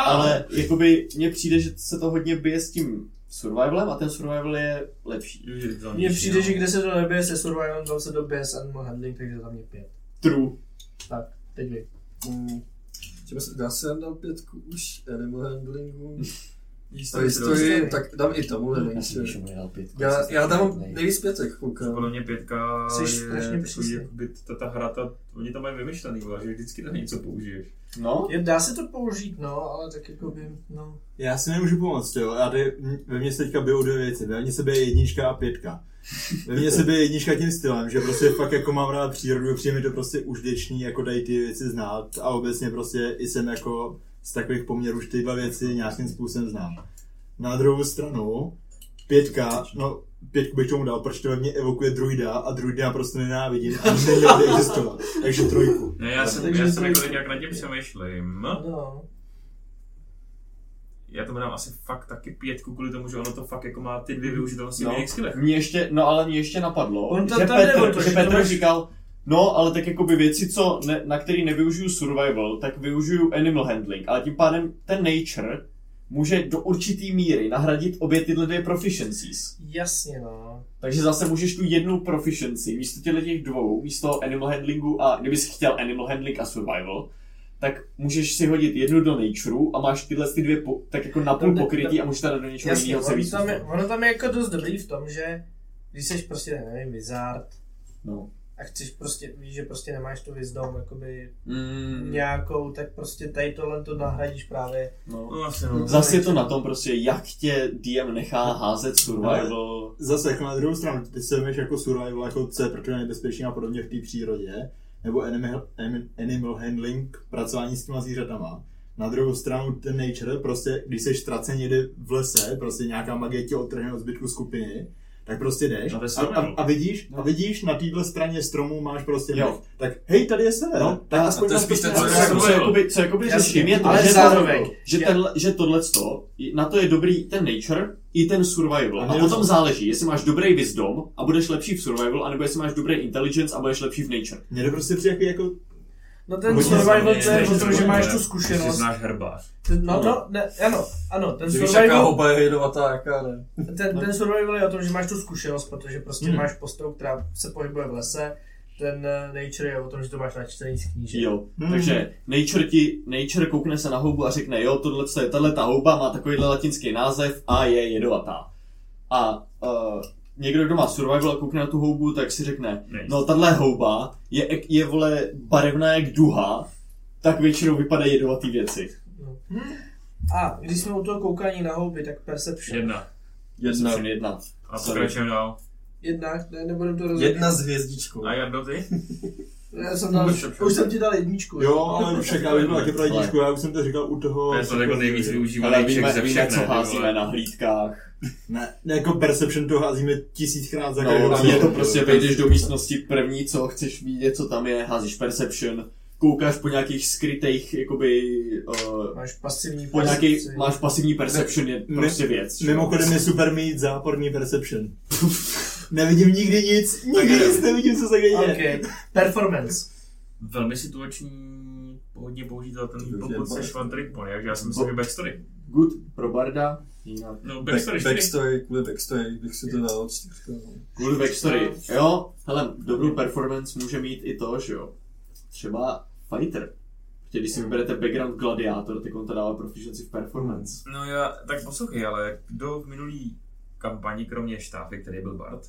[SPEAKER 5] Ale jakoby mně přijde, že se to hodně bije s tím survivalem a ten survival je lepší.
[SPEAKER 4] Mně přijde, že kde se to nebije se survivalem, tam se dobije s animal handling, takže tam je pět.
[SPEAKER 5] True.
[SPEAKER 4] Teď vy.
[SPEAKER 6] Hmm. Třeba se, já jsem dal pětku už animal handlingu. To
[SPEAKER 3] Historie se
[SPEAKER 4] dostanou.
[SPEAKER 6] historii, tak dám i tomu
[SPEAKER 5] Já si
[SPEAKER 6] nature.
[SPEAKER 5] myslím, že mu dal pětku,
[SPEAKER 6] Já,
[SPEAKER 5] asi
[SPEAKER 6] já dám
[SPEAKER 5] nej-
[SPEAKER 6] nejvíc pětek,
[SPEAKER 3] To
[SPEAKER 6] koukám.
[SPEAKER 3] podle mě pětka
[SPEAKER 4] Jsi strašně
[SPEAKER 3] je takový,
[SPEAKER 4] přísný.
[SPEAKER 3] jakoby ta, ta hra, ta, oni to mají vymyšlený, vole, že vždycky na něco použiješ.
[SPEAKER 5] No,
[SPEAKER 4] Je, dá se to použít, no, ale tak jako by, no.
[SPEAKER 2] Já si nemůžu pomoct, jo, já tady, m- ve mně se teďka bijou dvě věci, ve mně se bije jednička a pětka. Ve mně se bije jednička tím stylem, že prostě fakt jako mám rád přírodu, přijde mi to prostě užděčný, jako dají ty věci znát a obecně prostě i jsem jako z takových poměrů už tyhle věci nějakým způsobem znám. Na druhou stranu, pětka, no pětku bych tomu dal, protože to ve mně evokuje druida a druida já prostě nenávidím a neměl by existovat, takže trojku.
[SPEAKER 3] Ne, já jsem,
[SPEAKER 4] Takže
[SPEAKER 3] já
[SPEAKER 4] to
[SPEAKER 3] jsem
[SPEAKER 4] je-
[SPEAKER 3] jako teď jak nad tím přemýšlím.
[SPEAKER 4] No,
[SPEAKER 3] Já tomu dám asi fakt taky pětku kvůli tomu, že ono to fakt jako má ty dvě využitelnosti
[SPEAKER 5] No.
[SPEAKER 3] v jiných skillech.
[SPEAKER 5] Mně ještě, no ale mě ještě napadlo,
[SPEAKER 4] On to
[SPEAKER 5] že,
[SPEAKER 4] tam jde o
[SPEAKER 5] Petr,
[SPEAKER 4] to,
[SPEAKER 5] že
[SPEAKER 4] že
[SPEAKER 5] Petr
[SPEAKER 4] to máš-
[SPEAKER 5] říkal, no ale tak jakoby věci, co ne, na který nevyužiju survival, tak využiju animal handling, ale tím pádem ten nature může do určitý míry nahradit obě tyhle dvě proficiencies.
[SPEAKER 4] jasně, no.
[SPEAKER 5] Takže zase můžeš tu jednu proficiency místo těchto těch dvou, místo animal handlingu a kdyby jsi chtěl animal handling a survival, tak můžeš si hodit jednu do natureu a máš tyhle ty dvě po, tak jako napůl
[SPEAKER 4] Tam-
[SPEAKER 5] pokrytý a můžeš teda do něčeho
[SPEAKER 4] No, Jasně,
[SPEAKER 5] jiného se
[SPEAKER 4] ono
[SPEAKER 5] víc.
[SPEAKER 4] tam, je,
[SPEAKER 5] dostat.
[SPEAKER 4] ono tam je jako dost dobrý v tom, že když jsi prostě, nevím, wizard,
[SPEAKER 5] No.
[SPEAKER 4] a chceš prostě, víš, že prostě nemáš tu vizdom, jakoby
[SPEAKER 5] Mm,
[SPEAKER 4] nějakou, tak prostě tady tohle to nahradíš právě.
[SPEAKER 5] no.
[SPEAKER 3] No, asi no.
[SPEAKER 5] Zase je to na tom prostě, jak tě DM nechá házet survival.
[SPEAKER 2] zase jako na druhou stranu, ty se jmeš jako survival, jako co je pro tebe nebezpečný a podobně v té přírodě, nebo animal, anim- animal handling, pracování s těma zvířatama. Na druhou stranu ten nature, prostě když jsi ztracen někde v lese, prostě nějaká magie tě odtrhne od zbytku skupiny, tak prostě jdeš
[SPEAKER 3] No, to je
[SPEAKER 2] a, a,
[SPEAKER 3] survival.
[SPEAKER 2] a, vidíš, a vidíš na téhle straně stromu máš prostě
[SPEAKER 5] Jo.
[SPEAKER 2] mech. Tak hej, tady je sever.
[SPEAKER 5] No,
[SPEAKER 2] No, tak
[SPEAKER 5] a
[SPEAKER 2] aspoň
[SPEAKER 6] to je
[SPEAKER 2] nás
[SPEAKER 6] spíš ten
[SPEAKER 2] prostě-
[SPEAKER 3] survival.
[SPEAKER 5] Co, co jakoby, co jakoby
[SPEAKER 4] jako- Jasně,
[SPEAKER 5] řeším je to,
[SPEAKER 4] ale
[SPEAKER 5] že,
[SPEAKER 4] zároveň.
[SPEAKER 5] to, že, tenhle, že tohleto, na to je dobrý ten nature i ten survival.
[SPEAKER 2] A
[SPEAKER 5] A
[SPEAKER 2] mě
[SPEAKER 5] potom
[SPEAKER 2] dost-
[SPEAKER 5] záleží, jestli máš dobrý wisdom a budeš lepší v survival, anebo jestli máš dobrý intelligence a budeš lepší v nature.
[SPEAKER 2] Mně to prostě přijde jako- jako
[SPEAKER 4] No ten
[SPEAKER 2] Hodně
[SPEAKER 4] survival
[SPEAKER 3] Za
[SPEAKER 4] to
[SPEAKER 3] mě
[SPEAKER 4] je o tom, že
[SPEAKER 3] survival,
[SPEAKER 4] máš
[SPEAKER 3] ne?
[SPEAKER 4] tu
[SPEAKER 3] Že
[SPEAKER 4] zkušenost.
[SPEAKER 3] znáš herbář.
[SPEAKER 4] Ten, no, no, ne, ano, ano, ten
[SPEAKER 6] Že víš, jaká
[SPEAKER 4] survival,
[SPEAKER 6] oba je jedovatá, jaká ne.
[SPEAKER 4] ten, ten survival je o tom, že máš tu zkušenost, protože prostě máš postavu, která se pohybuje v lese, ten eh, nature je o tom, že to máš načtený z knížek.
[SPEAKER 5] Jo. Takže nature, ti, nature koukne se na houbu a řekne, jo, tohle je, tahle ta houba má takovýhle latinský název a je jedovatá. A uh, někdo, kdo má survival a koukne na tu houbu, tak si řekne,
[SPEAKER 3] Ne.
[SPEAKER 5] no tahle houba je, ek- je vole barevná jak duha, tak většinou vypadají jedovatý věci.
[SPEAKER 4] A když jsme u toho koukání na houby, tak Perception.
[SPEAKER 3] Jedna.
[SPEAKER 5] Jedna. jedna.
[SPEAKER 3] No. A pokračujeme dál.
[SPEAKER 4] Jednak, ne, nebudem to rozhodnout.
[SPEAKER 6] Jedna s hvězdičkou.
[SPEAKER 3] A Jardo, ty?
[SPEAKER 4] Já jsem dal,
[SPEAKER 3] Perception.
[SPEAKER 4] už jsem ti dal jedničku.
[SPEAKER 2] Jo, ale však já vím, jak je
[SPEAKER 5] Ale-
[SPEAKER 2] pradíčku, já už jsem to říkal u toho...
[SPEAKER 3] To je to jako nejvíc
[SPEAKER 5] Ale
[SPEAKER 3] využívaný
[SPEAKER 5] víme,
[SPEAKER 3] ček ze
[SPEAKER 5] víme,
[SPEAKER 3] všech,
[SPEAKER 5] co
[SPEAKER 3] ne? ty
[SPEAKER 5] házíme
[SPEAKER 3] vole.
[SPEAKER 5] na hlídkách.
[SPEAKER 2] Ne, ne, jako Perception to házíme tisíckrát za každou
[SPEAKER 5] No, a
[SPEAKER 2] cenu.
[SPEAKER 5] je to prostě, vejdeš do místnosti první, co chceš vidět, co tam je, házíš perception, koukáš po nějakých skrytých, jakoby, uh,
[SPEAKER 4] Máš pasivní
[SPEAKER 5] po nějaký,
[SPEAKER 4] percepci.
[SPEAKER 5] máš pasivní perception, je
[SPEAKER 2] Ne-
[SPEAKER 5] prostě věc. že jo.
[SPEAKER 2] Mimochodem je super mít záporný Perception. nevidím nikdy nic, nikdy nic nevidím, co se kde děje.
[SPEAKER 4] Okay. Performance.
[SPEAKER 3] Velmi situační hodně používat ten
[SPEAKER 6] je
[SPEAKER 3] pokud
[SPEAKER 6] fajn.
[SPEAKER 3] seš fan trick pony, takže já jsem
[SPEAKER 5] No.
[SPEAKER 3] myslel, že backstory.
[SPEAKER 5] Good pro barda, jinak.
[SPEAKER 3] No, backstory
[SPEAKER 6] Back,
[SPEAKER 3] čtyři.
[SPEAKER 6] backstory, kvůli backstory bych si to dal čtyřka. no.
[SPEAKER 5] Good backstory. Jo, hele, dobrou performance může mít i to, že jo. Třeba fighter. Protože když si vyberete background gladiátor, tak on to dává proficiency v performance.
[SPEAKER 3] No já, tak poslouchej, ale kdo v minulý kampani, kromě štáfy, který byl Bart,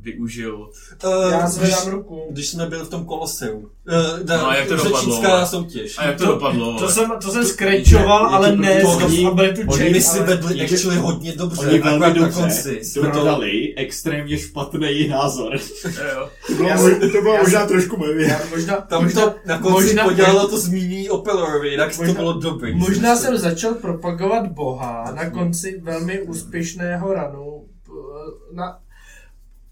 [SPEAKER 3] využil
[SPEAKER 6] Eh,
[SPEAKER 4] Já
[SPEAKER 6] když-
[SPEAKER 4] zvedám ruku.
[SPEAKER 6] Když jsme byli v tom koloseu. Uh,
[SPEAKER 3] No a jak to dopadlo, vole?
[SPEAKER 6] soutěž.
[SPEAKER 3] A jak to,
[SPEAKER 4] To-
[SPEAKER 3] dopadlo?
[SPEAKER 4] To
[SPEAKER 3] vole?
[SPEAKER 4] jsem, to jsem skrečoval,
[SPEAKER 5] ne,
[SPEAKER 4] ale
[SPEAKER 5] je to
[SPEAKER 4] ne
[SPEAKER 6] proto-
[SPEAKER 4] z
[SPEAKER 5] oni-
[SPEAKER 4] abilitu
[SPEAKER 5] oni
[SPEAKER 6] My
[SPEAKER 4] check,
[SPEAKER 6] si
[SPEAKER 4] ale-
[SPEAKER 6] vedli
[SPEAKER 5] Jenže-
[SPEAKER 6] actually hodně dobře.
[SPEAKER 5] Oni velmi
[SPEAKER 6] akorát
[SPEAKER 5] dobře
[SPEAKER 6] dokonci jsme to-
[SPEAKER 5] prodali extrémně špatný názor.
[SPEAKER 3] Eh, jo.
[SPEAKER 2] To bylo,
[SPEAKER 4] Já
[SPEAKER 2] moj-
[SPEAKER 4] jsem-
[SPEAKER 2] to bylo
[SPEAKER 4] já
[SPEAKER 2] možná trošku moje
[SPEAKER 4] Já možná,
[SPEAKER 6] Tam
[SPEAKER 4] možná,
[SPEAKER 6] to na konci
[SPEAKER 4] možná-
[SPEAKER 6] podělalo to zmínění Opelovi, jinak to
[SPEAKER 4] možná-
[SPEAKER 6] bylo dobrý. Prostě.
[SPEAKER 4] možná jsem začal propagovat Boha na konci velmi úspěšného ranu. p- Na,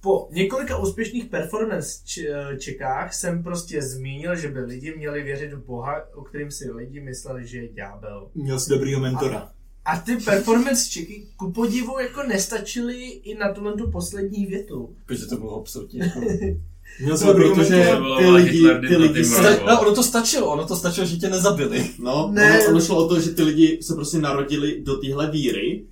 [SPEAKER 4] po několika úspěšných performance č- eh, čekách jsem prostě zmínil, že by lidi měli věřit v Boha, o kterým si lidi mysleli, že je ďábel.
[SPEAKER 2] Měl jsi dobrýho mentora.
[SPEAKER 4] A ty performance čeky ku podivu jako nestačily i na tuhle tu poslední větu.
[SPEAKER 6] Protože to bylo absolutně.
[SPEAKER 2] Měl jsi
[SPEAKER 5] No,
[SPEAKER 2] dobrýho
[SPEAKER 5] protože-
[SPEAKER 2] mentora.
[SPEAKER 3] bylo,
[SPEAKER 5] ty
[SPEAKER 3] vole,
[SPEAKER 5] lidi-
[SPEAKER 3] Hitler
[SPEAKER 5] ty
[SPEAKER 3] did
[SPEAKER 5] lidi
[SPEAKER 3] nothing
[SPEAKER 5] se-
[SPEAKER 3] wrong,
[SPEAKER 6] No,
[SPEAKER 3] vole.
[SPEAKER 6] ono to stačilo, ono to stačilo, že tě nezabili.
[SPEAKER 5] No,
[SPEAKER 4] Ne.
[SPEAKER 5] ono, ono šlo o to, že ty lidi se prostě narodili do téhle víry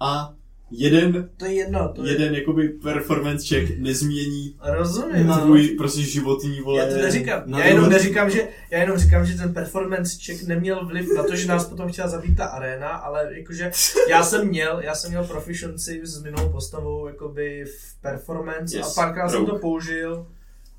[SPEAKER 5] a jeden,
[SPEAKER 4] To je jedno, to je...
[SPEAKER 5] jeden jakoby performance check nezmění
[SPEAKER 4] Rozumím, no.
[SPEAKER 5] tvůj prostě životní vole.
[SPEAKER 4] Já to neříkám.
[SPEAKER 2] na
[SPEAKER 4] Já jenom
[SPEAKER 2] druhou-
[SPEAKER 4] neříkám, že, já jenom říkám, že ten performance check neměl vliv na to, že nás potom chtěla zabít ta arena, ale jakože já jsem měl, já jsem měl proficiency s minulou postavou jakoby v performance
[SPEAKER 5] Yes,
[SPEAKER 4] a párkrát jsem to
[SPEAKER 5] rogue.
[SPEAKER 4] použil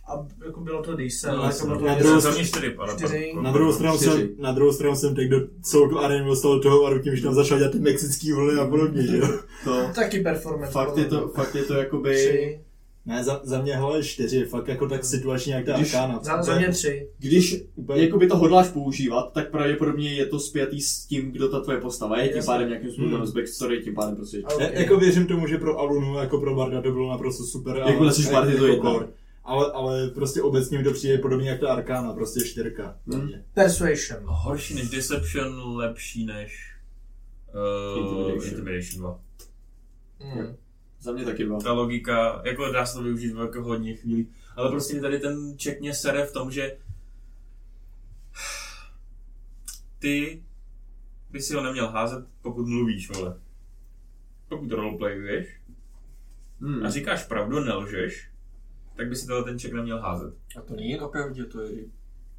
[SPEAKER 4] a jako bylo to decent.
[SPEAKER 2] No,
[SPEAKER 4] jako bylo to
[SPEAKER 2] na
[SPEAKER 4] decent.
[SPEAKER 2] druhou-
[SPEAKER 3] Za mě čtyři, pane.
[SPEAKER 4] Čtyři.
[SPEAKER 3] pane.
[SPEAKER 2] Na druhou stranu
[SPEAKER 5] Čtyři.
[SPEAKER 2] jsem, na druhou stranu jsem teď do celou tu arénu dostal do toho a tím, že tam začal dělat ty mexický vlny a podobně, že jo.
[SPEAKER 5] To,
[SPEAKER 4] Taky performance.
[SPEAKER 5] fakt je to, fakt je to jakoby,
[SPEAKER 4] Tři.
[SPEAKER 2] Ne, za, za mě hele čtyři, fakt jako tak situačně jak ta
[SPEAKER 5] Když-
[SPEAKER 2] Arkána.
[SPEAKER 4] Za, za mě tři.
[SPEAKER 5] když
[SPEAKER 2] Úplně-
[SPEAKER 5] jakoby to hodláš používat, tak pravděpodobně je to spjatý s tím, kdo ta tvoje postava je, tím
[SPEAKER 4] Jasně.
[SPEAKER 5] pádem nějakým
[SPEAKER 2] Hmm.
[SPEAKER 5] způsobem z backstory, tím pádem prostě
[SPEAKER 4] A-
[SPEAKER 2] Já, jako věřím tomu, že pro Alunu, jako pro Barda to bylo naprosto super. ale-
[SPEAKER 5] Jakmile jsi
[SPEAKER 2] a-
[SPEAKER 5] Bardy, to je jedno.
[SPEAKER 2] core. Ale, ale prostě obecně mi to přijde podobně jak ta Arkána, prostě čtyřka. za
[SPEAKER 5] Hmm.
[SPEAKER 2] mě.
[SPEAKER 4] Persuasion.
[SPEAKER 3] Horší než Deception, lepší než... eh,
[SPEAKER 5] Intimidation.
[SPEAKER 3] Intimidation 2.
[SPEAKER 4] Mm.
[SPEAKER 5] za mě taky dva.
[SPEAKER 3] ta logika, jako dá se to využít jako hodně chvílí, ale prostě mi tady ten ček mě sere v tom, že ty by si ho neměl házet, pokud mluvíš, vole. Pokud roleplayuješ
[SPEAKER 5] Hmm.
[SPEAKER 3] a říkáš pravdu, nelžeš, tak by si tohle ten ček neměl házet.
[SPEAKER 6] A to není opravdu, to je,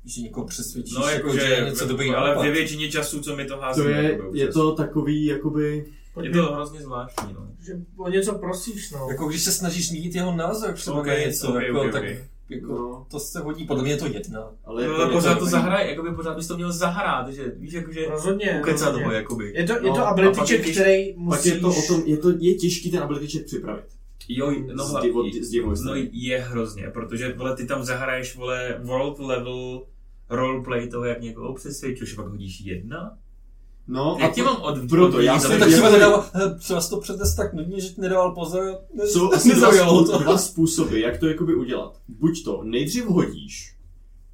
[SPEAKER 6] že někoho přesvědčíš,
[SPEAKER 3] No,
[SPEAKER 6] jako,
[SPEAKER 3] jakože,
[SPEAKER 6] že je něco dobrý
[SPEAKER 3] ale
[SPEAKER 6] nápad.
[SPEAKER 3] ve většině času, co mi to jako hází,
[SPEAKER 5] To je, je to takový, jakoby,
[SPEAKER 3] je to hrozně zvláštní, no.
[SPEAKER 4] Že o něco prosíš, no.
[SPEAKER 6] Jako když se snažíš mít jeho názor třeba
[SPEAKER 3] Ok,
[SPEAKER 6] na něco,
[SPEAKER 3] ok,
[SPEAKER 6] jako,
[SPEAKER 3] ok,
[SPEAKER 6] tak
[SPEAKER 3] ok.
[SPEAKER 6] jako,
[SPEAKER 5] no,
[SPEAKER 6] to se hodí, podle mě je to jedna.
[SPEAKER 5] ale
[SPEAKER 3] no,
[SPEAKER 5] jako
[SPEAKER 3] ale
[SPEAKER 5] je
[SPEAKER 3] pořád to
[SPEAKER 5] dobrý.
[SPEAKER 3] zahraj, jakoby pořád bys to měl zahrát, že víš, jakože
[SPEAKER 4] Rozhodně.
[SPEAKER 3] ukecat
[SPEAKER 4] rozhodně.
[SPEAKER 3] ho, jakoby.
[SPEAKER 4] Je to, je
[SPEAKER 5] No,
[SPEAKER 4] to
[SPEAKER 5] a
[SPEAKER 4] ability
[SPEAKER 3] pak je
[SPEAKER 4] check,
[SPEAKER 3] těž-
[SPEAKER 4] který
[SPEAKER 5] Pak
[SPEAKER 4] musíš...
[SPEAKER 5] je to o tom, je to, je těžký ten ability check připravit.
[SPEAKER 3] Jo, no,
[SPEAKER 5] Z
[SPEAKER 3] hla-
[SPEAKER 5] divo- z divové
[SPEAKER 3] no
[SPEAKER 5] strany.
[SPEAKER 3] je hrozně, protože vole, ty tam zahraješ vole world level roleplay toho, jak někoho přesvědčuješ, pak hodíš jedna.
[SPEAKER 5] No,
[SPEAKER 3] Já ti mám od
[SPEAKER 5] proto, já
[SPEAKER 3] odvíjí
[SPEAKER 5] jsem
[SPEAKER 3] za-
[SPEAKER 6] No, tak
[SPEAKER 5] je-
[SPEAKER 6] třeba nedával, hele, třeba jsi to přednes tak nudně, že ti nedával pozor, ne,
[SPEAKER 5] Jsou asi dva,
[SPEAKER 6] nezaujalo to.
[SPEAKER 5] způ- dva způsoby, jak to jakoby udělat. Buď to nejdřív hodíš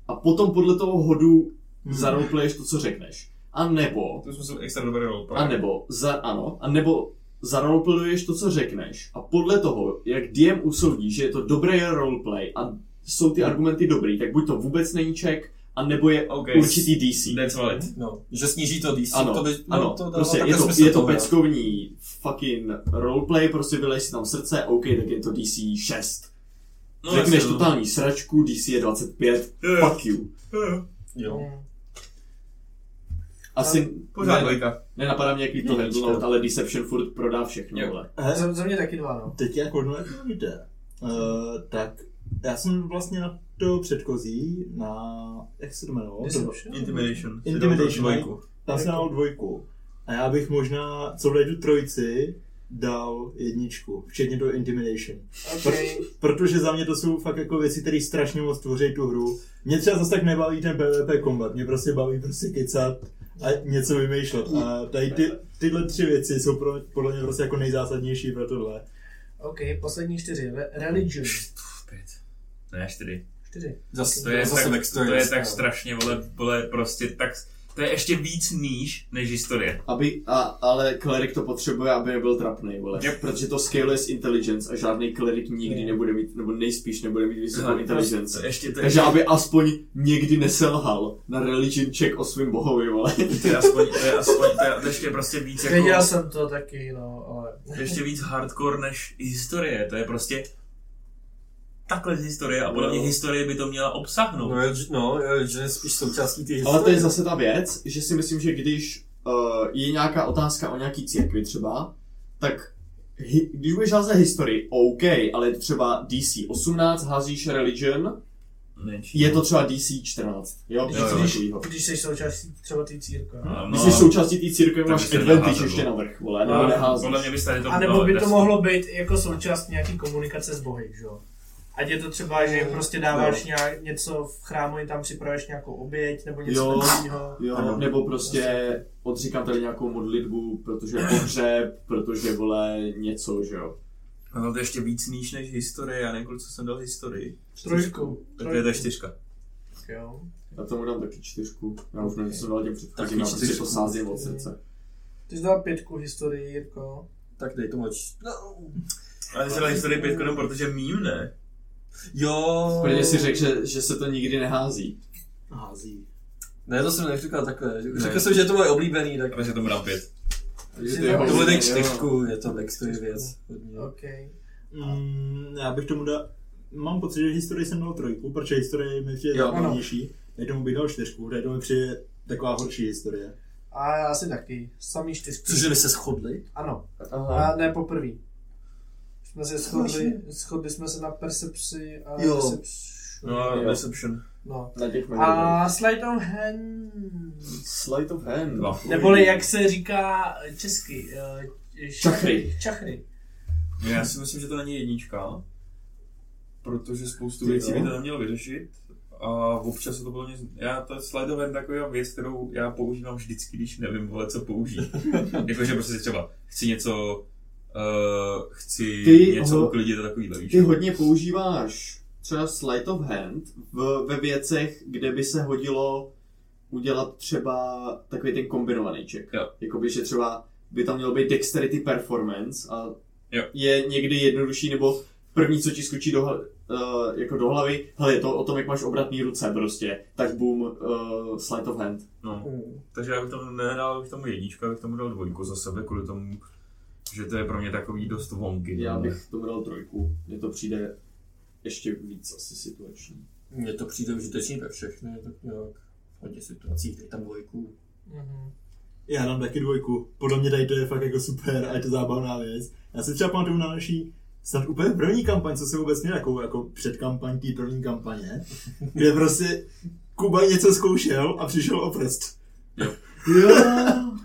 [SPEAKER 5] a potom podle toho hodu
[SPEAKER 2] Hmm.
[SPEAKER 5] zaroleplayeš to, co řekneš. A nebo,
[SPEAKER 3] To jsme extra dobrý roleplay.
[SPEAKER 5] a nebo, za, ano, a nebo zaroleplayuješ to, co řekneš a podle toho, jak DM usoudí, že je to dobrý roleplay a jsou ty argumenty dobrý, tak buď to vůbec není check, a nebo je
[SPEAKER 3] Ok.
[SPEAKER 5] určitý DC.
[SPEAKER 3] That's valid.
[SPEAKER 6] No, že sníží to DC,
[SPEAKER 5] Ano,
[SPEAKER 6] to by, no,
[SPEAKER 5] ano,
[SPEAKER 6] to dává
[SPEAKER 5] prostě
[SPEAKER 6] takhle
[SPEAKER 5] je to,
[SPEAKER 6] smysl
[SPEAKER 5] je to
[SPEAKER 6] no.
[SPEAKER 5] peckovní fucking roleplay, prostě vylej si tam srdce, OK, tak je to DC 6. No, Řekneš
[SPEAKER 3] jasně, no.
[SPEAKER 5] totální sračku, DC je 25,
[SPEAKER 3] Jo, jo.
[SPEAKER 4] No.
[SPEAKER 5] fuck you.
[SPEAKER 3] Jo, jo.
[SPEAKER 6] Jo.
[SPEAKER 7] Asi
[SPEAKER 3] Pořád
[SPEAKER 7] ne,
[SPEAKER 3] dvojka.
[SPEAKER 7] nenapadá mě, jaký to
[SPEAKER 5] Jednička.
[SPEAKER 7] handlenout, ale Deception furt prodá všechno,
[SPEAKER 5] Jo.
[SPEAKER 7] vole.
[SPEAKER 2] Hele,
[SPEAKER 4] Za, za mě taky dva, no.
[SPEAKER 2] Teď jak ono to jde, uh, tak já jsem vlastně na to předchozí, na, jak se to
[SPEAKER 3] No,
[SPEAKER 2] jmenovalo? To-
[SPEAKER 4] Deception?
[SPEAKER 3] Intimidation.
[SPEAKER 2] Intimidation,
[SPEAKER 5] no.
[SPEAKER 3] Si dal Dvojku.
[SPEAKER 2] Tam jsem dal dvojku. A já bych možná, co vledu trojici, dal jedničku, včetně toho Intimidation.
[SPEAKER 4] Okay.
[SPEAKER 2] Protože za mě to jsou fakt jako věci, které strašně moc tvoří tu hru. Mě třeba zase tak nebaví ten PvP kombat, mě prostě baví prostě kecat a něco vymýšlet. A tady ty, tyhle tři věci jsou pro, podle mě prostě jako nejzásadnější pro tohle.
[SPEAKER 4] OK, poslední čtyři. Re- religion.
[SPEAKER 3] Pět. Ne, čtyři.
[SPEAKER 4] Čtyři.
[SPEAKER 3] Jako-
[SPEAKER 6] Zase,
[SPEAKER 3] To je,
[SPEAKER 6] zase
[SPEAKER 3] tak, to je no.
[SPEAKER 6] backstory.
[SPEAKER 3] tak strašně, vole, vole, prostě tak, to je ještě víc níž než historie.
[SPEAKER 5] Aby, a, ale klerik to potřebuje, aby nebyl trapný, vole.
[SPEAKER 3] Yep.
[SPEAKER 5] Protože to scale je z intelligence a žádný klerik nikdy nebude mít, nebo nejspíš nebude mít vysokou
[SPEAKER 3] Aha,
[SPEAKER 5] inteligenci.
[SPEAKER 3] Ještě to
[SPEAKER 5] Takže aby aspoň někdy neselhal na religion check o svým bohovi, vole.
[SPEAKER 3] to je aspoň, to je aspoň, to je, to ještě prostě víc jako...
[SPEAKER 4] Věděl jsem to taky, no, ale...
[SPEAKER 3] ještě víc hardcore než historie. To je prostě takhle z historie a
[SPEAKER 4] No.
[SPEAKER 3] podle mě historie by to měla obsahnout.
[SPEAKER 6] No, je, no, je, že je spíš součástí
[SPEAKER 5] Ale
[SPEAKER 6] ty
[SPEAKER 5] to je
[SPEAKER 6] historie.
[SPEAKER 5] zase ta věc, že si myslím, že když uh, je nějaká otázka o nějaký církvi třeba, tak hi, když budeš házet historii, OK, ale je to třeba DC 18, házíš religion,
[SPEAKER 3] Menší.
[SPEAKER 5] je to třeba DC 14, jo?
[SPEAKER 4] Když,
[SPEAKER 3] No, Jo, jo.
[SPEAKER 5] Něco
[SPEAKER 4] když,
[SPEAKER 5] takovýho.
[SPEAKER 4] když jsi součástí třeba té církve.
[SPEAKER 3] No,
[SPEAKER 5] Když jsi součástí té církve,
[SPEAKER 3] Tak
[SPEAKER 5] máš
[SPEAKER 3] byste
[SPEAKER 5] advantage
[SPEAKER 3] neházeli.
[SPEAKER 5] ještě na vrch, vole, nebo
[SPEAKER 3] no,
[SPEAKER 5] neházíš.
[SPEAKER 3] podle mě bys tady to
[SPEAKER 4] A nebo by to
[SPEAKER 3] jasně.
[SPEAKER 4] mohlo být jako součást nějaký komunikace s bohy, že jo? Ať je to třeba, že
[SPEAKER 3] No,
[SPEAKER 4] jim prostě dáváš nějak, něco v chrámu, jim tam připravuješ nějakou oběť nebo něco
[SPEAKER 5] Jo.
[SPEAKER 4] takového.
[SPEAKER 5] Jo,
[SPEAKER 2] Ano.
[SPEAKER 5] nebo prostě odříkám tady nějakou modlitbu, protože pohřeb, protože vole něco, že jo.
[SPEAKER 3] No, to je ještě víc níž než historie, já nevím, kolik, co jsem dal historii.
[SPEAKER 4] Trojku.
[SPEAKER 3] Tak je to je čtyřka.
[SPEAKER 4] Jo.
[SPEAKER 5] Já tomu dám taky čtyřku, já už nevím, co jsem dal těm předchozím,
[SPEAKER 6] Taky
[SPEAKER 5] já prostě to
[SPEAKER 6] čtyřku.
[SPEAKER 5] sázím od srdce.
[SPEAKER 4] Ty jsi dal pětku historii, Jirko.
[SPEAKER 6] Tak dej tomu č... No,
[SPEAKER 3] Ale jsem dal historii pět jenom protože mím, ne?
[SPEAKER 6] jo.
[SPEAKER 5] Prvně si řekl, že, že se to nikdy nehází.
[SPEAKER 2] Hází.
[SPEAKER 6] Ne, to jsem neříkal takhle. Řekl
[SPEAKER 3] Ne.
[SPEAKER 6] jsem, že je to moje oblíbený, tak...
[SPEAKER 3] Takže tomu dám pět.
[SPEAKER 5] Takže
[SPEAKER 4] Jsi
[SPEAKER 5] to je
[SPEAKER 4] to-
[SPEAKER 6] To bude
[SPEAKER 5] hodně,
[SPEAKER 6] tak
[SPEAKER 5] jo.
[SPEAKER 6] čtyřku, je to backstory věc. hodně.
[SPEAKER 3] No.
[SPEAKER 4] OK.
[SPEAKER 2] Mm, já bych tomu dal... Mám pocit, že historii jsem dal trojku, protože historie mi přijde
[SPEAKER 6] Jo,
[SPEAKER 2] zábavnější. Tady tomu bych dal čtyřku, tady tomu mi přijde taková horší historie.
[SPEAKER 4] A já asi taky. Samý čtyřky.
[SPEAKER 6] Cože vy se shodli?
[SPEAKER 4] Ano.
[SPEAKER 5] Aha.
[SPEAKER 4] A ne poprvé. Jsme se shodli, shodli jsme se na percepci a
[SPEAKER 6] Jo.
[SPEAKER 4] percepci-
[SPEAKER 3] No,
[SPEAKER 5] Jo.
[SPEAKER 3] Deception.
[SPEAKER 4] No.
[SPEAKER 5] Na těch a...
[SPEAKER 4] A slide on hand.
[SPEAKER 5] Sleight of hand.
[SPEAKER 3] Dva.
[SPEAKER 4] Neboli jak se říká česky. eh, š-
[SPEAKER 5] Čachry.
[SPEAKER 4] Čachry.
[SPEAKER 3] No, Já si myslím, že to není jednička, protože spoustu
[SPEAKER 5] Ty
[SPEAKER 3] věcí
[SPEAKER 5] jo.
[SPEAKER 3] by to tam mělo vyřešit. A občas se to bylo něco... Já to slidové je taková věc, kterou já používám vždycky, když nevím, vole, co použít. Jakože prostě si třeba chci něco... Uh, chci
[SPEAKER 5] Ty
[SPEAKER 3] něco
[SPEAKER 5] ho-
[SPEAKER 3] uklidit a takovýhle, víš?
[SPEAKER 5] Ty hodně používáš třeba sleight of hand v, ve věcech, kde by se hodilo udělat třeba takový ten kombinovaný check.
[SPEAKER 3] Jo.
[SPEAKER 5] Jakoby, že třeba by tam měl být dexterity performance a
[SPEAKER 3] Jo.
[SPEAKER 5] je někdy jednodušší, nebo první, co ti skočí do, hla- eh, jako do hlavy, hele, je to o tom, jak máš obratný ruce prostě, tak boom, uh, sleight of hand.
[SPEAKER 3] No.
[SPEAKER 6] Hmm,
[SPEAKER 3] Takže já bych tomu nedal bych tomu jedničku, já bych tomu dal dvojku za sebe, kvůli tomu, že to je pro mě takový dost vonky.
[SPEAKER 5] Já bych tomu dal trojku, mně to přijde ještě víc asi situační.
[SPEAKER 6] Mně to přijde užitečný ve všech, ne? Tak nějak v hodně situacích, dej tam dvojku.
[SPEAKER 4] Mhm.
[SPEAKER 2] Já dám taky dvojku. Podle mě tady to je fakt jako super a je to zábavná věc. Já si třeba pamatuju na naší snad úplně první kampaň, co jsem vůbec měl, jako, jako předkampaň té první kampaně, kde prostě Kuba něco zkoušel a přišel o prst.
[SPEAKER 3] Jo.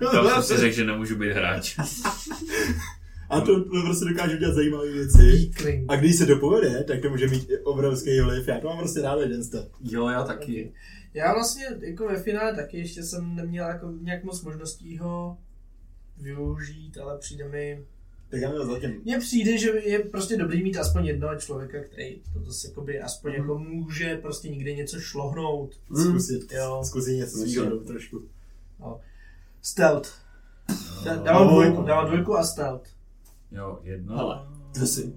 [SPEAKER 2] Jo.
[SPEAKER 3] Tam jsem si řekl, že nemůžu být hráč.
[SPEAKER 2] a to, to prostě dokáže dělat zajímavé věci.
[SPEAKER 4] Weakling.
[SPEAKER 2] A když se to povede, tak to může mít i obrovský vliv. Já to mám prostě rád jeden stav.
[SPEAKER 6] Jo, já taky.
[SPEAKER 4] Já vlastně jako ve finále taky ještě jsem neměl jako nějak moc možností ho využít, ale přijde mi...
[SPEAKER 2] Tak já měl zatím.
[SPEAKER 4] Mně přijde, že je prostě dobrý mít aspoň jednoho člověka, který to zase jakoby aspoň mm. jako může prostě někde něco šlohnout.
[SPEAKER 5] Hmm,
[SPEAKER 2] Zkusit,
[SPEAKER 4] Jo.
[SPEAKER 2] zkusit něco
[SPEAKER 5] Myslím.
[SPEAKER 2] svýho trošku.
[SPEAKER 4] Stealth. Da- Dávám dvojku, dávám dvojku a stealth.
[SPEAKER 3] Jo, jedno.
[SPEAKER 5] Hele.
[SPEAKER 6] To si...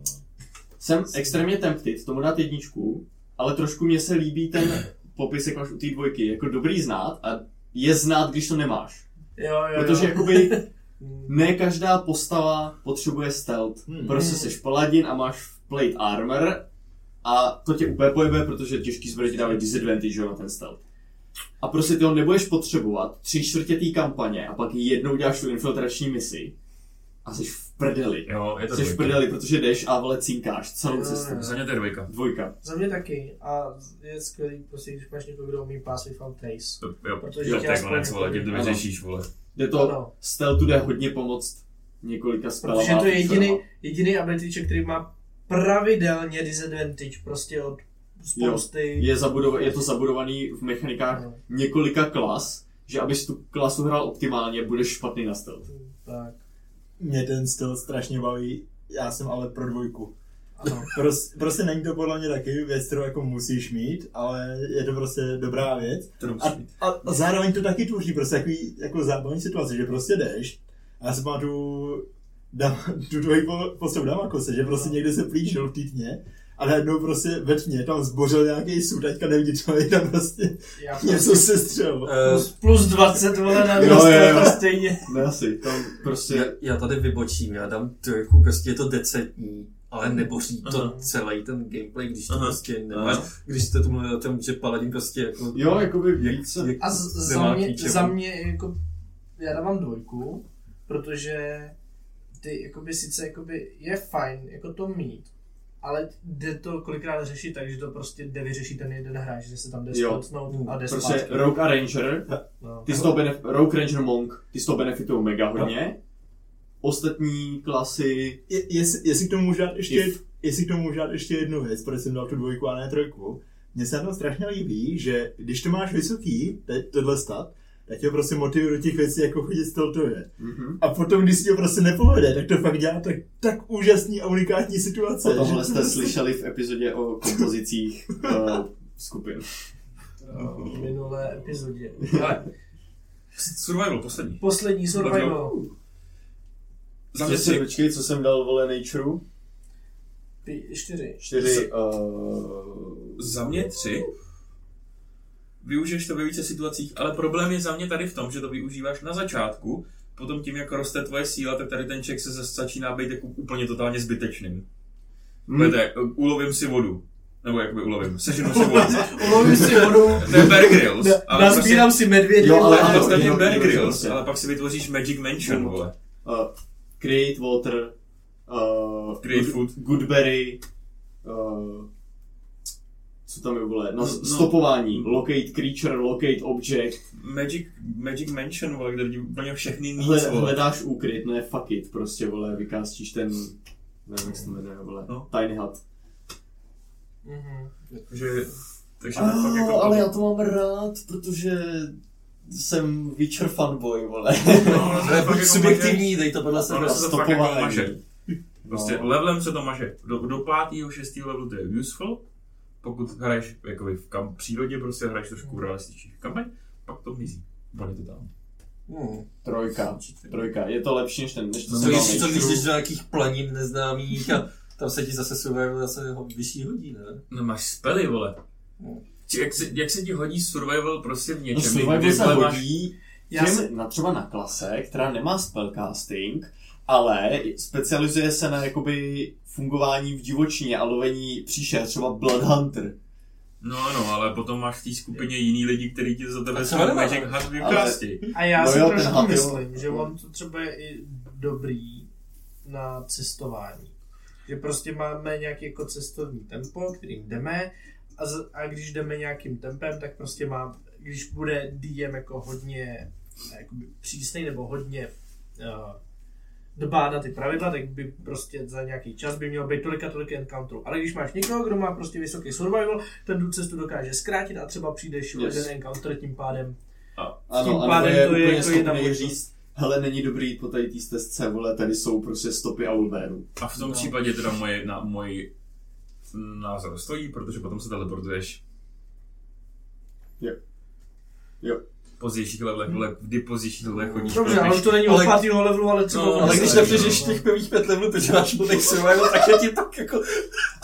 [SPEAKER 5] Jsem extrémně tempted tomu dát jedničku, ale trošku mě se líbí ten popis, jak máš u té dvojky. Jako dobrý znát a je znát, když to nemáš.
[SPEAKER 4] Jo, jo, jo.
[SPEAKER 5] Protože jakoby
[SPEAKER 4] Mm.
[SPEAKER 5] ne každá postava potřebuje stealth.
[SPEAKER 2] Hmm.
[SPEAKER 5] Prostě jsi paladin a máš plate armor a to tě úplně pojebe, protože těžký zbraně ti dávají disadvantage jo, na ten stealth. a prostě ty ho nebudeš potřebovat tři čtvrtě té kampaně a pak jednou děláš tu infiltrační misi a jsi v prdeli.
[SPEAKER 3] Jo, je to
[SPEAKER 5] Jsi v
[SPEAKER 3] dvojka.
[SPEAKER 5] prdeli, protože jdeš a vole cinkáš celou
[SPEAKER 4] Jo,
[SPEAKER 5] cestu.
[SPEAKER 4] jo.
[SPEAKER 3] Za mě to je dvojka.
[SPEAKER 5] Dvojka.
[SPEAKER 4] Za mě taky. A je skvělý, prostě, když máš někoho, kdo umí pass without trace.
[SPEAKER 3] To, jo,
[SPEAKER 4] Protože
[SPEAKER 3] jo,
[SPEAKER 4] tě
[SPEAKER 3] tak
[SPEAKER 4] aspoň
[SPEAKER 3] konec, vole, tím to
[SPEAKER 5] Ano.
[SPEAKER 3] vyřešíš, vole.
[SPEAKER 5] Jde to,
[SPEAKER 4] Ano.
[SPEAKER 5] stealthu jde hodně pomoct několika spelama.
[SPEAKER 4] Protože to je
[SPEAKER 5] a
[SPEAKER 4] jediný,
[SPEAKER 5] featurema.
[SPEAKER 4] jediný abilityček, který má pravidelně disadvantage prostě od spousty...
[SPEAKER 5] Je, zabudova- je to zabudovaný v mechanikách
[SPEAKER 4] No,
[SPEAKER 5] několika klas, že abys tu klasu hrál optimálně, budeš špatný na stealth.
[SPEAKER 4] tak,
[SPEAKER 2] Mě ten styl strašně baví, já jsem ale pro dvojku.
[SPEAKER 4] ano.
[SPEAKER 2] Pros, prostě není to podle mě taky věc, kterou jako musíš mít, ale je to prostě dobrá věc. A, a, a zároveň to taky tvoří prostě takový jako zábavní situace, že prostě jdeš a já si pamatuju dam, tu tvoji po- postavu Damakose, že prostě někde se plížil v té tmě a najednou prostě ve tmě tam zbořil nějaký sud, teďka neviditelný, tam prostě
[SPEAKER 4] Já
[SPEAKER 2] něco se střelil.
[SPEAKER 6] Eh,
[SPEAKER 4] plus, plus 20 vole na
[SPEAKER 5] Jo,
[SPEAKER 4] dost,
[SPEAKER 5] jo, jo.
[SPEAKER 4] to stejně.
[SPEAKER 5] Ne asi, tam
[SPEAKER 6] já,
[SPEAKER 5] prostě...
[SPEAKER 6] já tady vybočím, já dám trojku, prostě je to decentní, ale neboří to
[SPEAKER 4] Aha.
[SPEAKER 6] celý ten gameplay, když to
[SPEAKER 3] Mhm. Aha.
[SPEAKER 6] prostě nemáš, když jste tu mluvili o tom, že paladin prostě jako...
[SPEAKER 5] Jo, jakoby
[SPEAKER 6] jak-
[SPEAKER 5] více.
[SPEAKER 6] jak
[SPEAKER 4] A z, za,
[SPEAKER 6] nemá
[SPEAKER 4] mě,
[SPEAKER 6] klíče.
[SPEAKER 4] za mě, jako, já dávám dvojku, protože ty, jakoby, sice, jakoby, je fajn, jako to mít, ale jde to kolikrát řešit tak, že to prostě jde vyřešit ten jeden hráč, že se tam jde
[SPEAKER 5] Jo.
[SPEAKER 4] spotnout a jde
[SPEAKER 5] Prostě
[SPEAKER 4] zpátky.
[SPEAKER 5] Rogue a Ranger,
[SPEAKER 4] No.
[SPEAKER 5] ty z toho benef- Rogue Ranger Monk, ty z toho benefitují mega hodně. Ostatní klasy,
[SPEAKER 2] Je, jestli, jestli, k tomu můžu dát ještě,
[SPEAKER 5] If.
[SPEAKER 2] jestli k tomu můžu dát ještě jednu věc, proč jsem dal tu dvojku a ne trojku, mně se na tom strašně líbí, že když to máš vysoký, teď tohle stat, tak tě prostě motivuje do těch věcí, jako chodit steltově.
[SPEAKER 5] mhm.
[SPEAKER 2] A potom, když si to prostě nepovede, tak to fakt dělá tak, tak úžasný a unikátní situace.
[SPEAKER 5] o tomhle
[SPEAKER 2] že- prostě-
[SPEAKER 5] jste slyšeli v epizodě o kompozicích eh, skupin.
[SPEAKER 4] v minulé epizodě.
[SPEAKER 3] Ale, survival, poslední.
[SPEAKER 4] Poslední survival.
[SPEAKER 3] Za
[SPEAKER 5] Co
[SPEAKER 3] mě
[SPEAKER 5] si,
[SPEAKER 3] tři.
[SPEAKER 5] počkej, co jsem dal, vole, Nature?
[SPEAKER 4] Ty čtyři.
[SPEAKER 5] Čtyři, uh,
[SPEAKER 3] Za mě tři. Využiješ to ve více situacích, ale problém je za mě tady v tom, že to využíváš na začátku, potom tím, jak roste tvoje síla, tak tady ten ček se zas- začíná být jako úplně totálně zbytečným.
[SPEAKER 5] Hmm.
[SPEAKER 3] Hmm. Te, ulovím si vodu. Nebo jakoby ulovím, seženu si vodu.
[SPEAKER 4] Ulovím si vodu,
[SPEAKER 3] To je Bear Grylls. ale
[SPEAKER 4] nazbírám si medvědě.
[SPEAKER 5] prostě- Jo, ale-
[SPEAKER 3] prostě, ale
[SPEAKER 5] ano,
[SPEAKER 3] podstatně
[SPEAKER 5] jinou-
[SPEAKER 3] Bear
[SPEAKER 5] jinou
[SPEAKER 3] Grylls,
[SPEAKER 5] prostě.
[SPEAKER 3] ale pak si vytvoříš Magic Mansion,
[SPEAKER 5] No.
[SPEAKER 3] vole.
[SPEAKER 5] Uh, create water, uh,
[SPEAKER 3] Create
[SPEAKER 5] good-
[SPEAKER 3] food.
[SPEAKER 5] Goodberry, uh, co tam je, vole, na
[SPEAKER 3] No,
[SPEAKER 5] no,
[SPEAKER 3] no.
[SPEAKER 5] stopování, locate creature, locate object,
[SPEAKER 3] Magic, Magic Mansion, vole, kde lidi úplně všechny
[SPEAKER 5] Hle,
[SPEAKER 3] nic, vole.
[SPEAKER 5] hledáš úkryt, ne fuck it, prostě, vole, vykástíš ten, nevím, jak se to jmenuje, vole,
[SPEAKER 3] No.
[SPEAKER 5] tiny hut.
[SPEAKER 4] Mhm.
[SPEAKER 3] Takže, takže to fakt
[SPEAKER 5] Ah,
[SPEAKER 3] jako...
[SPEAKER 5] ale já to mám rád, protože jsem Witcher fanboy, vole.
[SPEAKER 3] No, ono se to fakt
[SPEAKER 6] Buď
[SPEAKER 3] jako
[SPEAKER 6] subjektivní, dej to podle
[SPEAKER 3] maže- Ono
[SPEAKER 6] sebe.
[SPEAKER 3] se to fakt jako
[SPEAKER 5] stopování. No,
[SPEAKER 3] maže. Prostě levelem se to maže. Do, do pátého, šestého levelu to je useful. Pokud hraješ jakoby v kam, přírodě, prostě hraješ
[SPEAKER 5] Hmm.
[SPEAKER 3] trošku realističnější kampaň, pak to mizí. Bude to tam. No.
[SPEAKER 6] Hmm.
[SPEAKER 5] Trojka, trojka, je to lepší než ten, než to
[SPEAKER 6] Co
[SPEAKER 5] jsem dal
[SPEAKER 6] když- No, co
[SPEAKER 5] Nature'u.
[SPEAKER 6] když jdeš do nějakých planin neznámých a tam se ti zase survival zase ho- vyšší hodí, ne?
[SPEAKER 3] No máš spely, vole.
[SPEAKER 6] No.
[SPEAKER 3] Ti, jak, se, jak se ti hodí survival prostě v
[SPEAKER 5] No,
[SPEAKER 3] něčem,
[SPEAKER 5] survival se
[SPEAKER 3] vole,
[SPEAKER 5] hodí
[SPEAKER 4] Já
[SPEAKER 5] těm,
[SPEAKER 4] si-
[SPEAKER 5] na, třeba na klase, která nemá spellcasting, ale specializuje se na jakoby fungování v divočině a lovení příšer, třeba Bloodhunter.
[SPEAKER 3] No ano, ale potom máš v té skupině jiný lidi, kteří ti za
[SPEAKER 6] A
[SPEAKER 3] tebe
[SPEAKER 6] co
[SPEAKER 3] jsou
[SPEAKER 6] nemá?
[SPEAKER 3] Magic Hat vykrástí.
[SPEAKER 5] Ale-
[SPEAKER 4] A já
[SPEAKER 5] No
[SPEAKER 4] si
[SPEAKER 5] jo, ten
[SPEAKER 4] trošku
[SPEAKER 5] hat, jo.
[SPEAKER 4] myslím, že on to třeba je i dobrý na cestování. Že prostě máme nějaký jako cestovní tempo, kterým jdeme a, z, a když jdeme nějakým tempem, tak prostě má, když bude DM jako hodně eh, jakoby, přísnej nebo hodně uh, dbá na ty pravidla, tak by prostě za nějaký čas by mělo být tolika tolik encounterů. Ale když máš někoho, kdo má prostě vysoký survival, ten tu cestu dokáže zkrátit a třeba přijdeš yes.
[SPEAKER 5] Yes.
[SPEAKER 4] jeden encounter tím pádem
[SPEAKER 5] Ano,
[SPEAKER 4] Tím
[SPEAKER 5] tím
[SPEAKER 4] pádem
[SPEAKER 5] pádem je
[SPEAKER 4] to je
[SPEAKER 5] úplně
[SPEAKER 4] jako
[SPEAKER 5] schopný
[SPEAKER 4] jedna možnost.
[SPEAKER 5] říct, hele, není dobrý jít po tady té stezce, vole, tady jsou prostě stopy owlbearů.
[SPEAKER 3] A v tom
[SPEAKER 4] No.
[SPEAKER 3] případě teda moje, na, můj názor stojí, protože potom se teleportuješ.
[SPEAKER 5] Jo. Jo.
[SPEAKER 3] Pozdějších levelech, vole, kdy pozdějších levelech chodíš.
[SPEAKER 4] Dobře, ale
[SPEAKER 3] protože-
[SPEAKER 4] už to není
[SPEAKER 6] Ale-
[SPEAKER 4] od pátého levelu, ale třeba...
[SPEAKER 3] No,
[SPEAKER 4] od
[SPEAKER 3] ale
[SPEAKER 6] Ale
[SPEAKER 4] desátého.
[SPEAKER 6] když
[SPEAKER 3] to je
[SPEAKER 6] nepřežiješ
[SPEAKER 4] No.
[SPEAKER 6] těch prvních pět levelů, protože máš plný survival, tak je ti tak jako...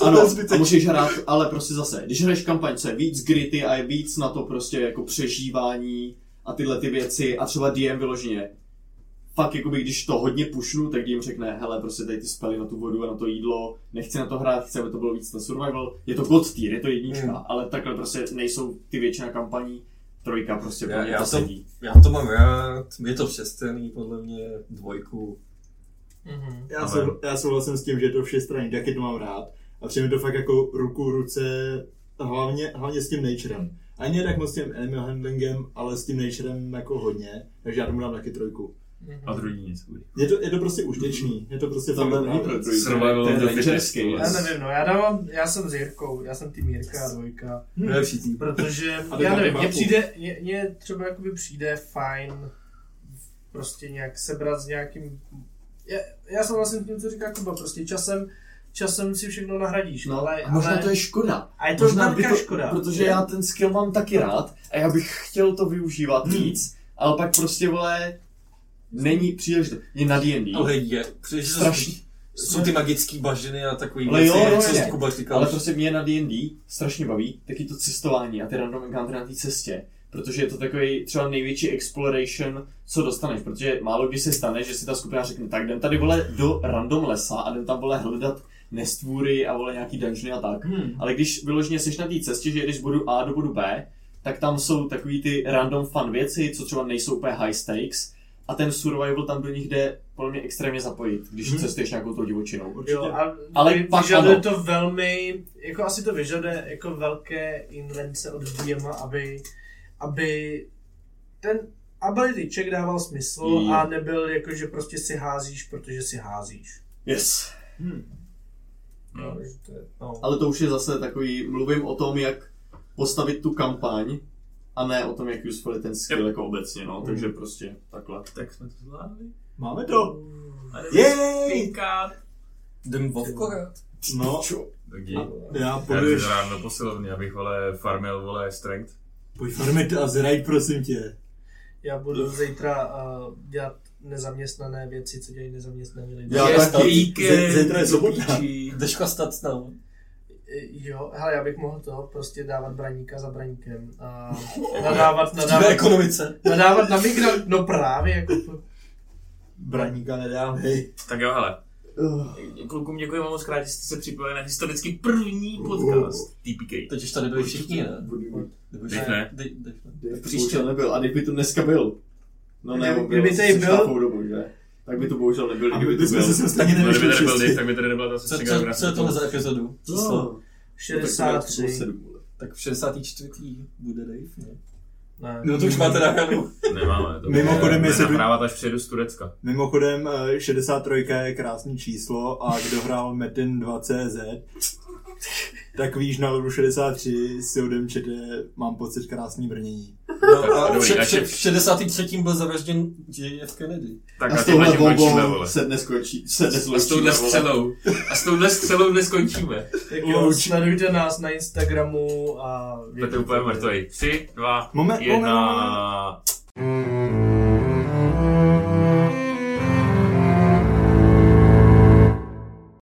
[SPEAKER 5] Ano,
[SPEAKER 6] je
[SPEAKER 5] a
[SPEAKER 6] zbytečný.
[SPEAKER 5] můžeš hrát, ale prostě zase, když hraješ kampaň, co je víc gritty a je víc na to prostě jako přežívání a tyhle ty věci a třeba DM vyloženě. Pak jakoby, když to hodně pušnu, tak DM řekne, hele, prostě tady ty spely na tu vodu a na to jídlo, nechci na to hrát, chci, aby to bylo víc na survival. Je to god tier, je to jednička,
[SPEAKER 6] Hmm.
[SPEAKER 5] ale takhle prostě nejsou ty většina kampaní
[SPEAKER 7] Trojka prostě
[SPEAKER 6] Já-
[SPEAKER 7] pro mě
[SPEAKER 6] já
[SPEAKER 7] to
[SPEAKER 6] jsem-
[SPEAKER 7] sedí.
[SPEAKER 6] Já to mám rád, je to všestranný, podle mě dvojku.
[SPEAKER 4] Mhm.
[SPEAKER 2] Já, sou, já souhlasím s tím, že je to všestranný, taky to mám rád. A přijde mi to fakt jako ruku v ruce, hlavně, hlavně s tím naturem. Ani ne tak moc s tím animal handlingem, ale s tím naturem jako hodně, takže já tomu dám taky trojku.
[SPEAKER 3] A druhý nic. bude.
[SPEAKER 2] Je to, je to prostě užitečný, je to prostě
[SPEAKER 7] To
[SPEAKER 2] fakt
[SPEAKER 7] byl
[SPEAKER 2] dobrá
[SPEAKER 7] pro
[SPEAKER 2] věc.
[SPEAKER 7] trojku.
[SPEAKER 3] Survival
[SPEAKER 7] Ten
[SPEAKER 3] of the fittest,
[SPEAKER 7] rangerský,
[SPEAKER 3] vole.
[SPEAKER 4] Já nevím, no, já dávám, já jsem s Jirkou, já jsem tým Jirka a dvojka,
[SPEAKER 6] Nejlepší tým.
[SPEAKER 4] protože,
[SPEAKER 2] A to
[SPEAKER 4] já
[SPEAKER 2] máte
[SPEAKER 4] nevím, mně
[SPEAKER 2] válku.
[SPEAKER 4] přijde, mně- mně třeba jakoby přijde fajn prostě nějak sebrat s nějakým, já, já jsem vlastně tím, co říká Kuba, prostě časem, časem si všechno nahradíš,
[SPEAKER 5] No,
[SPEAKER 4] ale,
[SPEAKER 5] a možná
[SPEAKER 4] ale,
[SPEAKER 5] to je škoda.
[SPEAKER 4] a je to
[SPEAKER 5] možná by
[SPEAKER 4] velká
[SPEAKER 5] to-
[SPEAKER 4] škoda.
[SPEAKER 5] Protože já ten skill mám taky rád a já bych chtěl to využívat
[SPEAKER 4] Hmm.
[SPEAKER 5] víc, ale pak prostě, vole, není příliš, je na D&D.
[SPEAKER 6] Ale je, protože
[SPEAKER 5] Strašně.
[SPEAKER 6] jsou ty magické bažiny a takový
[SPEAKER 5] Ale
[SPEAKER 6] věci,
[SPEAKER 5] jo,
[SPEAKER 6] jak
[SPEAKER 5] no,
[SPEAKER 6] co
[SPEAKER 5] je.
[SPEAKER 6] Kuba říkal.
[SPEAKER 5] Ale prostě mě na D&D strašně baví taky to cestování a ty random encounter na té cestě. Protože je to takový třeba největší exploration, co dostaneš, protože málo kdy se stane, že si ta skupina řekne, tak jdem tady vole do random lesa a jdem tam vole hledat nestvůry a vole nějaký dungeony a tak.
[SPEAKER 4] Hmm.
[SPEAKER 5] Ale když vyloženě seš na té cestě, že jdeš z bodu A do bodu B, tak tam jsou takový ty random fun věci, co třeba nejsou úplně high stakes, a ten survival tam do nich jde podle mě extrémně zapojit, když
[SPEAKER 2] Mhm.
[SPEAKER 5] cestuješ nějakou tou divočinou.
[SPEAKER 4] Jo, a
[SPEAKER 5] Ale
[SPEAKER 4] ale
[SPEAKER 5] pak
[SPEAKER 4] vyžaduje
[SPEAKER 5] ano.
[SPEAKER 4] to velmi, jako asi to vyžaduje jako velké invence od DMa, aby, aby ten ability check dával smysl
[SPEAKER 5] Jo.
[SPEAKER 4] a nebyl jako, že prostě si házíš, protože si házíš.
[SPEAKER 5] Yes.
[SPEAKER 4] No, že to je, no.
[SPEAKER 5] Ale to už je zase takový, mluvím o tom, jak postavit tu kampaň, a ne o tom, jak useful je ten skill
[SPEAKER 3] Yep.
[SPEAKER 5] jako obecně, no. Takže prostě takhle.
[SPEAKER 3] Tak jsme to zvládli.
[SPEAKER 2] Máme to!
[SPEAKER 3] A jdeme
[SPEAKER 5] Jej!
[SPEAKER 3] spinkat.
[SPEAKER 6] Jdem Vovko hrát.
[SPEAKER 2] No,
[SPEAKER 3] Taky.
[SPEAKER 2] já
[SPEAKER 3] Já jdu
[SPEAKER 2] půjdeš,
[SPEAKER 3] ráno do posilovny, abych vole farmil vole strength.
[SPEAKER 2] pojď farmit a zraj, prosím tě.
[SPEAKER 4] Já budu zítra uh, dělat nezaměstnané věci, co dělají nezaměstnaní lidé.
[SPEAKER 5] Já
[SPEAKER 2] Je
[SPEAKER 5] tak-
[SPEAKER 2] to-
[SPEAKER 3] Díky.
[SPEAKER 2] ze- Zítra je sobota.
[SPEAKER 6] Deška stat snad.
[SPEAKER 4] Eh, Jo, hele, já bych mohl to prostě dávat braníka za braníkem. A nadávat,
[SPEAKER 6] Dává
[SPEAKER 4] nadávat,
[SPEAKER 6] ekonomice.
[SPEAKER 4] nadávat na migrant, no právě, jako to,
[SPEAKER 2] Braníka nedám, hej.
[SPEAKER 3] Tak jo, hele. Klukům děkujeme moc krát, že jste se připojili na historicky první
[SPEAKER 2] Oh.
[SPEAKER 3] podcast TPK.
[SPEAKER 6] Teď už tady byli všichni, ne? Nebo
[SPEAKER 3] Teď
[SPEAKER 6] že-
[SPEAKER 3] ne.
[SPEAKER 6] Teď- teď ne.
[SPEAKER 5] Příště nebyl, a kdyby tu dneska byl. No ne,
[SPEAKER 4] Kdyby-
[SPEAKER 5] on
[SPEAKER 4] kdyby
[SPEAKER 5] byl
[SPEAKER 4] tady
[SPEAKER 5] se
[SPEAKER 4] byl-
[SPEAKER 5] šlápou dobu, že? Tak by to bohužel nebyl,
[SPEAKER 2] A
[SPEAKER 5] kdyby
[SPEAKER 2] my
[SPEAKER 5] to
[SPEAKER 2] bychom se
[SPEAKER 5] byl.
[SPEAKER 2] sem stejně
[SPEAKER 3] Kdyby
[SPEAKER 2] nevyšli
[SPEAKER 3] tady nebyl Dave,
[SPEAKER 2] všichni.
[SPEAKER 3] tak by tady nebyla ta
[SPEAKER 6] Co,
[SPEAKER 3] sestřička, která
[SPEAKER 6] co, co je tohle
[SPEAKER 3] se
[SPEAKER 6] za epizodu? Číslo.
[SPEAKER 5] No, tak to bylo
[SPEAKER 4] 63.
[SPEAKER 5] sedm, vole.
[SPEAKER 6] Tak v 64. bude Dave, ne?
[SPEAKER 4] Ne.
[SPEAKER 6] No to už máte nahranou.
[SPEAKER 3] Nemáme. to
[SPEAKER 2] Mimochodem,
[SPEAKER 3] bude
[SPEAKER 2] jestli by-
[SPEAKER 3] nahrávat, až přijedu z Turecka.
[SPEAKER 2] Mimochodem, eh, 63 je krásný číslo a kdo hrál Metin 2CZ, tak víš, na levu 63 si odemčete, mám pocit, krásný brnění.
[SPEAKER 6] No, a
[SPEAKER 3] dobrý,
[SPEAKER 6] v,
[SPEAKER 3] a
[SPEAKER 6] še-
[SPEAKER 3] že-
[SPEAKER 6] v 63. byl zavražděn JF Kennedy.
[SPEAKER 3] Tak
[SPEAKER 5] A
[SPEAKER 3] a
[SPEAKER 5] s
[SPEAKER 3] tímhle
[SPEAKER 5] touhle
[SPEAKER 3] tím končíme,
[SPEAKER 5] volbou
[SPEAKER 3] vole.
[SPEAKER 5] se dnes končí. Se dnes
[SPEAKER 3] A s touhle
[SPEAKER 5] končíme, vole.
[SPEAKER 3] střelou. A s touhle střelou dnes končíme.
[SPEAKER 4] Tak jo, sledujte nás na Instagramu a...
[SPEAKER 3] Budete úplně mrtvý. Tři, dva,
[SPEAKER 6] No,
[SPEAKER 2] Moment, moment, moment.
[SPEAKER 3] jedna.